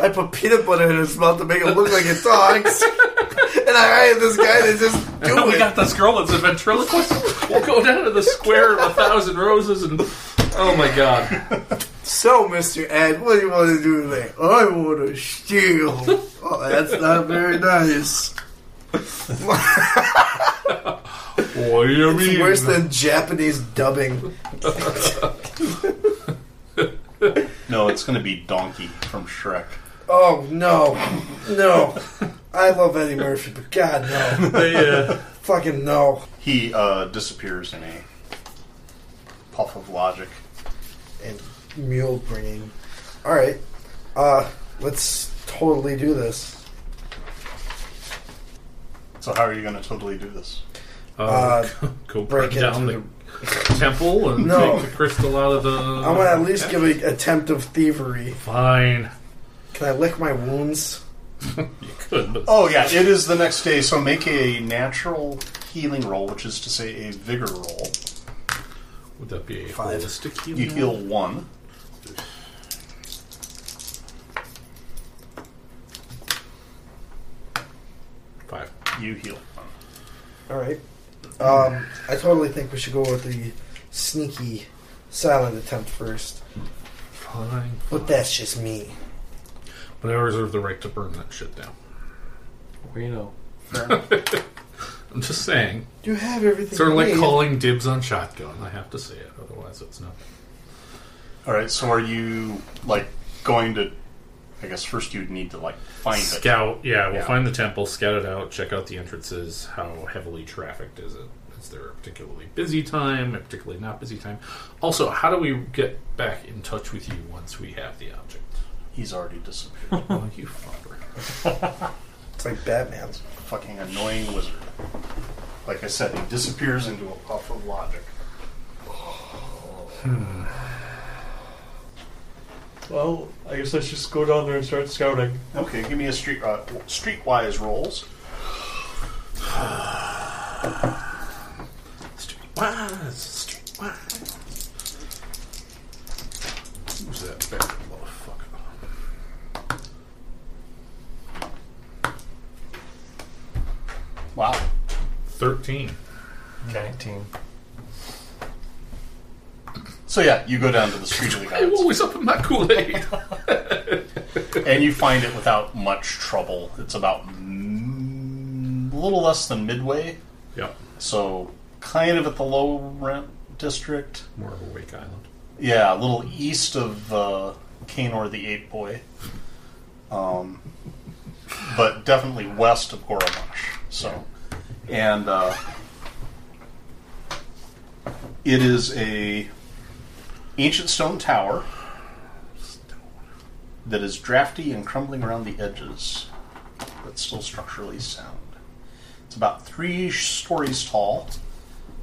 D: I put peanut butter in his mouth to make it look like it talks, and I hired this guy to just do
G: we
D: it.
G: got this girl that's a ventriloquist. We'll go down to the square of a thousand roses and. Oh my god.
D: So, Mr. Ed, what do you want to do today? I want to steal. Oh, that's not very nice.
G: What do you
D: It's worse than Japanese dubbing.
C: no, it's going to be Donkey from Shrek.
D: Oh, no. No. I love Eddie Murphy, but God, no. Fucking no.
C: He uh, disappears in a puff of logic.
D: And mule bringing. Alright. Uh, let's totally do this.
C: So how are you going to totally do this?
G: Oh,
D: Uh,
G: go
D: break
G: break
D: it
G: down
D: into
G: the temple and
D: No.
G: take the crystal out of the. I
D: I'm gonna at least give an attempt of thievery.
G: Fine.
D: Can I lick my wounds?
G: You could, but
C: Oh yeah, it is the next day. So make a natural healing roll, which is to say a vigor roll.
G: would that be a
D: Five.
G: holistic
C: You
G: healing?
D: Mhm.
C: heal one.
G: Five.
C: You heal one.
D: Alright. Um, I totally think we should go with the sneaky silent attempt first.
G: Fine.
D: But that's just me.
G: But I reserve the right to burn that shit down.
E: Well, you know.
G: I'm just saying.
D: You have everything.
G: Sort of
D: you
G: like
D: need.
G: calling dibs on shotgun. I have to say it, otherwise it's not.
C: All right. So are you like going to? I guess first you'd need to like find it.
G: Scout, yeah, we'll
C: Yeah.
G: find the temple, scout it out, check out the entrances. How heavily trafficked is it? Is there a particularly busy time, a particularly not busy time? Also, how do we get back in touch with you once we have the object?
C: He's already disappeared.
G: oh, you fucker.
D: It's like Batman.
C: Fucking annoying wizard. Like I said, he disappears into a puff of logic.
E: Well, I guess let's just go down there and start scouting.
C: Okay, give me a street uh, streetwise rolls.
G: Streetwise, streetwise. Who's that bad motherfucker?
C: Wow.
G: 13.
E: 19.
C: So yeah, you go down to the street of the
G: I'm
C: gods.
G: always up in my Kool Aid.
C: and you find it without much trouble. It's about mm, a little less than midway,
G: yep,
C: so kind of at the low rent district.
G: more of a Wake Island.
C: Yeah, a little east of uh, Canor the Ape Boy, um, but definitely west of Goromash. So, and uh, it is a ancient stone tower that is drafty and crumbling around the edges, but still structurally sound. It's about three stories tall.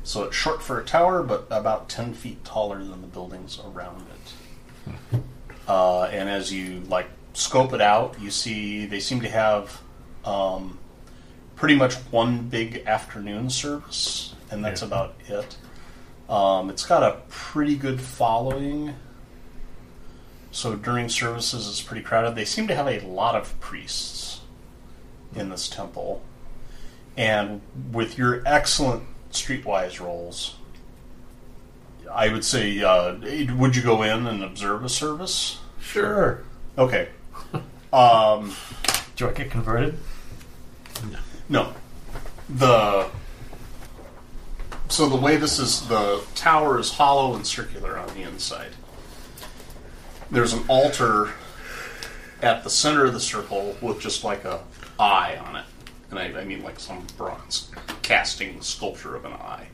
C: So it's short for a tower, but about 10 feet taller than the buildings around it. Uh, and as you like scope it out, you see they seem to have um, pretty much one big afternoon service, and that's
G: Yeah.
C: about it. Um, it's got a pretty good following. So during services, it's pretty crowded. They seem to have a lot of priests in this temple. And with your excellent streetwise rolls, I would say, uh, would you go in and observe a service?
G: Sure.
C: Okay. Um,
E: Do I get converted?
C: no. The so the way this is the tower is hollow and circular on the inside. There's an altar at the center of the circle with just like a eye on it, and I, I mean like some bronze casting sculpture of an eye.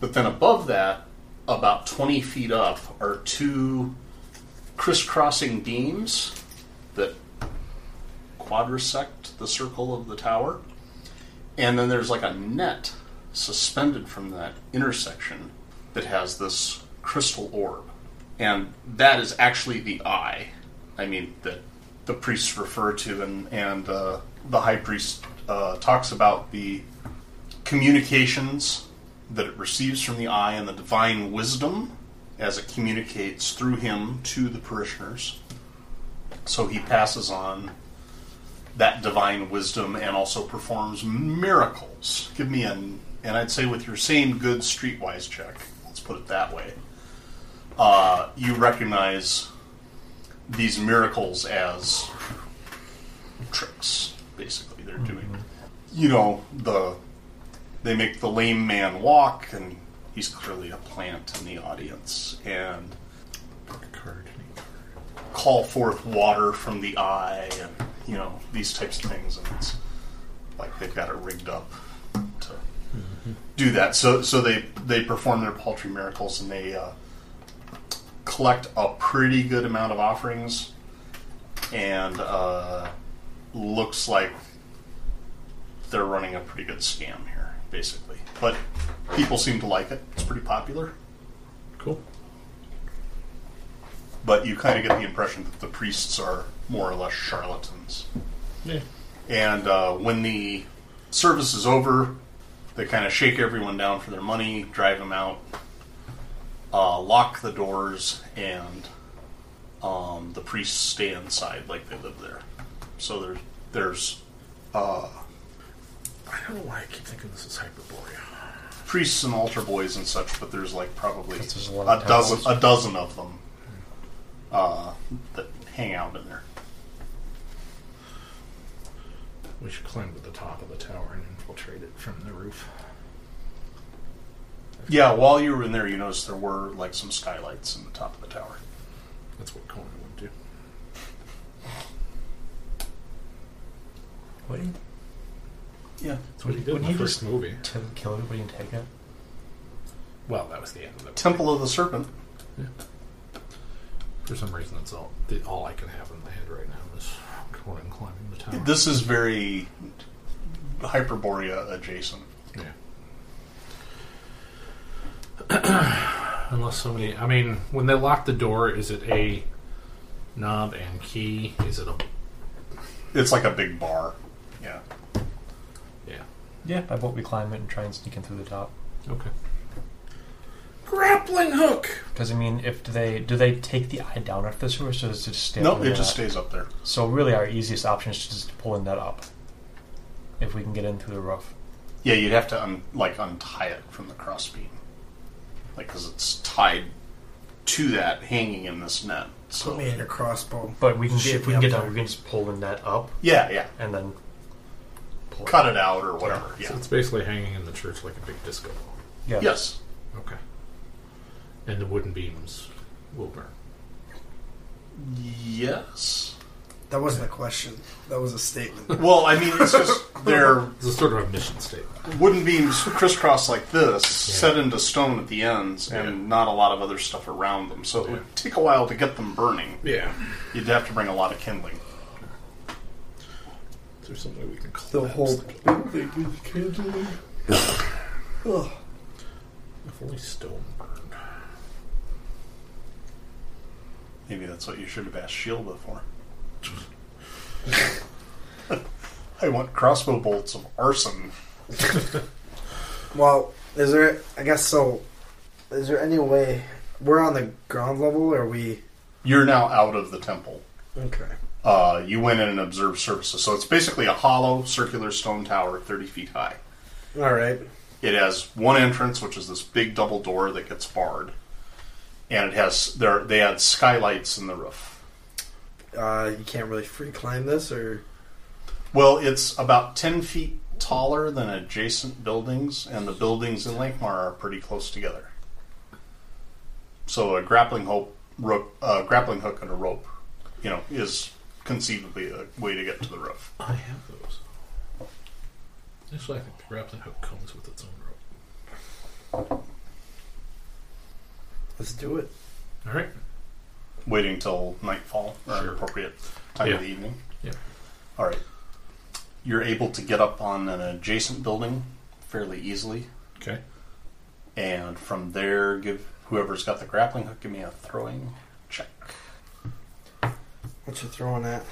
C: But then above that, about 20 feet up, are two crisscrossing beams that quadrisect the circle of the tower, and then there's like a net suspended from that intersection that has this crystal orb, and that is actually the eye. I mean that the priests refer to, and and uh, the high priest uh, talks about the communications that it receives from the eye and the divine wisdom as it communicates through him to the parishioners. So he passes on that divine wisdom and also performs miracles. Give me an, and I'd say with your same good streetwise check, let's put it that way, uh, you recognize these miracles as tricks, basically. They're doing, you know, the they make the lame man walk, and he's clearly a plant in the audience, and
F: Card.
C: call forth water from the eye, and you know these types of things, and it's like they've got it rigged up to do that. So, so they they perform their paltry miracles, and they uh, collect a pretty good amount of offerings, and uh, looks like they're running a pretty good scam here, basically. But people seem to like it; it's pretty popular.
G: Cool.
C: but you kind of get the impression that the priests are more or less charlatans.
G: Yeah.
C: And uh, when the service is over, they kind of shake everyone down for their money, drive them out, uh, lock the doors, and um, the priests stay inside like they live there. So there's there's
F: I don't know why I keep thinking this is Hyperborea.
C: priests and altar boys and such, but there's like probably
E: there's a
C: a,
E: lot of
C: dozen a dozen of them uh, that hang out in there.
F: We should climb to the top of the tower and infiltrate it from the roof.
C: Yeah, while you were in there, you noticed there were like some skylights in the top of the tower.
F: That's what Conan would do.
E: Wouldn't
C: Yeah.
F: That's what he did in
E: Wouldn't
F: the
E: he
F: first
E: just-
F: movie.
E: Tim kill everybody and take it?
F: Well, that was the end of it.
C: Temple of the Serpent.
F: For some reason, that's all the, all I can have in my head right now is Conan climbing the
G: Uh-huh.
F: tower.
C: This is very Hyperborea adjacent.
F: Yeah. Unless somebody, I mean, when they lock the door, is it a knob and key? Is it a
C: It's like a big bar. Yeah.
F: yeah?
E: Yeah. I vote we climb it and try and sneak in through the top.
F: Okay. Grappling hook.
E: Because I mean, if they do they take the eye down after this, or does it just stay?
C: No,
E: up
C: it
E: under
C: just
E: that?
C: stays up there.
E: So really, our easiest option is just pulling that up. If we can get in through the roof.
C: Yeah, you'd have to un- like untie it from the crossbeam, like because it's tied to that, hanging in this net.
D: Put
C: So
D: me in your crossbow.
E: But we can get,
D: Shoot
E: if we
D: me
E: can get
D: up
E: down, we can just pull the net up
C: yeah, yeah.
E: and then pull
C: Cut it out or whatever.
F: So
C: Yeah.
F: it's basically hanging in the church like a big disco ball.
E: Yeah.
C: Yes.
F: Okay. And the wooden beams will burn.
C: Yes.
D: That wasn't a question. That was a statement.
C: Well, I mean, it's just they're
F: It's a sort of a mission statement.
C: wooden beams crisscross like this,
F: Yeah.
C: set into stone at the ends, and
F: Yeah.
C: not a lot of other stuff around them. So it
F: Yeah.
C: would take a while to get them burning.
F: Yeah.
C: You'd have to bring a lot of kindling.
F: Is there some way we can collapse?
D: The whole
F: that?
D: building is kindling. Ugh.
F: If only stone burned.
C: Maybe that's what you should have asked Sheila for. I want crossbow bolts of arson.
D: Well, is there? I guess so. Is there any way we're on the ground level? Or are we?
C: You're now out of the temple.
D: Okay.
C: Uh, you went in and observed services. So it's basically a hollow, circular stone tower 30 feet high.
D: All right.
C: It has one entrance, which is this big double door that gets barred, and it has there they had skylights in the roof.
D: Uh, you can't really free climb this, or
C: Well, it's about ten feet taller than adjacent buildings, and the buildings in Lakemar are pretty close together. So a grappling hook, rope, uh, grappling hook, and a rope, you know, is conceivably a way to get to the roof.
F: I have those. Actually, I think the grappling hook comes with its own rope.
D: let's do it.
F: All right.
C: Waiting till nightfall or
F: Sure.
C: appropriate time
F: Yeah.
C: of the evening.
F: Yeah.
C: All right. You're able to get up on an adjacent building fairly easily,
F: Okay.
C: and from there, give whoever's got the grappling hook, give me a throwing check.
D: What you throwing at?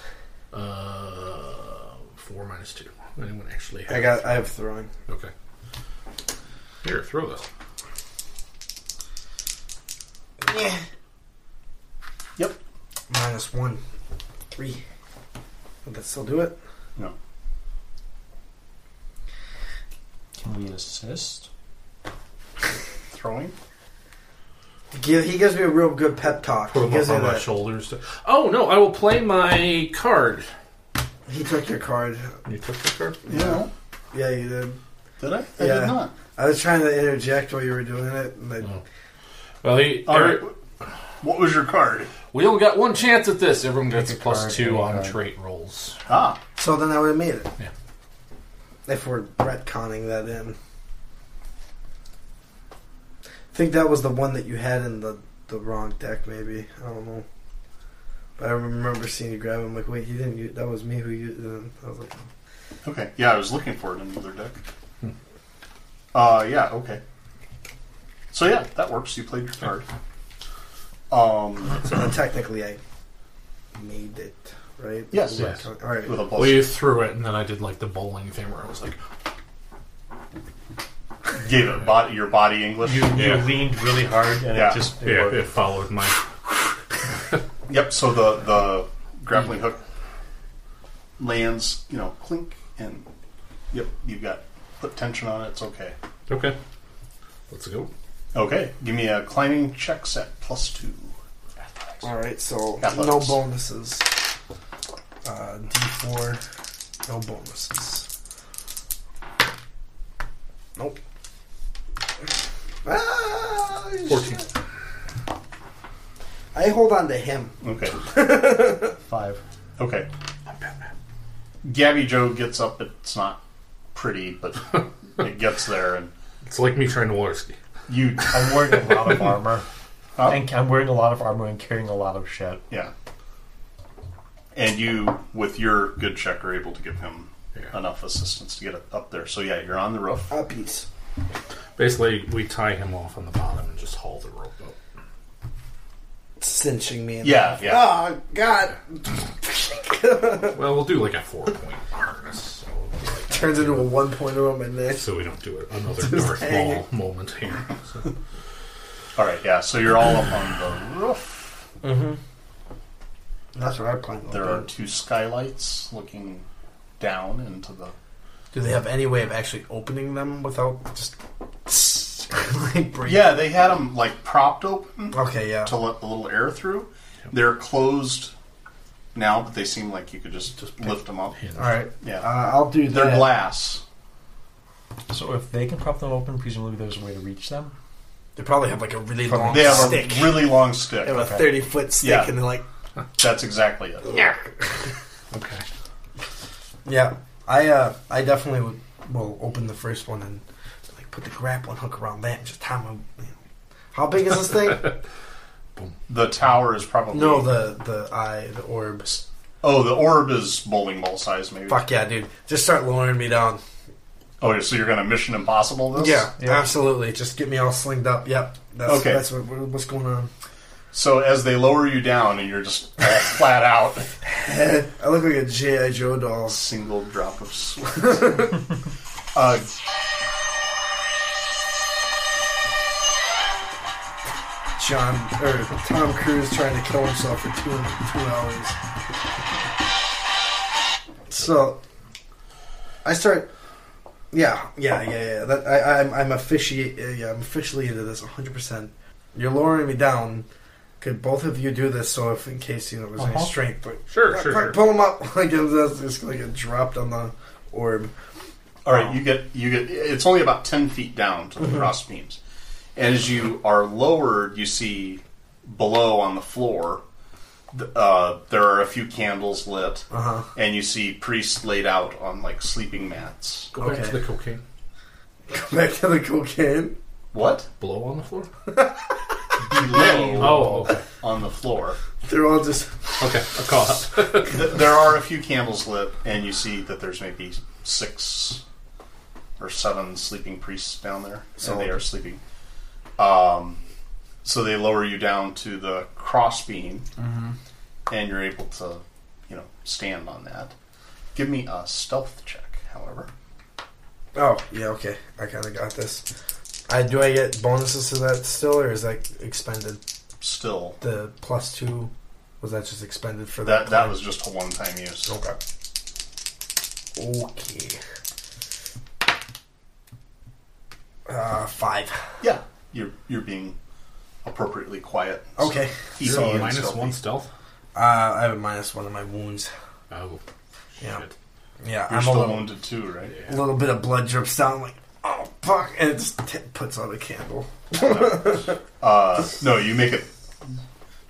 G: Uh, four minus two. Anyone actually? Have
D: I got. I have throwing.
G: Okay. Here, throw this.
C: Yep.
D: Minus one. Three. Would that still do it?
C: No.
H: Can we assist?
C: Throwing?
D: Give, he gives me a real good pep talk.
G: Put
D: He
G: them
D: gives
G: up
D: me
G: on my
D: that.
G: shoulders. To... Oh no! I will play my card.
D: He took your card.
G: You took the card.
C: No.
D: Yeah, you did.
C: Did I? I
D: Yeah.
C: did not.
D: I was trying to interject while you were doing it, and then
G: Oh. Well, he,
C: All right.
G: Eric-
C: What was your card?
G: we only got one chance at this. Everyone gets a
H: Take a
G: plus
H: card,
G: two
H: any
G: on
H: card.
G: trait rolls.
C: Ah,
D: so then I would have made it.
G: Yeah.
D: If we're retconning that in, I think that was the one that you had in the the wrong deck. Maybe I don't know, but I remember seeing you grab him. Like, wait, he didn't. Use, that was me who used. it. I was like,
C: okay. Yeah, I was looking for it in the other deck. Uh, yeah, okay. So yeah, that works. You played your card. Um,
D: so then technically I made it, right?
C: Yes.
G: Yes.
D: All right.
C: with a plus.
G: Well, you threw it, and then I did like the bowling thing where I was like,
C: Gave it body, your body English.
E: You, you leaned really hard and
C: Yeah.
E: it just it
F: Yeah,
E: worked.
F: it followed my.
C: Yep. So the the grappling hook lands, you know, clink, and yep, you've got put tension on it. It's okay.
G: "Okay, let's go."
C: Okay. Give me a climbing check set plus two.
D: All right, so no
C: Athletics.
D: bonuses. Uh, D four, no bonuses. Nope. Ah,
G: Fourteen.
D: shit. I hold on to him.
C: Okay.
H: Five.
C: Okay. Gabby Joe gets up. It's not pretty, but it gets there, and
G: It's like me trying to water ski.
C: you.
E: I'm wearing a lot of armor.
C: Huh?
E: And I'm wearing a lot of armor and carrying a lot of shit.
C: Yeah. And you, with your good check, are able to give him
G: Yeah.
C: enough assistance to get it up there. So yeah, you're on the roof.
D: A piece.
G: Basically, we tie him off on the bottom and just haul the rope up.
D: Cinching me. In
C: Yeah, yeah.
D: Oh God!
G: Well, we'll do like a four-point harness, so, it'll be like-
D: Turns into a one pointer on my neck.
G: so we don't do it another Darth
D: hang
G: Maul moment here. So.
C: All right. Yeah. So you're all up on the roof.
D: That's what I plan.
C: There are two skylights looking down into the.
D: Do they have any way of actually opening them without just like breathing?
C: Yeah, they had them like propped open
D: Okay. Yeah.
C: to let a little air through. They're closed now, but they seem like you could just, just lift them up.
D: All right.
C: Yeah.
D: Uh, I'll do that.
C: They're glass.
E: So if they can prop them open, presumably there's a way to reach them.
D: They probably have like a really long
C: They have
D: stick.
C: a really long stick.
D: they have a thirty foot stick,
C: Yeah.
D: and they're like,
C: That's exactly it.
G: Okay.
D: yeah. I uh, I definitely would, will open the first one and like put the grappling hook around that and just tie my. You know. How big is this thing?
C: The tower is probably
D: no, the the eye, the orb.
C: oh the orb is bowling ball size maybe.
D: Fuck yeah, dude! Just start lowering me down.
C: Oh, so you're gonna Mission Impossible this?
D: Yeah,
E: Yeah.
D: absolutely. Just get me all slinged up. Yep. That's,
C: Okay.
D: That's what, what- what's going on.
C: So as they lower you down and you're just all flat out,
D: I look like a GI Joe doll.
C: single drop of sweat. uh,
D: John or Tom Cruise trying to kill himself for two two hours. So I start. Yeah, yeah, yeah, yeah. That, I, I'm I'm offici- uh, yeah, I'm officially into this 100. percent You're lowering me down. Could both of you do this? So if in case you know there's any
E: Uh-huh.
D: strength, like
G: Sure,
D: quick,
G: sure,
D: quick,
G: sure.
D: pull him up. Like it was just gonna get dropped on the orb.
C: all right, you get you get. It's only about ten feet down to the cross beams. And as you are lowered, you see below on the floor. th- Uh, there are a few candles lit,
D: Uh huh.
C: and you see priests laid out on like sleeping mats.
G: Go back to
D: Okay.
G: the cocaine.
D: Back to the cocaine.
C: What?
G: Blow on the floor.
C: Below
G: Oh, okay.
C: on the floor.
D: They're all just
G: Okay, I'll call up.
C: Th- there are a few candles lit, and you see that there's maybe six or seven sleeping priests down there, so
D: So-
C: they are sleeping. Um, so they lower you down to the crossbeam, and you're able to, you know, stand on that. Give me a stealth check, however.
D: Oh yeah, okay. I kind of got this. I do. I get bonuses to that still, or is that expended?
C: Still,
D: The plus two was that just expended for
C: that that
D: plan?
C: was just a one-time use.
D: okay. Okay. Uh, five.
C: Yeah, you're you're being appropriately quiet.
D: Okay.
C: Easy
D: So,
C: and
G: Minus
C: stealthy.
G: one stealth.
D: Uh, I have a minus one of my wounds.
G: Oh,
D: Yeah.
G: shit.
D: Yeah,
C: You're
D: I'm a
C: still
D: little,
C: wounded too, right?
D: a little bit of blood drips down. Like, oh fuck, and it just t- puts out a candle.
C: Uh, no, you make it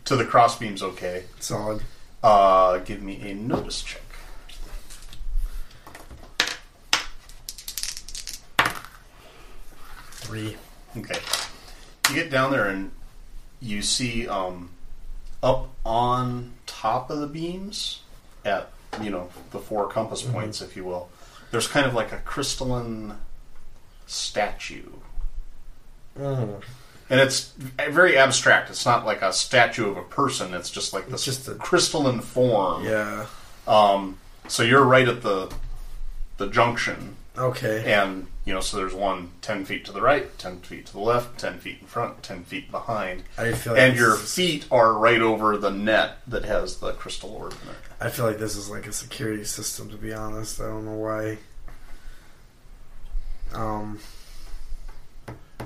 C: to the crossbeams okay.
D: Solid.
C: Uh, give me a notice check.
D: Three.
C: Okay. You get down there and you see um, up on top of the beams at, you know, the four compass
D: Mm-hmm.
C: points, if you will, there's kind of like a crystalline statue.
D: Uh-huh.
C: And it's very abstract. It's not like a statue of a person. It's just like this
D: just a-
C: crystalline form.
D: Yeah.
C: Um, so you're right at the the junction,
D: Okay.
C: and you know, so there's one 10 feet to the right, 10 feet to the left, 10 feet in front, 10 feet behind,
D: I feel like
C: and
D: this
C: your
D: is-
C: feet are right over the net that has the crystal orb in it.
D: I feel like this is like a security system, to be honest. I don't know why. Um,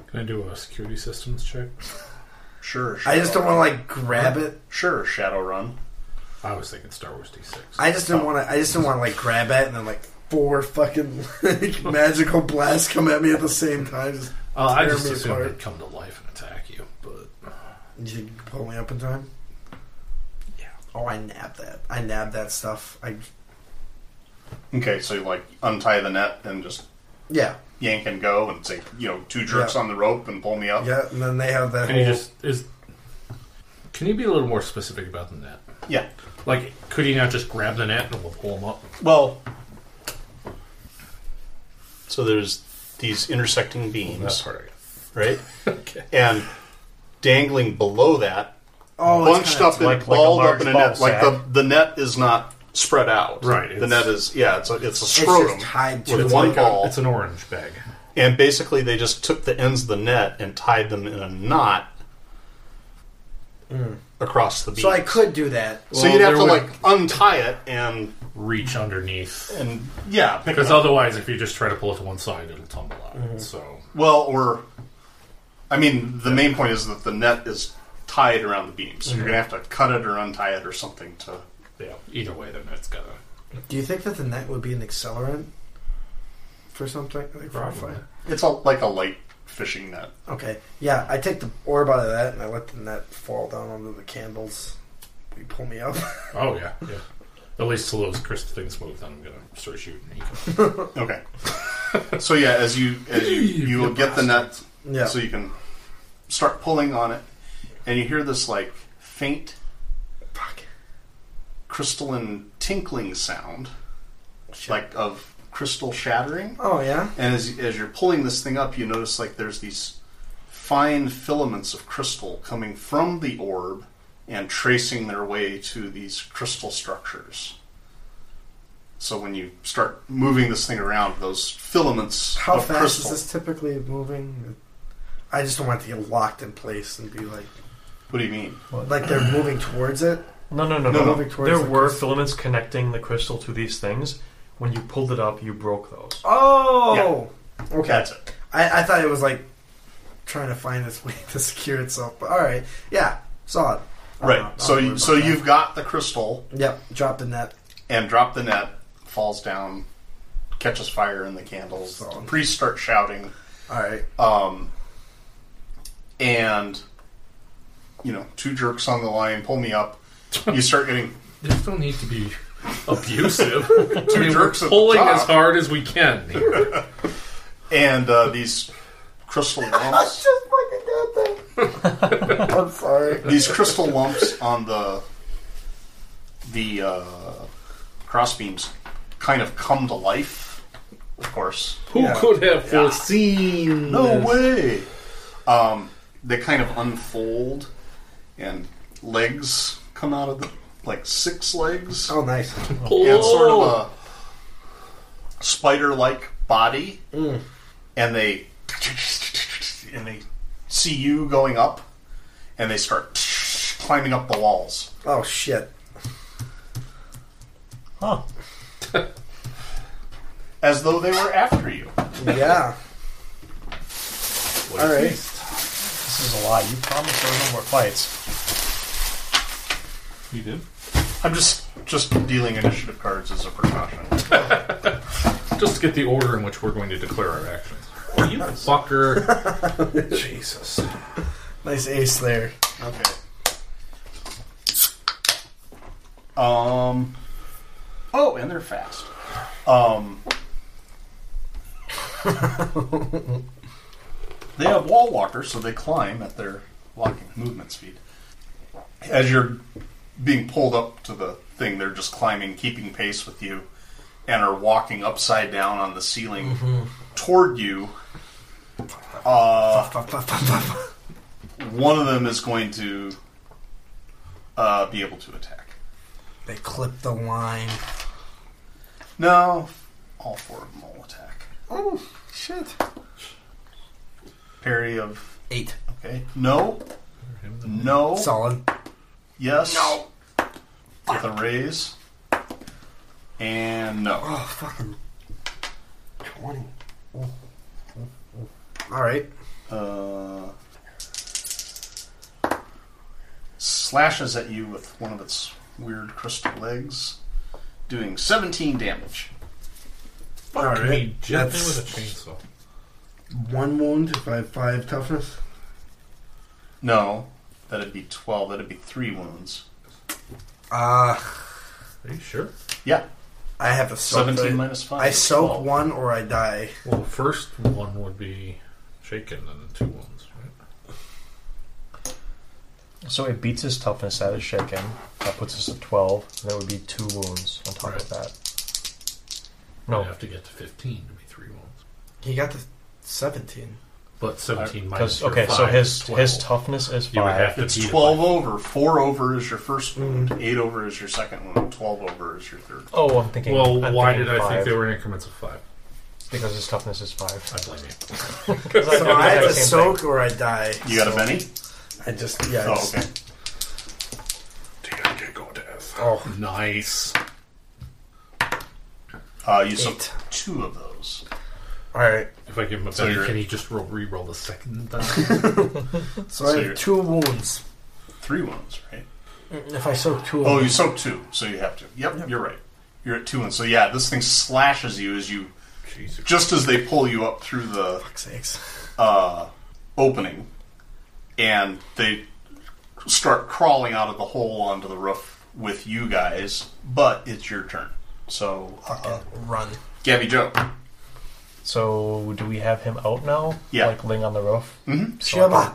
G: Can I do a security systems check?
C: Sure,
D: I just don't want to like grab it.
C: Sure, Shadowrun.
G: I was thinking Star Wars D6.
D: I just didn't want to. I just didn't want to like grab it and then like four fucking like, magical blasts come at me at the same time. Just
G: Uh, I
D: tear
G: just
D: me
G: assumed
D: apart.
G: they'd come to life and attack you, but
D: Did you pull me up in time?
G: Yeah.
D: Oh, I nabbed that. I nabbed that stuff. I
C: Okay, so you like untie the net and just
D: yeah
C: yank and go and say, you know, two jerks
D: Yeah.
C: on the rope and pull me up.
D: yeah. And then they have that.
G: can
D: whole,
G: you just is? Can you be a little more specific about the net?
C: Yeah.
G: Like, could he not just grab the net and we'll pull him up?
C: Well, so there's these intersecting beams.
G: part
C: right? okay. And dangling below that,
D: oh, it's
C: bunched
D: kinda-
C: up and
E: like- like a
C: balled
E: large
C: up in a
E: ball
C: net. Like the, the net is not spread out.
G: Right,
C: The
G: it's-
C: net is yeah. It's a it's a scrotum
D: tied to
C: with
D: It's
C: one
G: like
C: ball.
G: A, it's an orange bag.
C: and basically, they just took the ends of the net and tied them in a knot across the beam.
D: So I could do that.
C: So
G: Hmm. Well,
C: you'd have
G: there
C: to
G: would-
C: like untie it and
G: Reach underneath,
C: and yeah, pick it
G: because
C: up.
G: otherwise, if you just try to pull it to one side, it'll tumble out. So
C: Well, or I mean, the main point is that the net is tied around the beam, so you're gonna have to cut it or untie it or something to.
G: yeah, either way, the net's gotta.
D: Do you think that the net would be an accelerant for something? Like for a
G: Probably.
D: fight?
C: It's a, like a light fishing net.
D: Okay. Yeah, I take the orb out of that and I let the net fall down onto the candles. You pull me up.
G: Oh yeah, yeah. At least till those crystal things move, then I'm gonna start shooting. You can-
C: Okay. so yeah, as you as you you will get the net,
D: yeah.
C: so you can start pulling on it, and you hear this like faint
D: Fuck.
C: crystalline tinkling sound,
D: Shit.
C: like of crystal shattering.
D: Oh yeah.
C: And as as you're pulling this thing up, you notice like there's these fine filaments of crystal coming from the orb and tracing their way to these crystal structures. So when you start moving this thing around, those filaments
D: How
C: of
D: fast
C: crystal.
D: is this typically moving? I just don't want it to get locked in place and be like
C: What do you mean?
D: like they're moving towards it.
E: No, no,
C: No,
E: no,
C: no.
E: no.
D: Moving towards
E: There
D: the
E: were
D: crystal.
E: filaments connecting the crystal to these things. When you pulled it up, you broke those.
D: Oh. Okay.
C: That's it.
D: I, I thought it was like trying to find its way to secure itself. But all right. Yeah. Solid. I'll
C: Right.
D: not- I'll
C: so
D: worry
C: you,
D: about
C: so
D: that.
C: you've got the crystal
D: Yep. Drop the net.
C: and drop the net, falls down, catches fire in the candles.
D: Solid.
C: Priests start shouting.
D: All right.
C: Um, and you know, two jerks on the line pull me up. You start getting
G: There's no need to be abusive. Two
C: jerks at the
G: pulling
C: top.
G: as hard as we can. here.
C: and uh, these crystal lumps.
D: I'm sorry.
C: these crystal lumps on the the uh, crossbeams kind of come to life, of course.
G: Who
D: Yeah.
G: could have foreseen?
C: No
G: this?
C: way! Um, they kind of unfold, and legs come out of them, like six legs.
D: Oh, nice.
C: and sort
G: Oh.
C: of a spider-like body,
E: Mm.
C: and they and they see you going up, and they start climbing up the walls.
D: Oh shit.
E: Huh.
C: as though they were after you.
D: Yeah.
G: What a
D: All right.
G: feast.
E: This is a lie. You promised there were no more fights.
F: You did?
C: I'm just just dealing initiative cards as a precaution.
G: Just to get the order in which we're going to declare our actions. Oh, you fucker. Jesus.
D: Nice ace there.
C: Okay. Um. Oh, and they're fast. Um. they have wall walkers, so they climb at their walking movement speed. As you're being pulled up to the thing, they're just climbing, keeping pace with you, and are walking upside down on the ceiling toward you.
D: Fuck, fuck, fuck, fuck, fuck.
C: one of them is going to uh, be able to attack.
D: They clip the line.
C: No, all four of them will attack.
D: Oh shit.
C: Parry of
D: Eight.
C: okay. No, no,
D: Solid.
C: yes, no. With a raise and no.
D: Oh fucking twenty. All right.
C: Uh, slashes at you with one of its weird crystal legs, doing 17 damage.
G: Fuck
D: Alright,
G: me gently
D: that's-
G: with a chainsaw.
D: One wound, five five toughness.
C: No, that'd be 12. That'd be three wounds.
D: Uh
G: Are you sure?
C: Yeah,
D: I have a soak.
C: 17
D: thing.
C: minus 5.
D: I
C: is
D: soak
C: 12.
D: one or I die.
G: Well, the first one would be shaken and the two ones, right?
E: So it beats his toughness at a shaken. That puts us at 12. And that would be two wounds on top
G: Right.
E: of that.
G: No. You
E: No,
G: have to get to 15 to be three wounds.
D: He got the seventeen.
G: But 17
E: because
G: minus your
E: okay, so
G: five
E: his
G: is
E: his
G: 12.
E: toughness is
G: You would have
E: five.
G: to
C: It's
G: beat it by
C: 12 over. 4 over is your first wound, 8 over is your second wound, 12 over is your third.
E: Oh, I'm thinking.
G: Well,
E: I'm
G: why
E: thinking
G: did I
E: five,
G: think they were in increments of five?
E: Because his toughness is five.
G: I blame you.
E: Because
D: So I have
E: the
D: a
E: same
D: soak or I die.
C: You got a Benny?
D: I just yeah. I
C: Oh,
D: just-
C: okay.
G: DIK go death.
D: Oh.
G: nice.
C: Uh, you soak
D: Eight.
C: two of those.
D: All right.
G: If I give him a
C: So
G: penny,
C: you're-
G: can he just roll, re-roll the second time?
D: So,
C: So
D: I
C: you're-
D: have two wounds.
C: Three wounds, right?
D: If I soak two.
C: Oh,
D: of
C: you soak two, so you have to. Yep, you're right. You're at two wounds. So, yeah, this thing slashes you as you.
G: Jesus.
C: Just as they pull you up through the
D: sakes.
C: uh, opening, and they start crawling out of the hole onto the roof with you guys, but it's your turn. So, uh,
D: Run.
C: Gabby Joe.
E: So do we have him out now?
C: Yeah.
E: Like laying on the roof?
D: Shioba.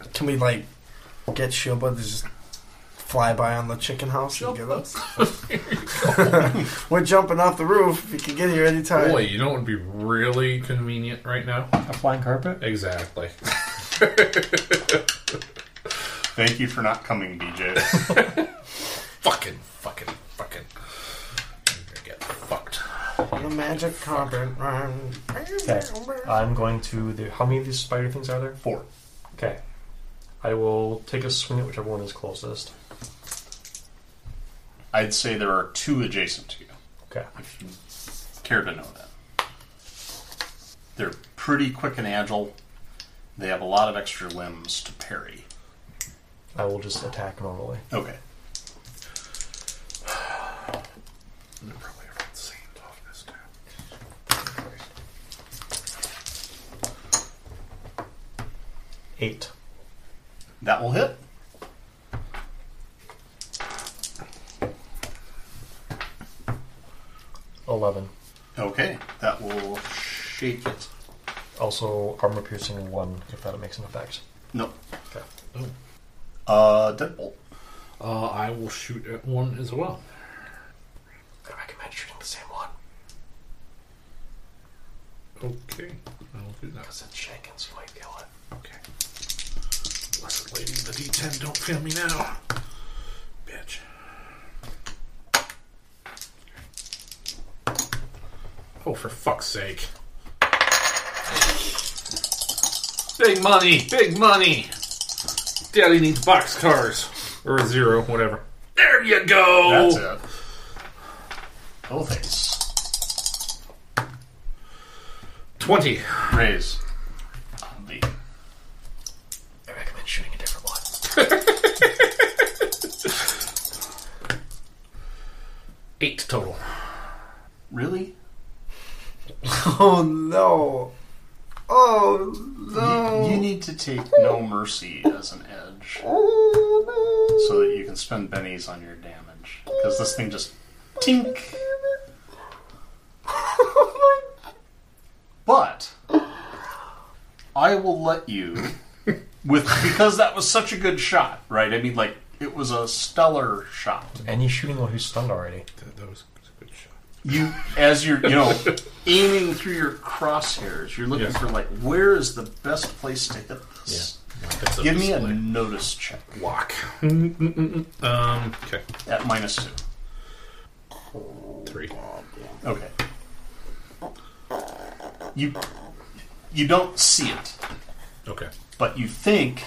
D: Can we like get Shioba to just fly by on the chicken house and get us? We're jumping off the roof. We can get here anytime.
G: Boy, you know what would be really convenient right now?
H: A flying carpet?
G: Exactly.
C: Thank you for not coming, BJ.
G: fucking, fucking, fucking. You're gonna get fucked.
D: The magic carpet run.
E: Okay. I'm going to. The, how many of these spider things are there?
C: Four.
E: Okay. I will take a swing at whichever one is closest.
C: I'd say there are two adjacent to you,
E: Okay.
C: if you care to know that. They're pretty quick and agile. They have a lot of extra limbs to parry.
E: I will just attack normally.
C: Okay.
G: They're probably around the same toughness now.
E: Eight.
C: That will hit.
E: Eleven.
C: Okay. That will shake it.
E: Also armor piercing one, if that makes an effect.
C: No.
E: Okay.
C: Uh, Deadbolt.
G: Uh, I will shoot at one as well.
E: I recommend shooting the same one
G: Okay, I will do that.
E: because it's shaking, so you might kill it.
G: Okay. Blessed lady, the D10, don't fail me now. Bitch. Oh, for fuck's sake. Big money, big money. Daddy needs boxcars. Or a zero, whatever. There you go!
C: That's it. Oh, Double face.
G: 20.
C: Raise. B.
E: I recommend shooting a different one.
G: Eight total.
C: Really?
D: Oh no. Oh
C: You, you need to take no mercy as an edge so that you can spend bennies on your damage. Because this thing just tink. but I will let you with because that was such a good shot, right? I mean, like it was a stellar shot.
D: Mm-hmm.
E: And he's shooting one who's stunned already.
G: That, that was a good shot.
C: you as you're you know aiming through your crosshairs you're looking
G: Yes.
C: for like where is the best place to hit this
G: That's
C: give me a
G: display.
C: notice check
G: Lock. Mm, um, okay.
C: at minus two
G: Three.
C: okay you you don't see it
G: Okay.
C: but you think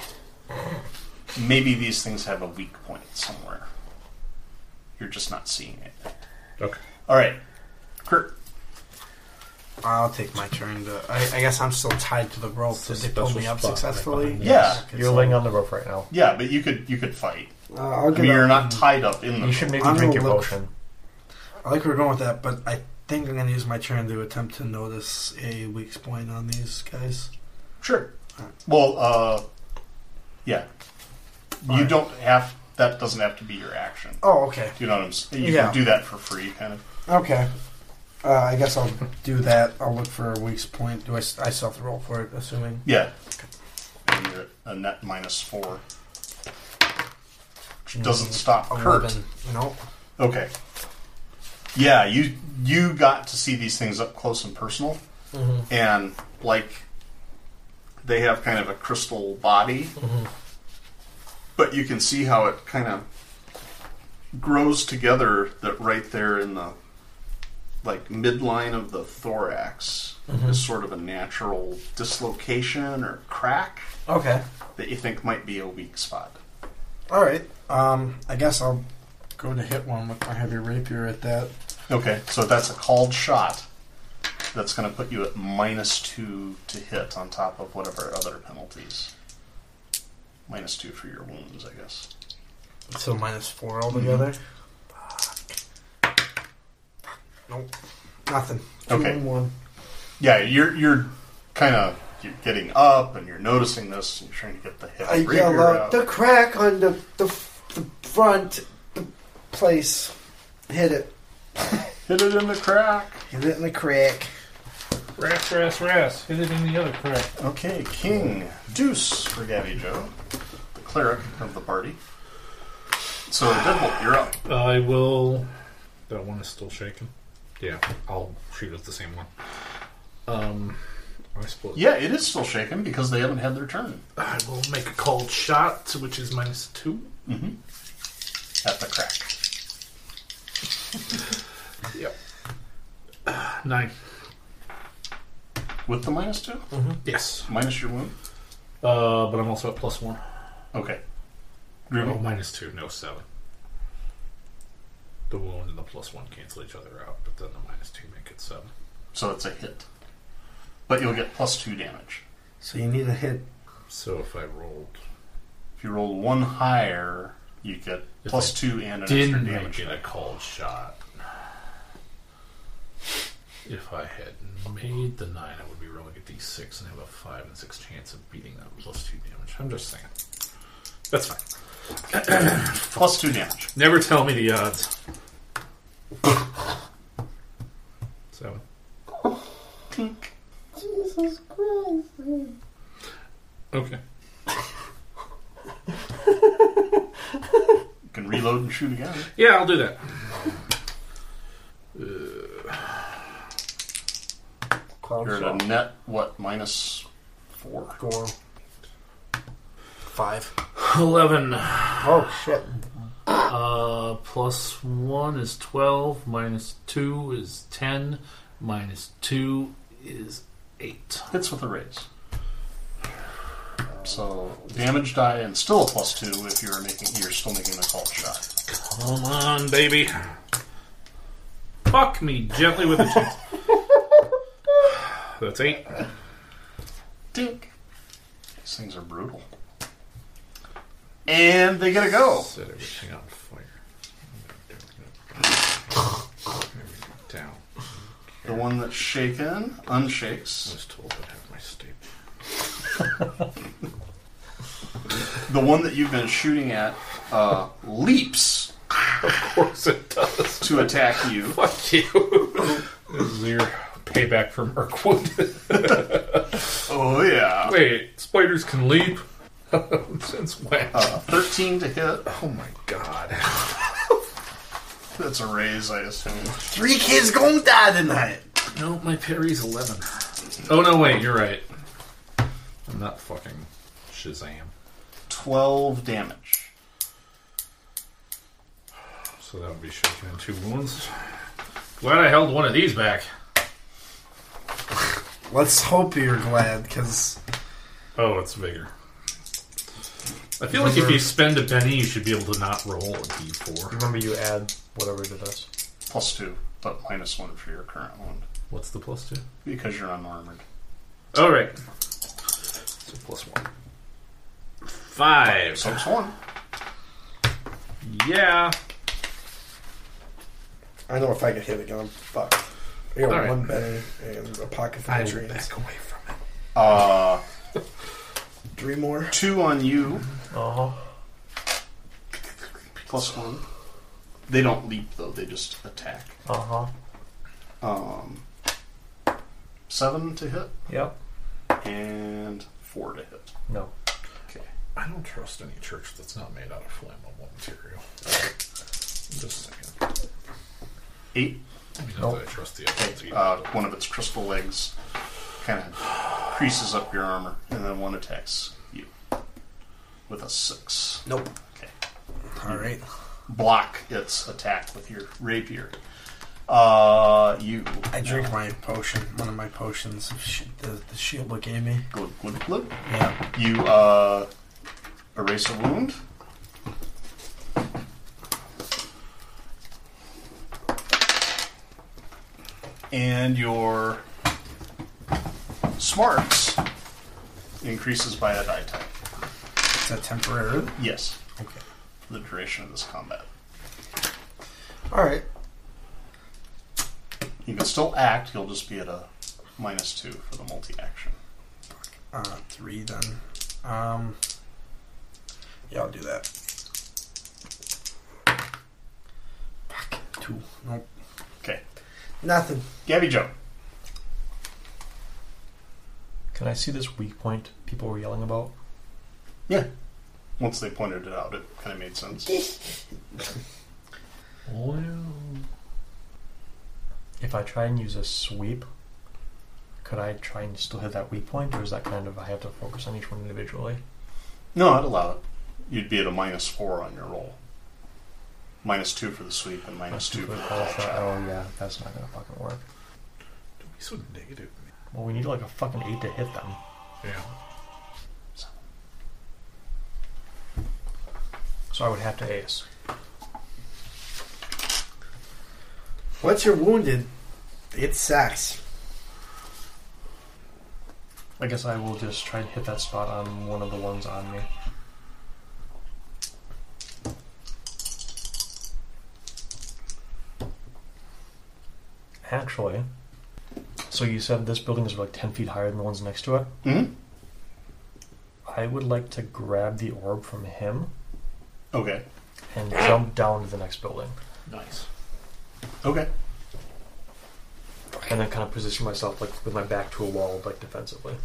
C: maybe these things have a weak point somewhere you're just not seeing it
G: Okay.
C: all right kurt
D: I'll take my turn to I, I guess I'm still tied to the rope. Did they pull
G: special
D: me up
G: spot right
D: successfully?
G: behind
C: yeah
E: You're laying on the roof right now.
C: yeah but you could you could fight
D: Uh, I'll
C: I
D: get
C: mean,
D: up.
C: you're not tied up in the
E: You should maybe
D: I'm
E: drink your
D: gonna look.
E: potion.
D: I like where we're going with that, but I think I'm gonna use my turn to attempt to notice a weak point on these guys.
C: Sure. Well, uh, yeah. You
D: Fine.
C: don't have that. Doesn't have to be your action.
D: Oh, okay.
C: Do you know what I'm saying? You
D: Yeah.
C: can do that for free, kind of.
D: Okay. Uh, I guess I'll do that. I'll look for a weak point. Do I, s- I self roll for it, assuming?
C: Yeah. And you're at a net minus four. Which doesn't stop Kurt.
D: Nope.
C: Okay. Yeah, you you got to see these things up close and personal, and like they have kind of a crystal body, but you can see how it kind of grows together. That right there in the like midline of the thorax is sort of a natural dislocation or crack
D: Okay.
C: that you think might be a weak spot.
D: All right. Um, I guess I'll go to hit one with my heavy rapier at that.
C: Okay, so that's a called shot. That's going to put you at minus two to hit on top of whatever other penalties. Minus two for your wounds, I guess.
D: So minus four altogether. Nope. Nothing. Two
C: Okay.
D: and one.
C: Yeah, you're you're kind of you're getting up and you're noticing this and you're trying to get the hit.
D: I yell out the crack on the the, the front the place. Hit it.
C: hit it in the crack.
D: Hit it in the crack.
G: Ras, ras, ras. Hit it in the other crack.
C: Okay, King Deuce for Gabby Joe, the cleric of the party. So Deadbolt, you're up.
G: I will. uh, That one is still shaking. Yeah, I'll shoot at the same one. Um, I suppose.
C: Yeah, it is still shaken because they haven't had their turn
G: I will make a cold shot, which is minus two.
C: at the crack.
G: Yep. Nine.
C: With the minus two,
G: Mm-hmm. Yes.
C: minus your wound.
G: Uh, but I'm also at plus one.
C: Okay.
G: Oh,
C: Groovy.
G: minus two. No, seven. The wound and the plus one cancel each other out, but then the minus two make it seven.
C: So it's a hit. But you'll get plus two damage.
D: So you need to hit.
G: So if I rolled.
C: If you roll one higher, you get
G: If
C: plus
G: I
C: two and an extra
G: Didn't make
C: damage.
G: it a cold shot. If I had made the nine, I would be rolling a d6 and have a five and six chance of beating that plus two damage. I'm just saying. That's fine.
C: Plus two damage.
G: Never tell me the odds. Seven. Jesus Christ. Okay.
C: can reload and shoot again.
G: Yeah, I'll do that.
D: Clown
C: You're
D: Claw.
C: at a net, what, minus four?
D: Gore. Five.
G: 11
D: Oh shit.
G: uh, plus 1 is 12, minus 2 is 10, minus 2 is 8.
C: Hits with a raise. So damage die and still a plus two if you're making you're still making the call shot.
G: Come on, baby. Fuck me gently with a chance. That's 8.
C: Dick. These things are brutal. And they get a go.
G: Set everything on fire. Down.
C: The one that's shaken
G: I
C: unshakes.
G: was told I'd have my staple.
C: The one that you've been shooting at uh, leaps
G: Of course it does.
C: to attack you.
G: Fuck you. this is your payback for Merkwood.
C: Oh yeah.
G: Wait, spiders can leap? Since when?
C: Uh, Thirteen to hit.
G: oh my god.
C: That's a raise, I assume. Three kids gonna die tonight.
G: No, my parry's 11. Oh no, wait, you're right. I'm not fucking Shazam.
C: Twelve damage.
G: So that would be shaking in two wounds. Glad I held one of these back.
D: Let's hope you're glad, because
G: Oh, it's vigor. I feel like if you spend a penny, you should be able to not roll a d4.
E: Remember, you add whatever to this.
C: Plus two, but minus one for your current wound.
G: What's the plus two?
C: Because you're unarmored.
G: All right. So plus one. Five.
C: So it's one.
G: Yeah.
D: I know if I get hit again, I'm fucked. I got
G: All right.
D: one better and a pocket full of dreams.
G: away from it.
C: Uh,
D: Three more.
C: two on you,
D: Uh-huh.
E: Uh huh.
C: plus one. They don't leap though; they just attack.
E: Uh
D: Uh-huh.
E: huh.
C: Um, seven to hit
E: Yep.
C: and four to hit.
E: No.
C: Okay.
G: I don't trust any church that's not made out of flammable material. Just a second.
C: Eight.
G: I mean, not that I trust the ability.
C: Uh, one of its crystal legs kind of creases up your armor, and then one attacks you with a six.
D: Nope.
C: Okay.
D: All right.
C: Block its attack with your rapier. Uh, you.
D: I drink my potion, one of my potions, of sh- the, the shield book gave me.
C: Glug, glug, glug.
D: Yeah.
C: You uh, erase a wound. And your smarts increases by a die type.
D: Is that temporary?
C: Yes,
D: Okay.
C: for the duration of this combat.
D: All right.
C: You can still act, you'll just be at a minus two for the multi action.
D: Uh, three then. Um. Yeah, I'll do that. Fuck. Two. Nope.
C: Okay.
D: Nothing.
C: Gabby Joe.
E: Can I see this weak point people were yelling about?
C: Yeah. Once they pointed it out, it kind of made sense.
E: If I try and use a sweep, could I try and still hit that weak point, or is that kind of I have to focus on each one individually?
C: No, I'd allow it. You'd be at a minus four on your roll. Minus two for the sweep and minus two for
E: Stupid
C: the
E: call shot.
C: shot.
E: Oh yeah, that's not gonna fucking work.
G: Don't be so negative. man.
E: Well, we need like a fucking eight to hit them.
G: Yeah.
E: So I would have to ace.
D: Once you're wounded, it sacks.
E: I guess I will just try and hit that spot on one of the ones on me. Actually, so you said this building is like 10 feet higher than the ones next to it?
C: Mhm.
E: I would like to grab the orb from him
C: Okay.
E: and jump down to the next building.
G: Nice.
C: Okay.
E: And then kind of position myself like with my back to a wall, like defensively.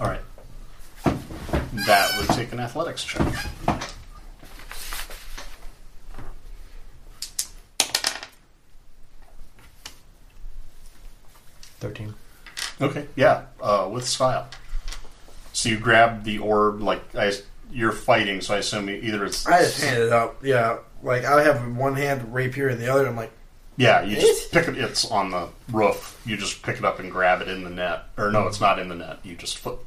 C: All right. That would take an athletics check.
E: 13.
C: Okay. Yeah, uh, with style. So you grab the orb, like I, you're fighting, so I assume either it's
D: I just hand it up. Yeah, like I have one hand rapier and the other. I'm like,
C: yeah, you just pick it. It's on the roof. You just pick it up and grab it in the net, or no, it's not in the net. You just foot,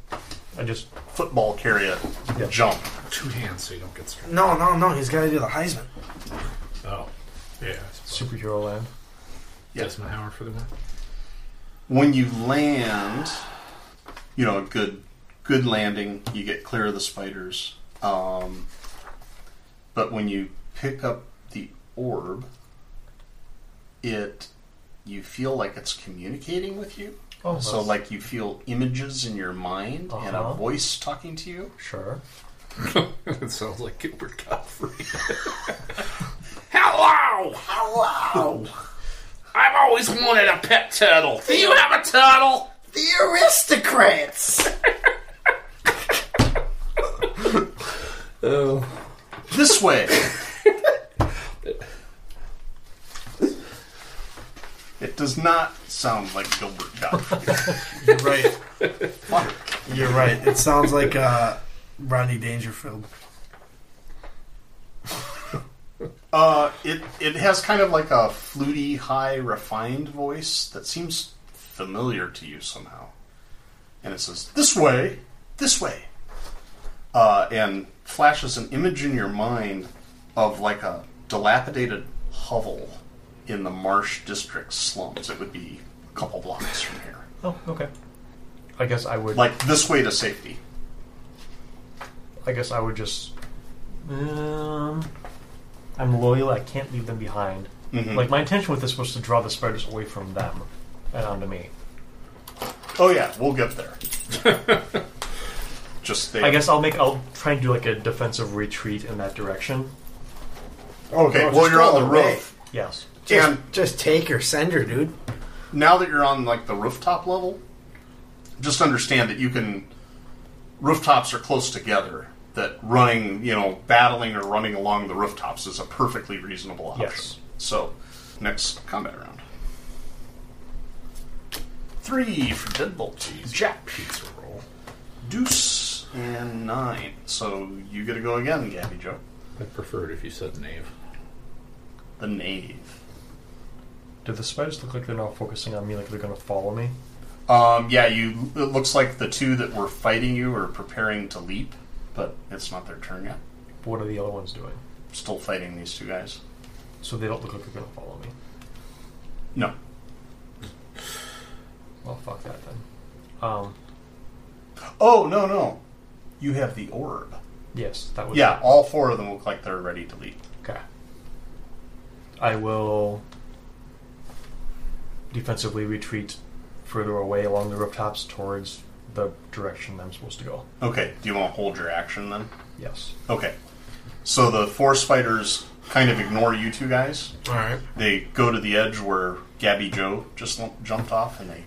E: I just.
C: football carry it, jump.
G: Two hands so you don't get struck.
D: no, no, no. He's got to do the Heisman.
G: Oh. Yeah.
E: Superhero land.
G: Yes, my hour for the win.
C: When you land, you know, a good good landing. You get clear of the spiders. Um, but when you pick up the orb, it you feel like it's communicating with you.
E: Oh,
C: So, like, you feel images in your mind and a
E: Uh-huh.
C: voice talking to you.
E: Sure.
G: it sounds like Gilbert Godfrey. Hello! Hello! I've always wanted a pet turtle. Do you have a turtle?
D: The aristocrats.
G: Oh.
C: This way! it does not sound like Gilbert Godfrey.
D: You're right. You're right. It sounds like uh, Rodney Dangerfield.
C: uh, it, it has kind of like a fluty, high, refined voice that seems familiar to you somehow. And it says, This way! This way! Uh, and flashes an image in your mind of like a dilapidated hovel in the Marsh District slums. It would be a couple blocks from here.
E: Oh, okay. I guess I would.
C: Like this way to safety.
E: I guess I would just. Um, I'm loyal. I can't leave them behind.
C: Mm-hmm.
E: Like my intention with this was to draw the spiders away from them and onto me.
C: Oh, yeah, we'll get there. Just stay.
E: I guess I'll make. I'll try and do like a defensive retreat in that direction.
C: Okay,
D: no,
C: well,
D: just
C: you're on
D: go
C: the
D: away.
C: roof.
E: Yes.
D: Just,
C: And
D: just take her, send her, dude.
C: now that you're on like the rooftop level, just understand that you can rooftops are close together. That running, you know, battling or running along the rooftops is a perfectly reasonable option.
E: Yes.
C: So, next combat round. Three for Deadbolt, Jack, pizza roll, Deuce, and nine. So you get to go again, Gabby Joe.
G: I prefer it if you said knave.
C: The knave.
E: Do the spiders look like they're not focusing on me? Like they're gonna follow me?
C: Um, yeah, you. It looks like the two that were fighting you are preparing to leap, but it's not their turn yet.
E: What are the other ones doing?
C: Still fighting these two guys.
E: So they don't look like they're gonna follow me.
C: No.
E: Well, fuck that then. Um.
C: Oh no no. You have the orb.
E: Yes, that would.
C: Yeah, all four of them look like they're ready to leap.
E: Okay. I will defensively retreat further away along the rooftops towards the direction I'm supposed to go.
C: Okay. Do you want to hold your action then?
E: Yes.
C: Okay. So the four spiders kind of ignore you two guys.
E: All right.
C: They go to the edge where Gabby Joe just l- jumped off, and they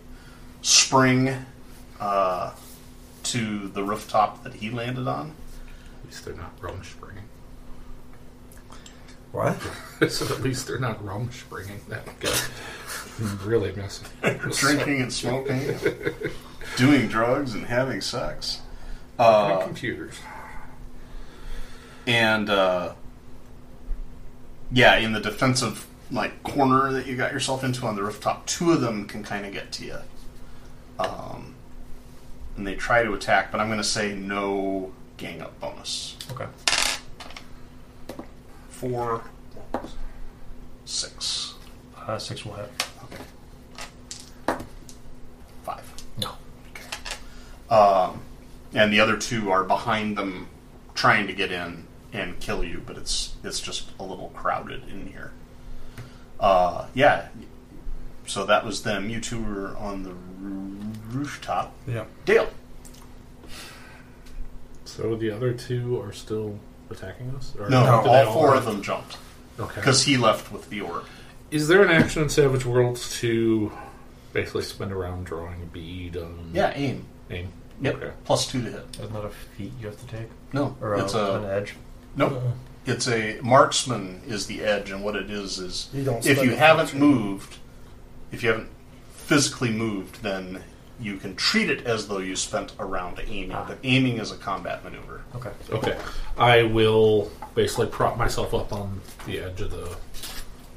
C: spring uh, to the rooftop that he landed on.
G: At least they're not realm springing.
D: What?
G: so at least they're not realm springing. That guy really messing.
C: drinking and smoking, doing drugs and having sex.
G: on computers.
C: And uh, yeah, in the defensive like corner that you got yourself into on the rooftop, two of them can kind of get to you. Um, and they try to attack, but I'm going to say no gang up bonus.
E: Okay.
C: Four, six,
E: Uh, six will hit.
C: okay, five. Um,
E: No.
C: and the other two are behind them trying to get in and kill you but it's it's just a little crowded in here uh yeah so that was them you two were on the r- rooftop
D: Yeah.
C: dale
G: So the other two are still attacking us? Or
C: no,
G: did they
C: all four of them jumped
G: Okay.
C: because he left with the orb
G: Is there an action in Savage Worlds to basically spend a round drawing a bead on
C: yeah aim
G: name?
C: yep
G: Okay.
C: plus two to hit
E: Isn't that a feat you have to take?
C: no
E: Or
I: uh,
C: it's
E: a, an
C: a
E: edge?
C: nope
D: Uh-huh.
C: it's a marksman is the edge and what it is is
D: You don't
C: if
D: spend
C: you
D: a
C: haven't
D: fortune.
C: moved if you haven't physically moved, then you can treat it as though you spent a round aiming.
D: Ah.
C: But aiming is a combat maneuver.
E: Okay.
G: Okay. I will basically prop myself up on the edge of the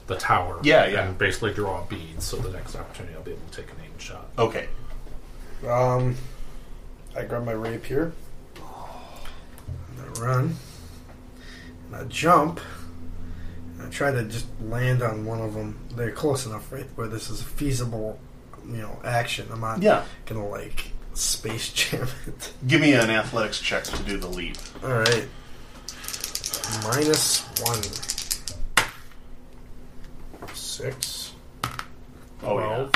G: the tower.
C: Yeah, yeah.
G: And basically draw beads so the next opportunity I'll be able to take an aim shot.
C: Okay.
D: Um, I grab my rapier. And I run. And I jump. And I try to just land on one of them. They're close enough, right? Where this is a feasible, you know, action. I'm not
C: Yeah.
D: gonna like space jam it.
C: Give me an athletics check to do the leap.
D: All right. Minus one. Six.
C: Oh, yeah.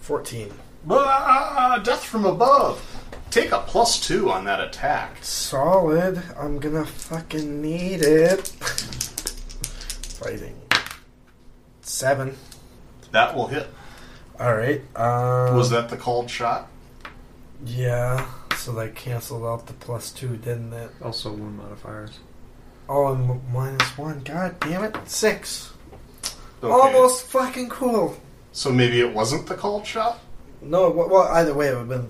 D: Fourteen.
C: Ah, death from above. Take a plus two on that attack.
D: Solid. I'm gonna fucking need it. Fighting. Seven.
C: That will hit.
D: All right. Um,
C: Was that the called shot?
D: Yeah. So that canceled out the plus two, didn't it?
I: Also, one modifiers.
D: Oh, and m- minus one. God damn it. Six.
C: Okay.
D: Almost fucking cool.
C: So maybe it wasn't the called shot?
D: No. w- Well, either way, it would have been.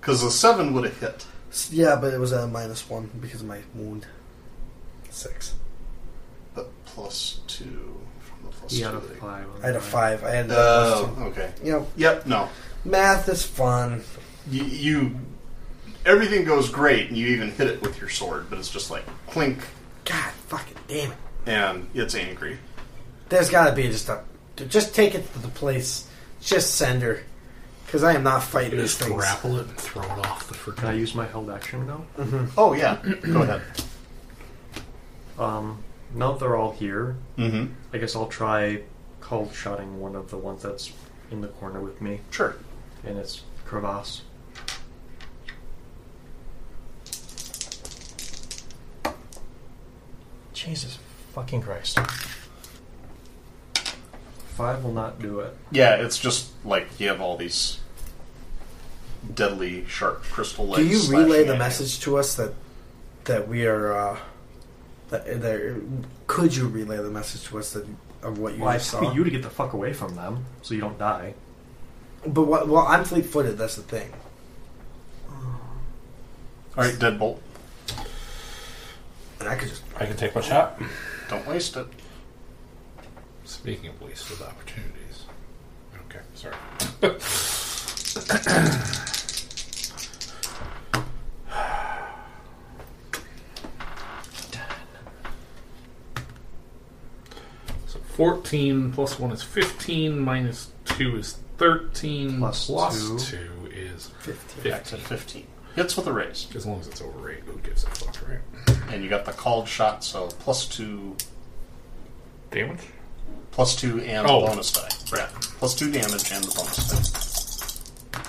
C: Because a seven would have hit.
D: s- Yeah, but it was at a minus one because of my wound. Six.
C: But plus two from the plus
I: He
C: two.
I: had a
C: they-
I: five. on
D: I had a
I: that.
D: five. I had.
C: Oh,
D: Uh,
C: okay.
D: you know,
C: Yep, no.
D: math is fun.
C: You, you. Everything goes great, and you even hit it with your sword, but it's just like clink,
D: God fucking damn it.
C: and it's angry.
D: There's got to be just a. to Just take it to the place. Just send her. Because I am not fighting these
G: Just
D: things.
G: grapple it and throw it off the
I: Can I
G: freaking.
I: use my held action now?
C: Oh, yeah. Go ahead.
I: Um, now that they're all here,
C: Mm hmm.
I: I guess I'll try cold shotting one of the ones that's in the corner with me,
C: Sure.
I: and it's crevasse.
E: Jesus fucking Christ.
I: Five will not do it.
C: Yeah, it's just like you have all these deadly sharp crystal legs.
D: Do you
C: slashing
D: relay
C: at
D: the
C: you.
D: message to us that that we are? Uh, that, that, could you relay the message to us that of what you
I: Well, I
D: just
I: tell
D: saw?
I: you to get the fuck away from them so you don't die.
D: But what, well, I'm fleet-footed. That's the thing.
C: All right, deadbolt.
D: And I could just
G: I can take my shot.
C: Don't waste it.
G: Speaking of wasted opportunities. Okay, sorry. So 14 plus 1 is 15, minus 2 is 13,
I: Plus
G: plus
I: two.
G: 2 is
D: fifteen.
G: 15.
C: 15. Hits with a raise.
G: As long as it's over 8, who gives a fuck, right?
C: And you got the called shot, so plus two,
G: Damage?
C: plus two and
G: Oh.
C: the bonus die. Yeah. Plus two damage and the bonus die.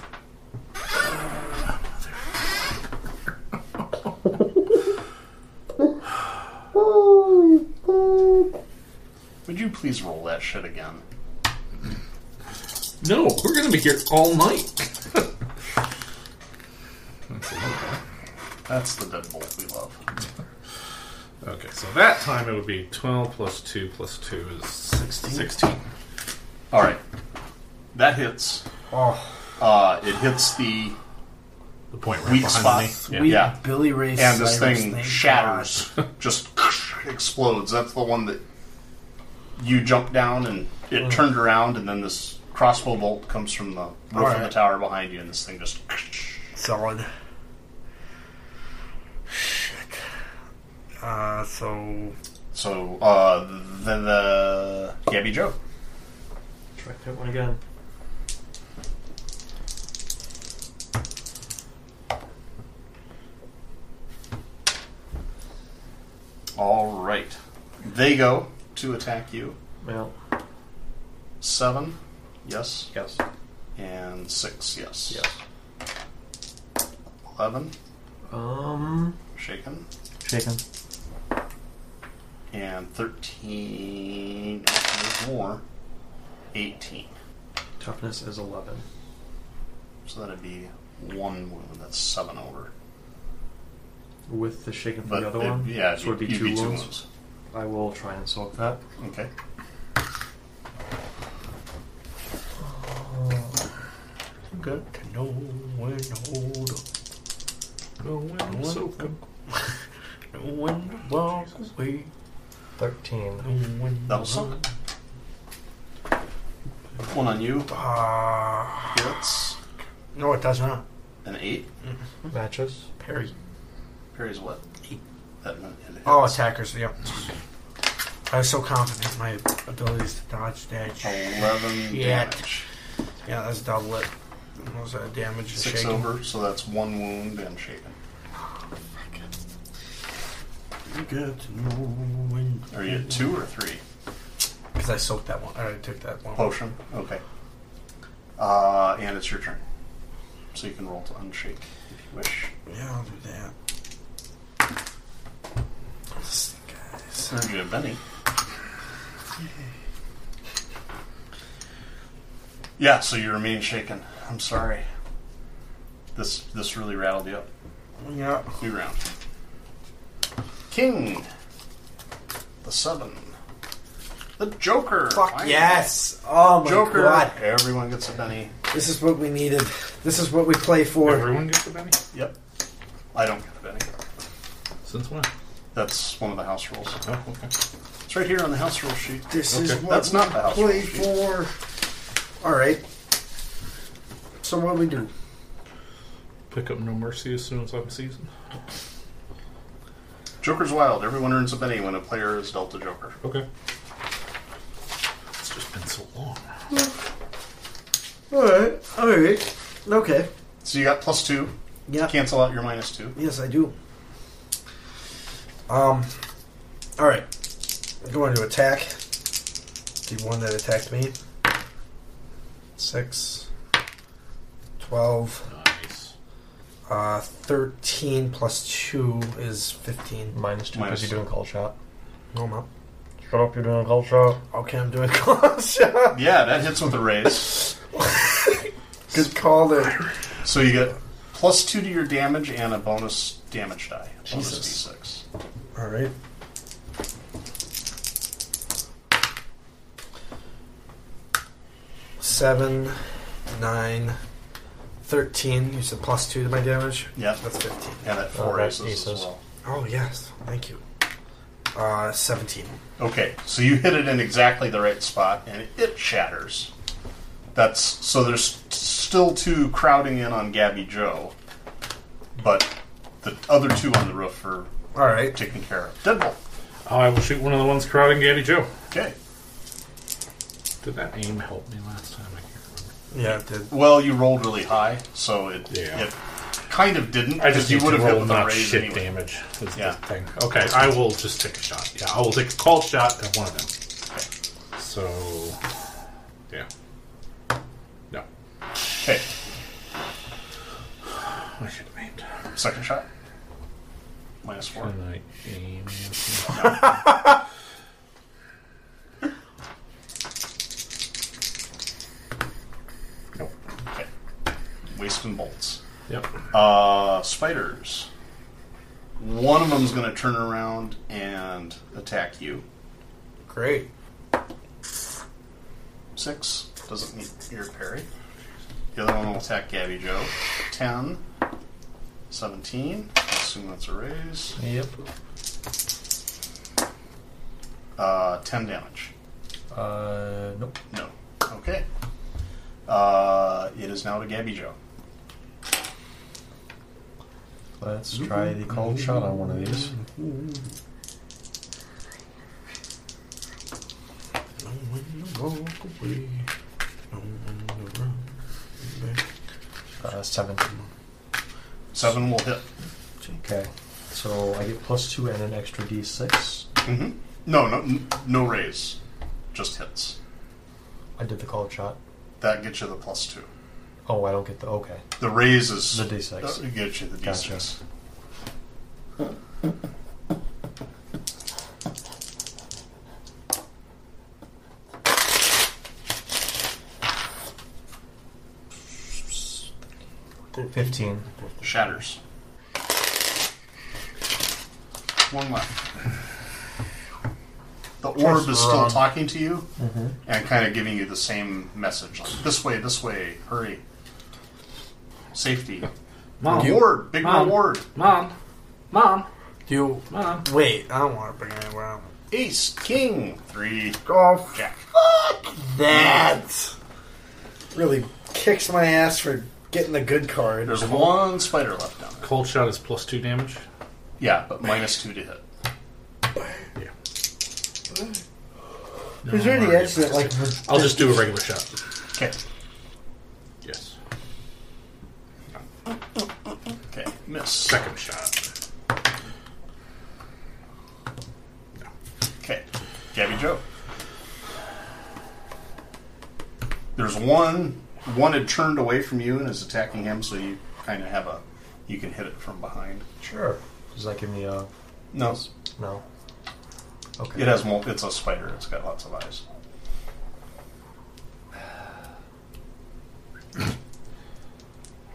C: Would you please roll that shit again?
G: No, we're going to be here all night.
C: That's the deadbolt we love.
G: Okay, so that time it would be 12 plus 2 plus 2 is 16.
C: All right, that hits.
D: Oh,
C: Uh, it hits the
G: The point right
C: weak
G: behind
C: spot.
G: me.
C: Yeah. yeah.
D: Billy Ray
C: and this
D: Cyrus,
C: thing
D: thank
C: shatters, just explodes. That's the one that you jump down and it turned around, and then this crossbow bolt comes from the roof of the
D: right.
C: tower behind you, and this thing just.
D: God. Solid. Shit. Uh, so
C: So uh, then the Gabby Joe.
I: Try to hit one again.
C: All right, they go to attack you.
I: Well,
C: Seven, yes,
I: yes,
C: and six, yes,
I: yes.
C: Eleven,
I: Um,
C: shaken,
I: shaken.
C: and thirteen. no, There's more. Eighteen.
I: Toughness is eleven.
C: So that'd be one wound. That's seven over.
I: With the shaken from
C: But
I: the other
C: it-
I: one,
C: yeah,
I: so it'd be
C: you'd
I: two, wounds. I will try and soak that.
C: Okay.
I: Uh,
E: get to know and hold on. No one to walk away. 13.
F: No one
C: That was something. One on you.
E: Uh,
C: Gets
E: no, it does not.
C: an eight.
E: Matches. Parry.
C: Parry's what? Eight. That one. and it
E: Oh,
C: hits.
E: attackers, yep. I was so confident in my abilities to dodge that. shit.
C: Eleven
E: Shit.
C: damage.
E: Yeah, that's double it. What was that damage? and
C: Six
E: shaking?
C: over, so that's one wound and shaken.
I: Oh,
E: You get to know when.
C: Are you at two or three?
E: Because I soaked that one. I already took that one.
C: Potion. Okay. Uh, and it's your turn. So you can roll to unshake if you wish.
E: Yeah, I'll do that. This guy's-
C: Send you a Benny. Yeah, so you remain shaken. I'm sorry. This this really rattled you up.
E: Yeah.
C: New round. King. The seven. The Joker.
D: Fuck
C: Finally.
D: yes! Oh my
C: Joker.
D: god.
C: Everyone gets a Benny.
D: This is what we needed. This is what we play for.
G: Everyone gets a penny?
C: Yep. I don't get a Benny.
G: Since when?
C: That's one of the house rules.
G: Oh, okay.
C: It's right here on the house rule sheet.
D: This is
G: Okay.
D: what
C: That's not the house
D: play
C: rule sheet.
D: for. Alright. So what do we do?
G: Pick up No Mercy as soon as I'm seasoned.
C: Joker's wild. Everyone earns a Benny when a player is dealt a Joker.
G: Okay. It's just been so long.
D: Alright, alright. Okay.
C: So you got plus two.
D: Yeah.
C: Cancel out your minus two.
D: Yes, I do. Um. All right. I'm going to attack. The one that attacked me. Six. Twelve.
G: Nice.
D: Uh, thirteen plus two is fifteen.
E: Minus two
C: Minus
E: because you're doing cold shot.
D: No, I'm up.
E: Shut up, you're doing cold shot.
D: Okay, I'm doing cold shot.
C: Yeah, that hits with a raise.
D: Good call there.
C: so you get plus two to your damage and a bonus damage die. a Bonus
D: Jesus.
C: d6.
D: All right. Seven, nine, thirteen. You said plus two to my damage.
C: Yeah,
D: That's 15.
C: and that four
E: Oh, that's
C: raises as
E: aces.
C: well.
D: Oh, yes. Thank you. Uh, 17.
C: Okay, so you hit it in exactly the right spot, and it shatters. That's so. There's still two crowding in on Gabby Joe, but the other two on the roof are
D: All right.
C: taken care of. Deadbolt.
G: Oh, I will shoot one of the ones crowding Gabby Joe.
C: Okay.
G: Did that aim help me last time? I can't
D: Yeah, it did.
C: Well, you rolled really high, so it
G: Yeah.
C: it kind of didn't.
G: remember. I just
C: because you
G: need
C: would
G: to
C: have hit
G: roll
C: with a
G: not
C: raise
G: shit
C: anyway.
G: damage. Is
C: Yeah.
G: the thing. Okay, I will just take a shot. Yeah, I will take a called shot at one of them. So, yeah. No.
C: Okay,
G: I should have aimed.
C: second shot. Minus four.
G: And I aim. nope.
C: Okay. Wasting bolts.
G: Yep.
C: Uh, spiders. One of them's going to turn around and attack you.
D: Great.
C: Six doesn't meet your parry. The other one will attack Gabby Joe. Ten. Seventeen. I assume that's a raise.
E: Yep.
C: Uh, ten damage.
I: Uh, nope.
C: No. Okay. Uh, it is now to Gabby Joe.
I: Let's try the cold shot on one of these. Uh, seven.
C: Seven will hit.
I: Okay. So I get plus two and an extra d6.
C: hmm No, no, n- no raise. Just hits.
I: I did the cold shot.
C: That gets you the plus two.
I: Oh, I don't get the. Okay.
C: The raise is
I: The d6.
C: uh, gets you the d6.
I: Gotcha.
E: Fifteen.
C: Shatters. One left. The orb is still
E: wrong.
C: talking to you and kind of giving you the same message. Like, this way, this way, hurry. Safety.
G: Mom,
C: Reward. Big
G: Mom.
C: reward.
G: mom, mom,
D: Do you
G: mom.
D: wait? I don't want to bring it anywhere. I don't-
C: Ace. King. Three.
D: Oh,
C: Jack.
D: that really kicks my ass for getting the good card.
C: There's one spider left down there.
G: Cold shot is plus two damage.
C: Yeah, but minus two to hit.
D: Is there any edge that like
G: I'll just do a regular shot.
C: Okay.
G: Yes.
C: Okay. Miss.
G: Second shot.
C: Okay. Gabby Joe. There's one. One had turned away from you and is attacking him, so you kind of have a. You can hit it from behind.
E: Sure. Just like in the uh,
C: No.
E: no. Okay.
C: It has mul- It's a spider. It's got lots of eyes.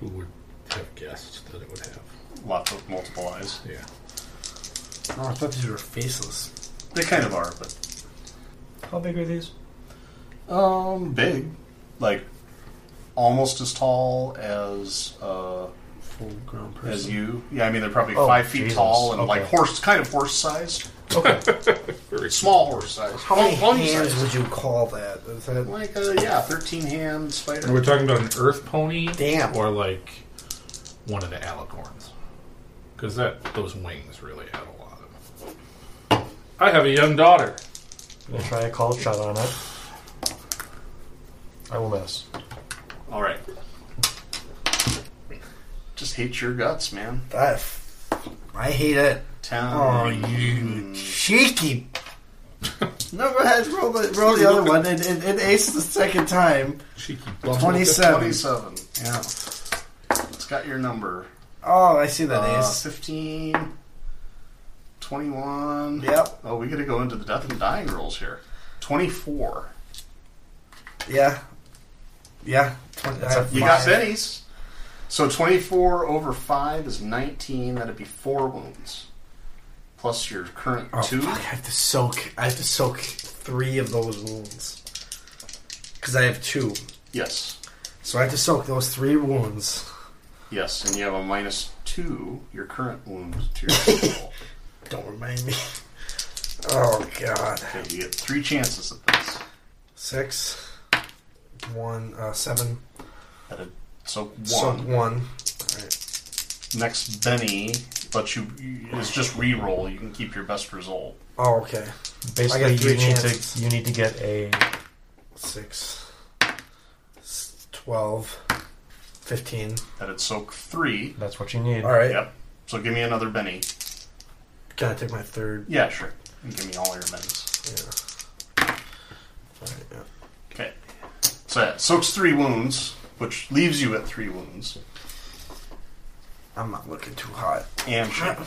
G: Who would have guessed that it would have?
C: Lots of multiple eyes.
G: Yeah.
D: Oh, I thought these were faceless.
C: They kind of are, but
E: How big are these?
C: Um, big, like almost as tall as uh,
D: Full grown
C: as
D: person.
C: you. Yeah, I mean they're probably
E: Oh,
C: five feet
E: Jesus.
C: tall and like
E: Okay.
C: horse, kind of horse sized,
E: Okay.
G: Very
C: small horse sized.
D: How many
C: Pony
D: hands
C: sized.
D: would you call that? Is that
C: Like uh, yeah, thirteen hand
G: And we're
C: spider.
G: talking about an earth pony,
D: Damn.
G: or like one of the alicorns, because that those wings really add a lot. Of I have a young daughter.
E: I'm gonna try a cold shot on it. I will miss.
C: All right. Just hate your guts, man.
D: that? f- I hate it. Oh,
C: Town.
D: you cheeky. No, go ahead. Roll the, roll the other one. It, it, it aced the second time.
G: Cheeky bum.
D: 27.
C: Twenty-seven.
D: Yeah.
C: It's got your number.
D: Oh, I see that
C: Uh,
D: ace.
C: 15, 21.
D: Yep.
C: Oh, we got to go into the death and dying rolls here. 24.
D: Yeah. Yeah. 20,
E: That's a
C: You got Benny's. So 24 over 5 is 19. That'd be 4 wounds. Plus your current
D: Oh,
C: 2.
D: fuck, I have to soak. I have to soak three of those wounds. Because I have two.
C: Yes.
D: So I have to soak those three wounds.
C: Yes. And you have a minus 2, your current wound to your roll.
D: Don't remind me. Oh, God.
C: Okay, you get 3 chances at this.
D: Six. One. Uh, seven.
C: At a, so 1.
D: Soak one.
C: Next Benny, but you, you it's just re-roll. You can keep your best result.
D: Oh, okay.
E: Basically,
D: three
E: you need
D: chances.
E: to you need to get a
D: Six. S- Twelve. Fifteen.
C: That'd soak 3.
E: That's what you need.
D: All right.
C: Yep. So give me another Benny.
D: Can I take my third?
C: Yeah, sure. And give me all your Bennies.
D: Yeah. All right, yeah.
C: Okay. So that soaks three wounds, which leaves you at three wounds.
D: I'm not looking too hot.
C: And shit.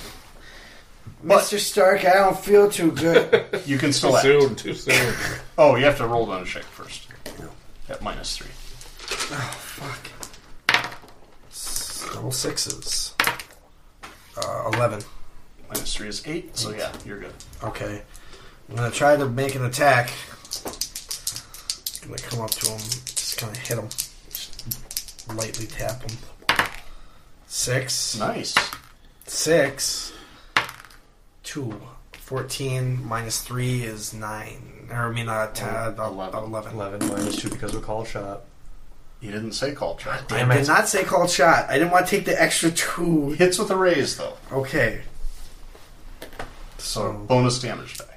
D: Mr. Stark, I don't feel too good.
C: you can still act.
G: Soon, too soon.
C: Oh, you have to roll down a check first. At minus three.
D: Fuck. S- Double sixes. Uh, Eleven.
C: Minus three is eight, so yeah, you're good.
D: Okay. I'm gonna try to make an attack. I'm gonna come up to him, just kind of hit him, just lightly tap him. Six,
C: Nice.
D: six, two, fourteen minus three is nine. Or I mean, uh, ten,
C: Eleven.
D: eleven. eleven.
I: Eleven minus two because of a call shot.
C: You didn't say call check.
D: I did not say called shot. I didn't want to take the extra two.
C: Hits with a raise, though.
D: Okay.
C: So
D: So
C: bonus damage die.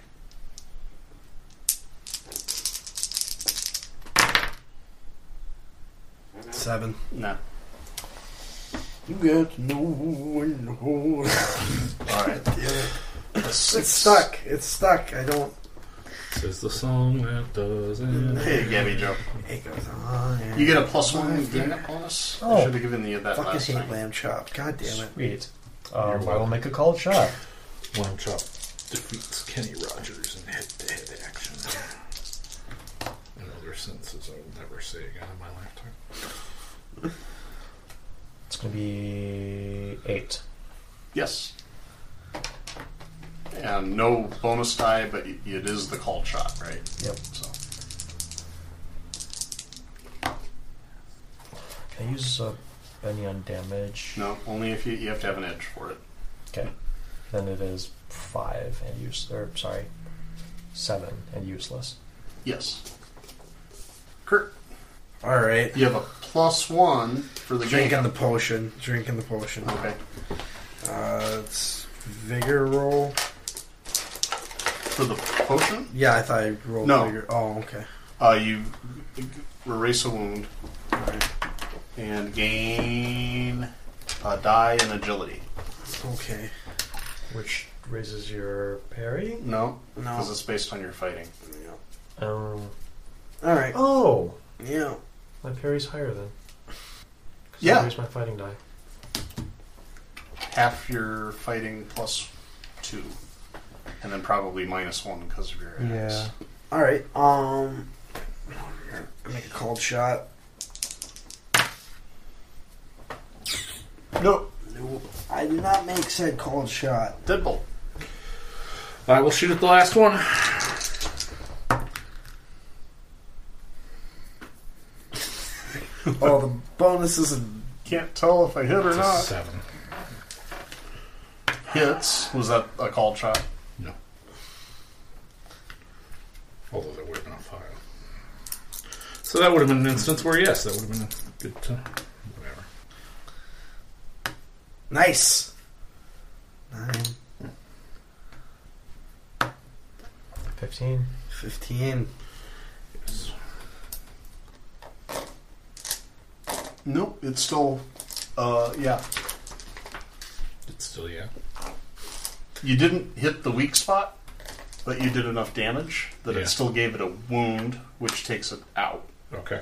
D: seven.
C: Nah.
D: You got no one.
C: Alright. A six.
D: It's stuck. It's stuck. I don't.
G: Says the song that doesn't.
C: Hey, Gabby Joe.
D: It goes on. and-
C: You get a plus one gain up bonus. I
E: Oh.
C: should have given you that
D: fucking
C: last
D: hate
C: time.
D: lamb chop. God damn it.
E: Sweet. Um, I will make a cold shot.
G: Lamb Chop defeats Kenny Rogers in head-to-head action. Another sentence I will never say again in my lifetime.
E: It's gonna be eight.
C: Yes. And no bonus die, but it it is the call shot, right?
E: Yep.
C: So
E: Can I use uh, any on damage.
C: No, only if you you have to have an edge for it.
E: Then it is five and use or sorry, seven and useless.
C: Yes. Kurt,
D: All right.
C: you have a plus one for the
D: Drinking
C: game.
D: the potion. Drinking the potion.
C: Okay.
D: Uh, it's vigor roll.
C: For the potion,
D: Yeah, I thought I rolled
C: No.
D: vigor. Oh, okay.
C: uh, you erase a wound and gain a die and agility.
D: Okay.
I: which raises your parry.
C: No, because
D: No.
C: it's based on your fighting.
E: Um.
D: All right.
E: Oh,
D: Yeah.
E: my parry's higher then. 'Cause I
C: Yeah.
E: raised my fighting die.
C: Half your fighting plus two, and then probably minus one because of your axe.
D: All right. Um, make a cold shot.
C: No,
D: I did not make said cold shot.
C: deadbolt.
G: I will shoot at the last one.
D: Oh, the bonuses and
C: Can't tell if I hit or
F: It's a
C: not.
F: seven.
C: Hits. Was that a called shot?
G: Although there would have been a file. So that would have been an instance where, yes, that would have been a good time. Whatever.
D: nice. Nine,
E: Fifteen.
D: 15.
C: Nope. It's still. Uh, yeah.
G: It's still, yeah.
C: You didn't hit the weak spot, but you did enough damage that
G: Yeah.
C: it still gave it a wound, which takes it out.
G: Okay.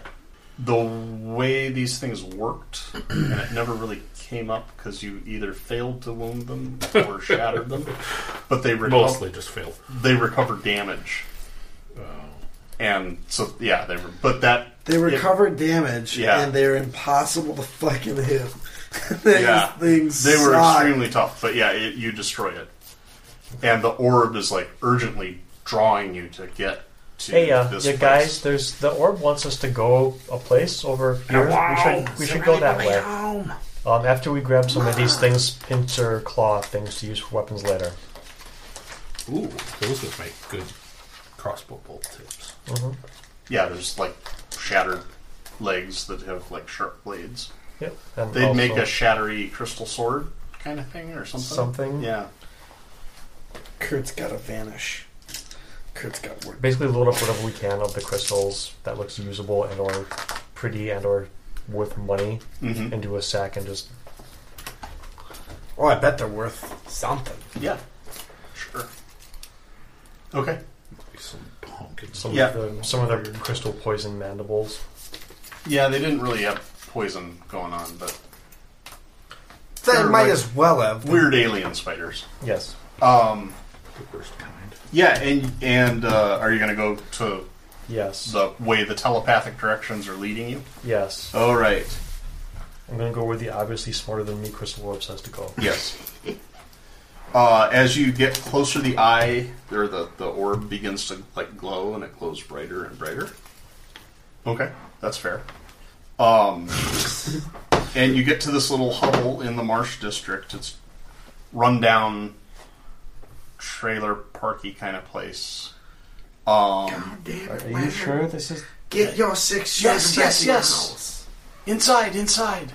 C: The way these things worked, and it never really came up because you either failed to wound them or shattered them, but they reco-
G: Mostly just failed.
C: they recovered damage, and so yeah, they were. But that
D: They recovered damage,
C: Yeah.
D: and they're impossible to fucking hit. These
C: Yeah.
D: things
C: They were
D: suck.
C: extremely tough, but yeah, it, you destroy it. And the orb is like urgently drawing you to get to
E: Hey, uh,
C: this
E: you
C: place.
E: guys, there's the orb wants us to go a place over here. We should we should go that way. Um, after we grab some of these things, pincer claw things to use for weapons later.
G: Ooh, those would make good crossbow bolt tips.
C: Yeah, there's like shattered legs that have like sharp blades.
E: Yep. And
C: They'd make a
E: also
C: shattery crystal sword kind of thing or something.
E: something.
C: Yeah.
D: Kurt's gotta vanish. Kurt's got work.
E: Basically, load up whatever we can of the crystals that looks usable and or pretty and or worth money
C: hmm
E: into a sack and just
D: Oh, I bet they're worth something.
C: Yeah. Sure. Okay.
G: Some honking.
E: some
C: Yeah.
E: of the some of the crystal poison mandibles.
C: Yeah, they didn't really have poison going on, but
D: They
C: They're
D: might
C: like-
D: as well have.
C: weird alien spiders.
E: Yes.
C: Um,
G: the worst kind.
C: yeah, and and uh, are you gonna go to
E: Yes.
C: the way the telepathic directions are leading you.
E: Yes.
C: All Oh, right.
E: I'm gonna go where the obviously smarter than me crystal orb says to go.
C: Yes. Uh, as you get closer, the eye or the the orb begins to like glow, and it glows brighter and brighter. Okay, that's fair. Um, and you get to this little hovel in the Marsh District. It's rundown, trailer parky kind of place. Um,
I: Are you sure this is?
D: Get your six
C: Yes, yes,
D: shots back in your
C: yes.
D: house.
C: inside, inside,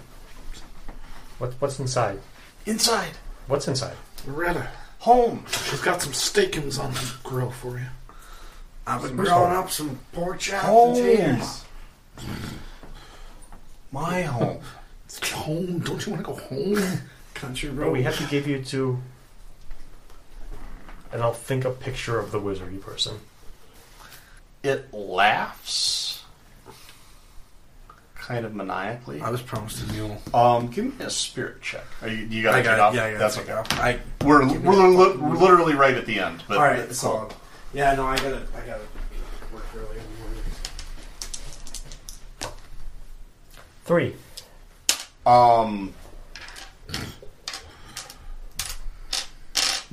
E: What what's inside?
C: inside.
E: What's inside?
G: Loretta,
C: Home.
G: she's got some steakums on the grill for you.
D: I've been growing up some pork chops
C: Home.
D: and taters.
C: My home.
G: It's home. Don't you want to go home? Country
E: Bro, Oh, we have to give you two. And I'll think a picture of the wizardy person.
C: It laughs, kind of maniacally.
D: I was promised a mule.
C: Um, give me a spirit check. Are you, you gotta
D: I
C: get
D: got
C: up.
D: it. Yeah, I got
C: That's
D: it.
C: okay.
D: I
C: We're we're, li- we're literally right at the end. But
D: All right, so yeah, no, I gotta, I gotta work early in the morning.
E: Three.
C: um,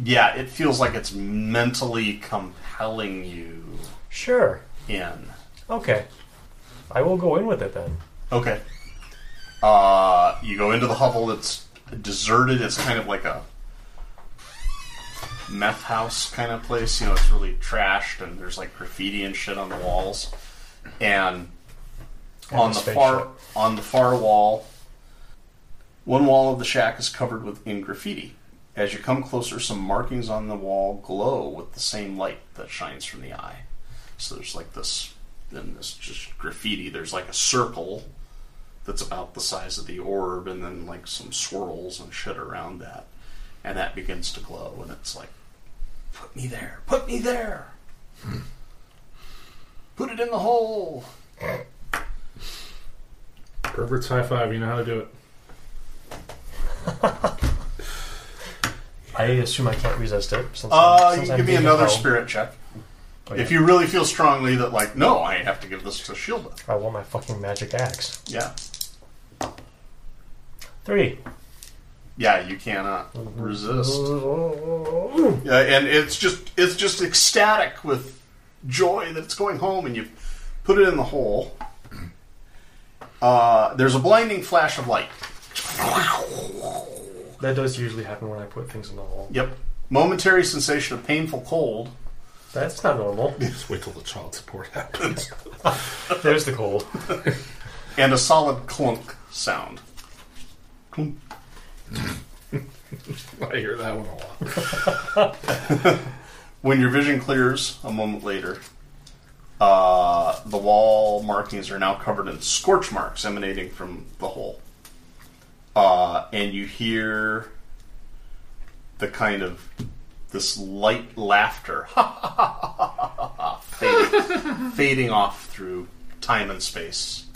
C: yeah, it feels like it's mentally compelling you
E: Sure.
C: in.
E: Okay. I will go in with it then.
C: Okay. Uh, you go into the hovel. It's deserted. It's kind of like a meth house kind of place. You know, it's really trashed, and there's like graffiti and shit on the walls. And on the
E: the
C: far on the far wall, one wall of the shack is covered with in graffiti. As you come closer, some markings on the wall glow with the same light that shines from the eye. So there's like this, then this just graffiti. There's like a circle that's about the size of the orb, and then like some swirls and shit around that, and that begins to glow, and it's like, put me there, put me there, Hmm. put it in the hole.
G: Herbert's high five. You know how to do it.
E: I assume I can't resist it. Since
C: Uh,
E: I'm, since
C: you
E: I'm
C: give me
E: being
C: another
E: held.
C: spirit check.
E: Oh,
C: If
E: yeah.
C: you really feel strongly that, like, no, I have to give this to Shilda.
E: I want my fucking magic axe.
C: Yeah.
E: Three.
C: Yeah, you cannot resist. Yeah, and it's just it's just ecstatic with joy that it's going home, and you put it in the hole. Uh, there's a blinding flash of light.
E: That does usually happen when I put things in the hole.
C: Yep. Momentary sensation of painful cold.
E: That's not normal.
G: Just wait till the child support happens.
E: There's the cold.
C: and a solid clunk sound. Clunk.
G: I hear that one a lot.
C: When your vision clears a moment later, uh, the wall markings are now covered in scorch marks emanating from the hole. Uh, and you hear the kind of this light laughter fading, fading off through time and space.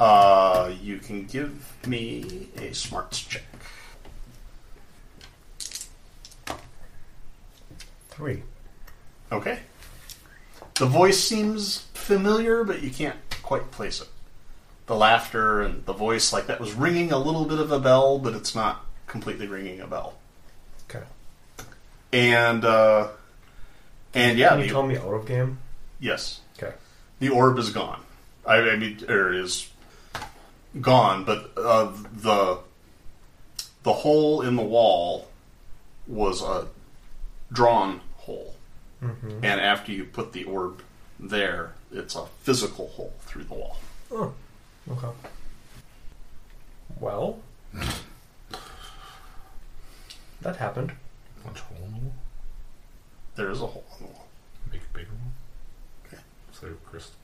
C: Uh, you can give me a smarts check.
E: Three.
C: Okay. The voice seems familiar, but you can't quite place it. The laughter and the voice, like that, was ringing a little bit of a bell, but it's not completely ringing a bell.
E: Okay.
C: And uh, and yeah,
E: Can you
C: the-
E: tell me out of game?
C: yes,
E: Okay.
C: the orb is gone. I, I mean, or it is gone, but uh, the the hole in the wall was a drawn hole, and after you put the orb there, it's a physical hole through the wall.
E: Oh. Okay. Well, that happened.
G: Punch a hole in the wall.
C: There is a hole in the wall.
G: Make a bigger one.
C: Okay.
G: So crystal.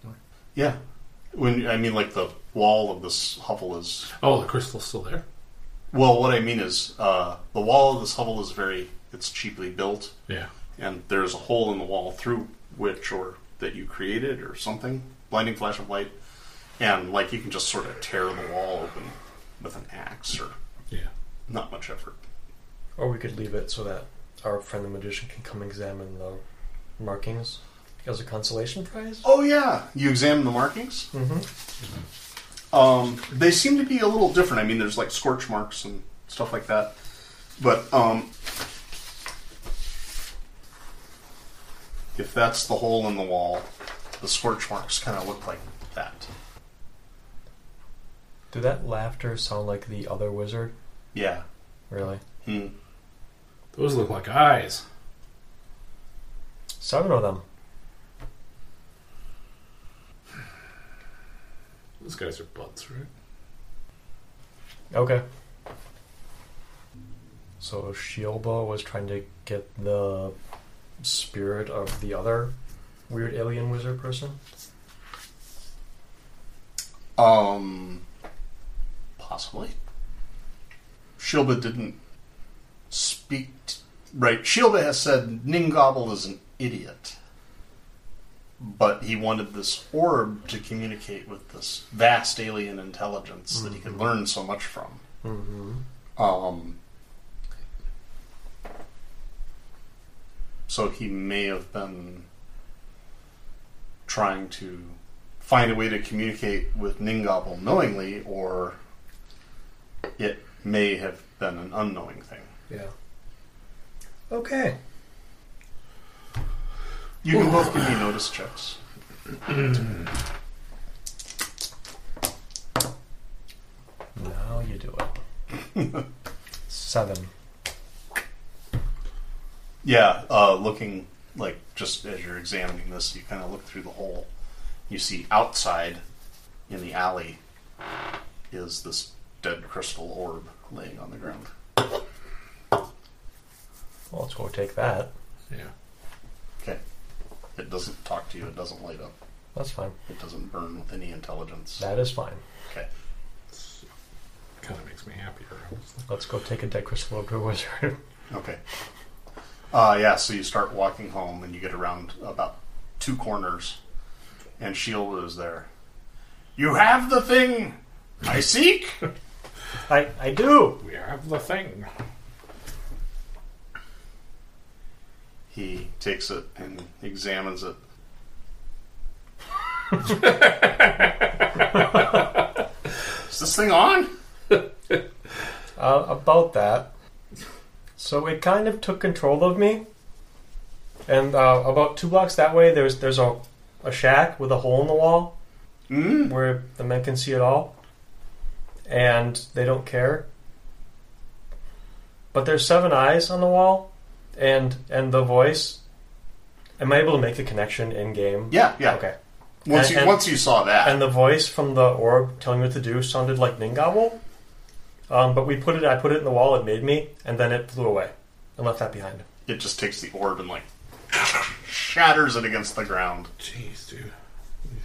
C: Yeah, when I mean like the wall of this hovel is
G: Oh, the crystal's still there.
C: well, what I mean is uh, the wall of this hovel is very it's cheaply built.
G: Yeah.
C: and there's a hole in the wall through which or that you created or something blinding flash of light and like you can just sort of tear the wall open with an axe or
G: Yeah.
C: not much effort
E: Or we could leave it so that our friend the magician can come examine the markings as a consolation prize.
C: oh yeah you examine the markings
E: Mm-hmm.
C: um, they seem to be a little different i mean there's like scorch marks and stuff like that but um, if that's the hole in the wall the scorch marks kind of look like that
E: Did that laughter sound like the other wizard?
C: yeah
E: Really?
C: Hmm.
G: Those look like eyes.
E: Seven of them.
G: Those guys are buds, right?
E: Okay. So Shioba was trying to get the spirit of the other weird alien wizard person?
C: Um, possibly. Shilba didn't speak. T- right, Shilba has said Ningobble is an idiot, but he wanted this orb to communicate with this vast alien intelligence that he could learn so much from.
E: Mm-hmm.
C: Um, so he may have been trying to find a way to communicate with Ningobble knowingly, or it may have been an unknowing thing.
E: Yeah. Okay.
C: You can both give me notice checks.
E: Seven.
C: Yeah, uh, looking like just as you're examining this, you kind of look through the hole. You see outside in the alley is this dead crystal orb laying on the ground.
E: Well, let's go take that.
G: Yeah.
C: Okay. It doesn't talk to you, it doesn't light up,
E: That's fine.
C: it doesn't burn with any intelligence.
E: That is fine.
C: Okay.
G: Kind of makes me happier. honestly.
E: Let's go take a dead crystal over to a wizard.
C: Okay. Uh, yeah, so you start walking home and you get around about two corners, and Shield is there. You have the thing I seek?
E: I, I do.
G: We have the thing.
C: He takes it and examines it. Is this thing on?
E: Uh, about that. So it kind of took control of me. And uh, about two blocks that way, there's there's a, a shack with a hole in the wall
C: Mm.
E: where the men can see it all. And they don't care. But there's seven eyes on the wall and and the voice. Am I able to make the connection in game?
C: Yeah, yeah.
E: Okay.
C: Once you
E: And-
C: once you saw that,
E: And the voice from the orb telling me what to do sounded like Ningabo. Um, but we put it, I put it in the wall, it made me, and then it flew away and left that behind.
C: it just takes the orb and like shatters it against the ground.
G: Jeez, dude.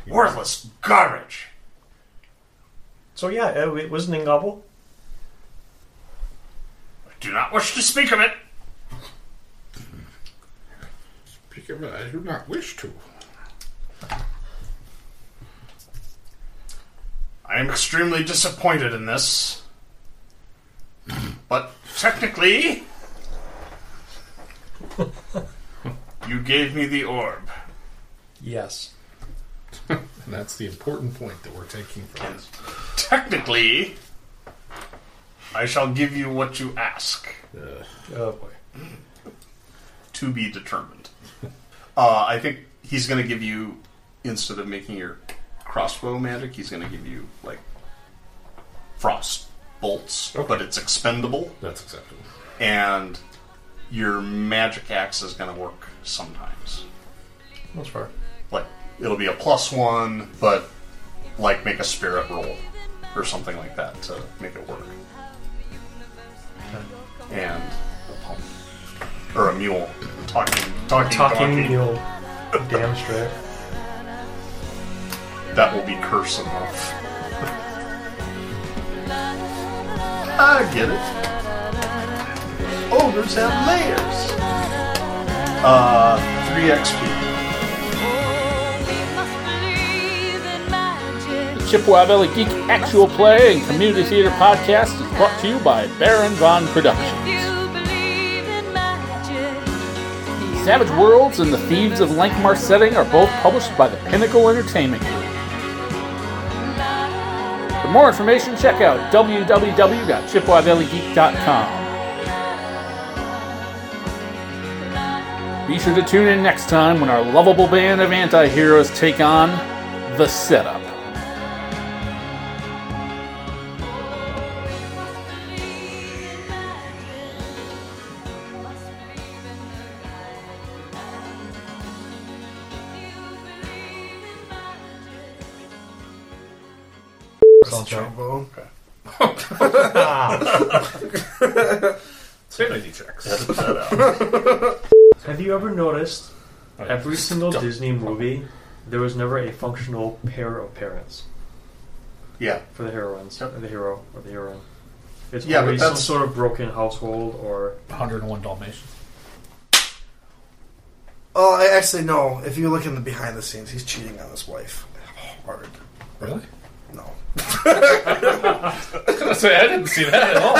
C: Worthless garbage.
E: So yeah, it, it was Ningabo.
C: I do not wish to speak of it.
G: Pick up, I do not wish to.
C: I am extremely disappointed in this. But technically, you gave me the orb.
E: Yes.
G: And that's the important point that we're taking from this.
C: Technically, I shall give you what you ask.
G: Uh,
E: Oh boy.
C: To be determined. Uh, I think he's going to give you, instead of making your crossbow magic, he's going to give you, like, frost bolts, but it's expendable.
G: that's acceptable.
C: and your magic axe is going to work sometimes.
E: That's fair.
C: Like, it'll be a plus one, but like make a spirit roll or something like that to make it work. And or a mule talking talking,
E: Talking
C: donkey.
E: mule. Damn straight.
C: That will be curse enough. I get it. Ogres have layers. Uh, 3 XP.
B: Oh, we must believe in magic.
A: Chippewa Valley Geek Actual Play and Community Theater Podcast is brought to you by Baron Von Productions.
B: If you believe in magic,
A: Savage Worlds and The Thieves of Lankmar Setting are both published by the Pinnacle Entertainment Group. For more information, check out www.chippewavelligeek.com. Be sure to tune in next time when our lovable band of anti heroes take on The Setup.
B: must believe in magic. If you believe in magic.
D: Trombone.
G: Sanity checks.
C: Edit that out.
I: Have you ever noticed every single Disney movie, there was never a functional pair of parents
C: Yeah,
I: for the heroines,
C: Yep.
I: the hero or the heroine? It's
C: Yeah, but
I: always some
C: that's-
I: sort of broken household or
G: 101 Dalmatians.
D: Oh, I actually no. If you look in the behind the scenes, he's cheating on his wife. Hard.
G: Really?
D: No.
G: So I didn't see that at all.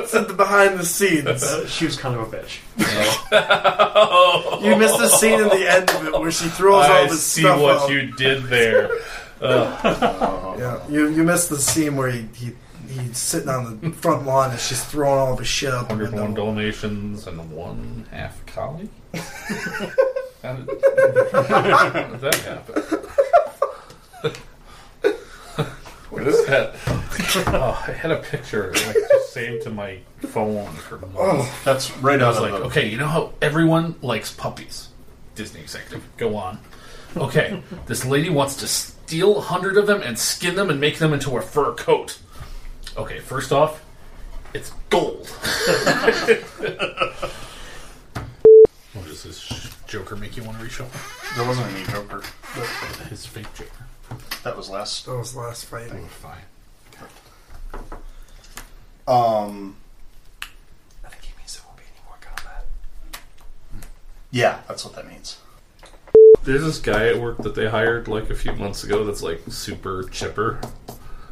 D: It's in the behind the scenes.
I: uh, she was kind of a bitch.
D: You missed the scene in the end of it where she throws all
G: I
D: this
G: see
D: stuff
G: what
D: out.
G: you did there.
D: Yeah, you you missed the scene where he, he he's sitting on the front lawn and she's throwing all of his shit out the
G: 101
D: window.
G: Dalmatians and one half collie? How did, how did that happen? what is that? Oh, I had a picture. Like, just
F: saved to my phone for months.
C: That's right
F: I
C: out
F: was
C: of
F: like,
C: the-
F: okay, you know how everyone likes puppies? Disney executive, go on. Okay, this lady wants to steal a hundred of them and skin them and make them into a fur coat. Okay, first off, it's gold. what does this sh- Joker make you want to reshuffle?
C: There wasn't any Joker.
F: His fake Joker.
C: That was last.
D: That was the last fight.
F: Fine.
C: Um,
I: I think he means there won't be any more combat.
C: yeah, that's what that means.
G: There's this guy at work that they hired like a few months ago that's like super chipper.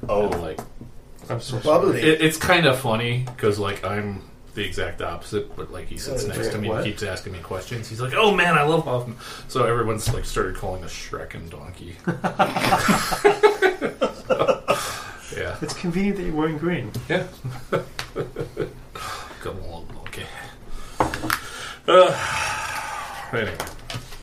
C: Oh,
G: And, like
I: I'm so
D: Bubbly.
G: it, it's kind of funny because like I'm the exact opposite, but like he sits next to me and keeps asking me questions. He's like, "Oh man, I love Hoffman." So everyone's like started calling us Shrek and Donkey. yeah,
I: It's convenient that you're wearing green.
G: yeah. Come along, Donkey. Uh, anyway,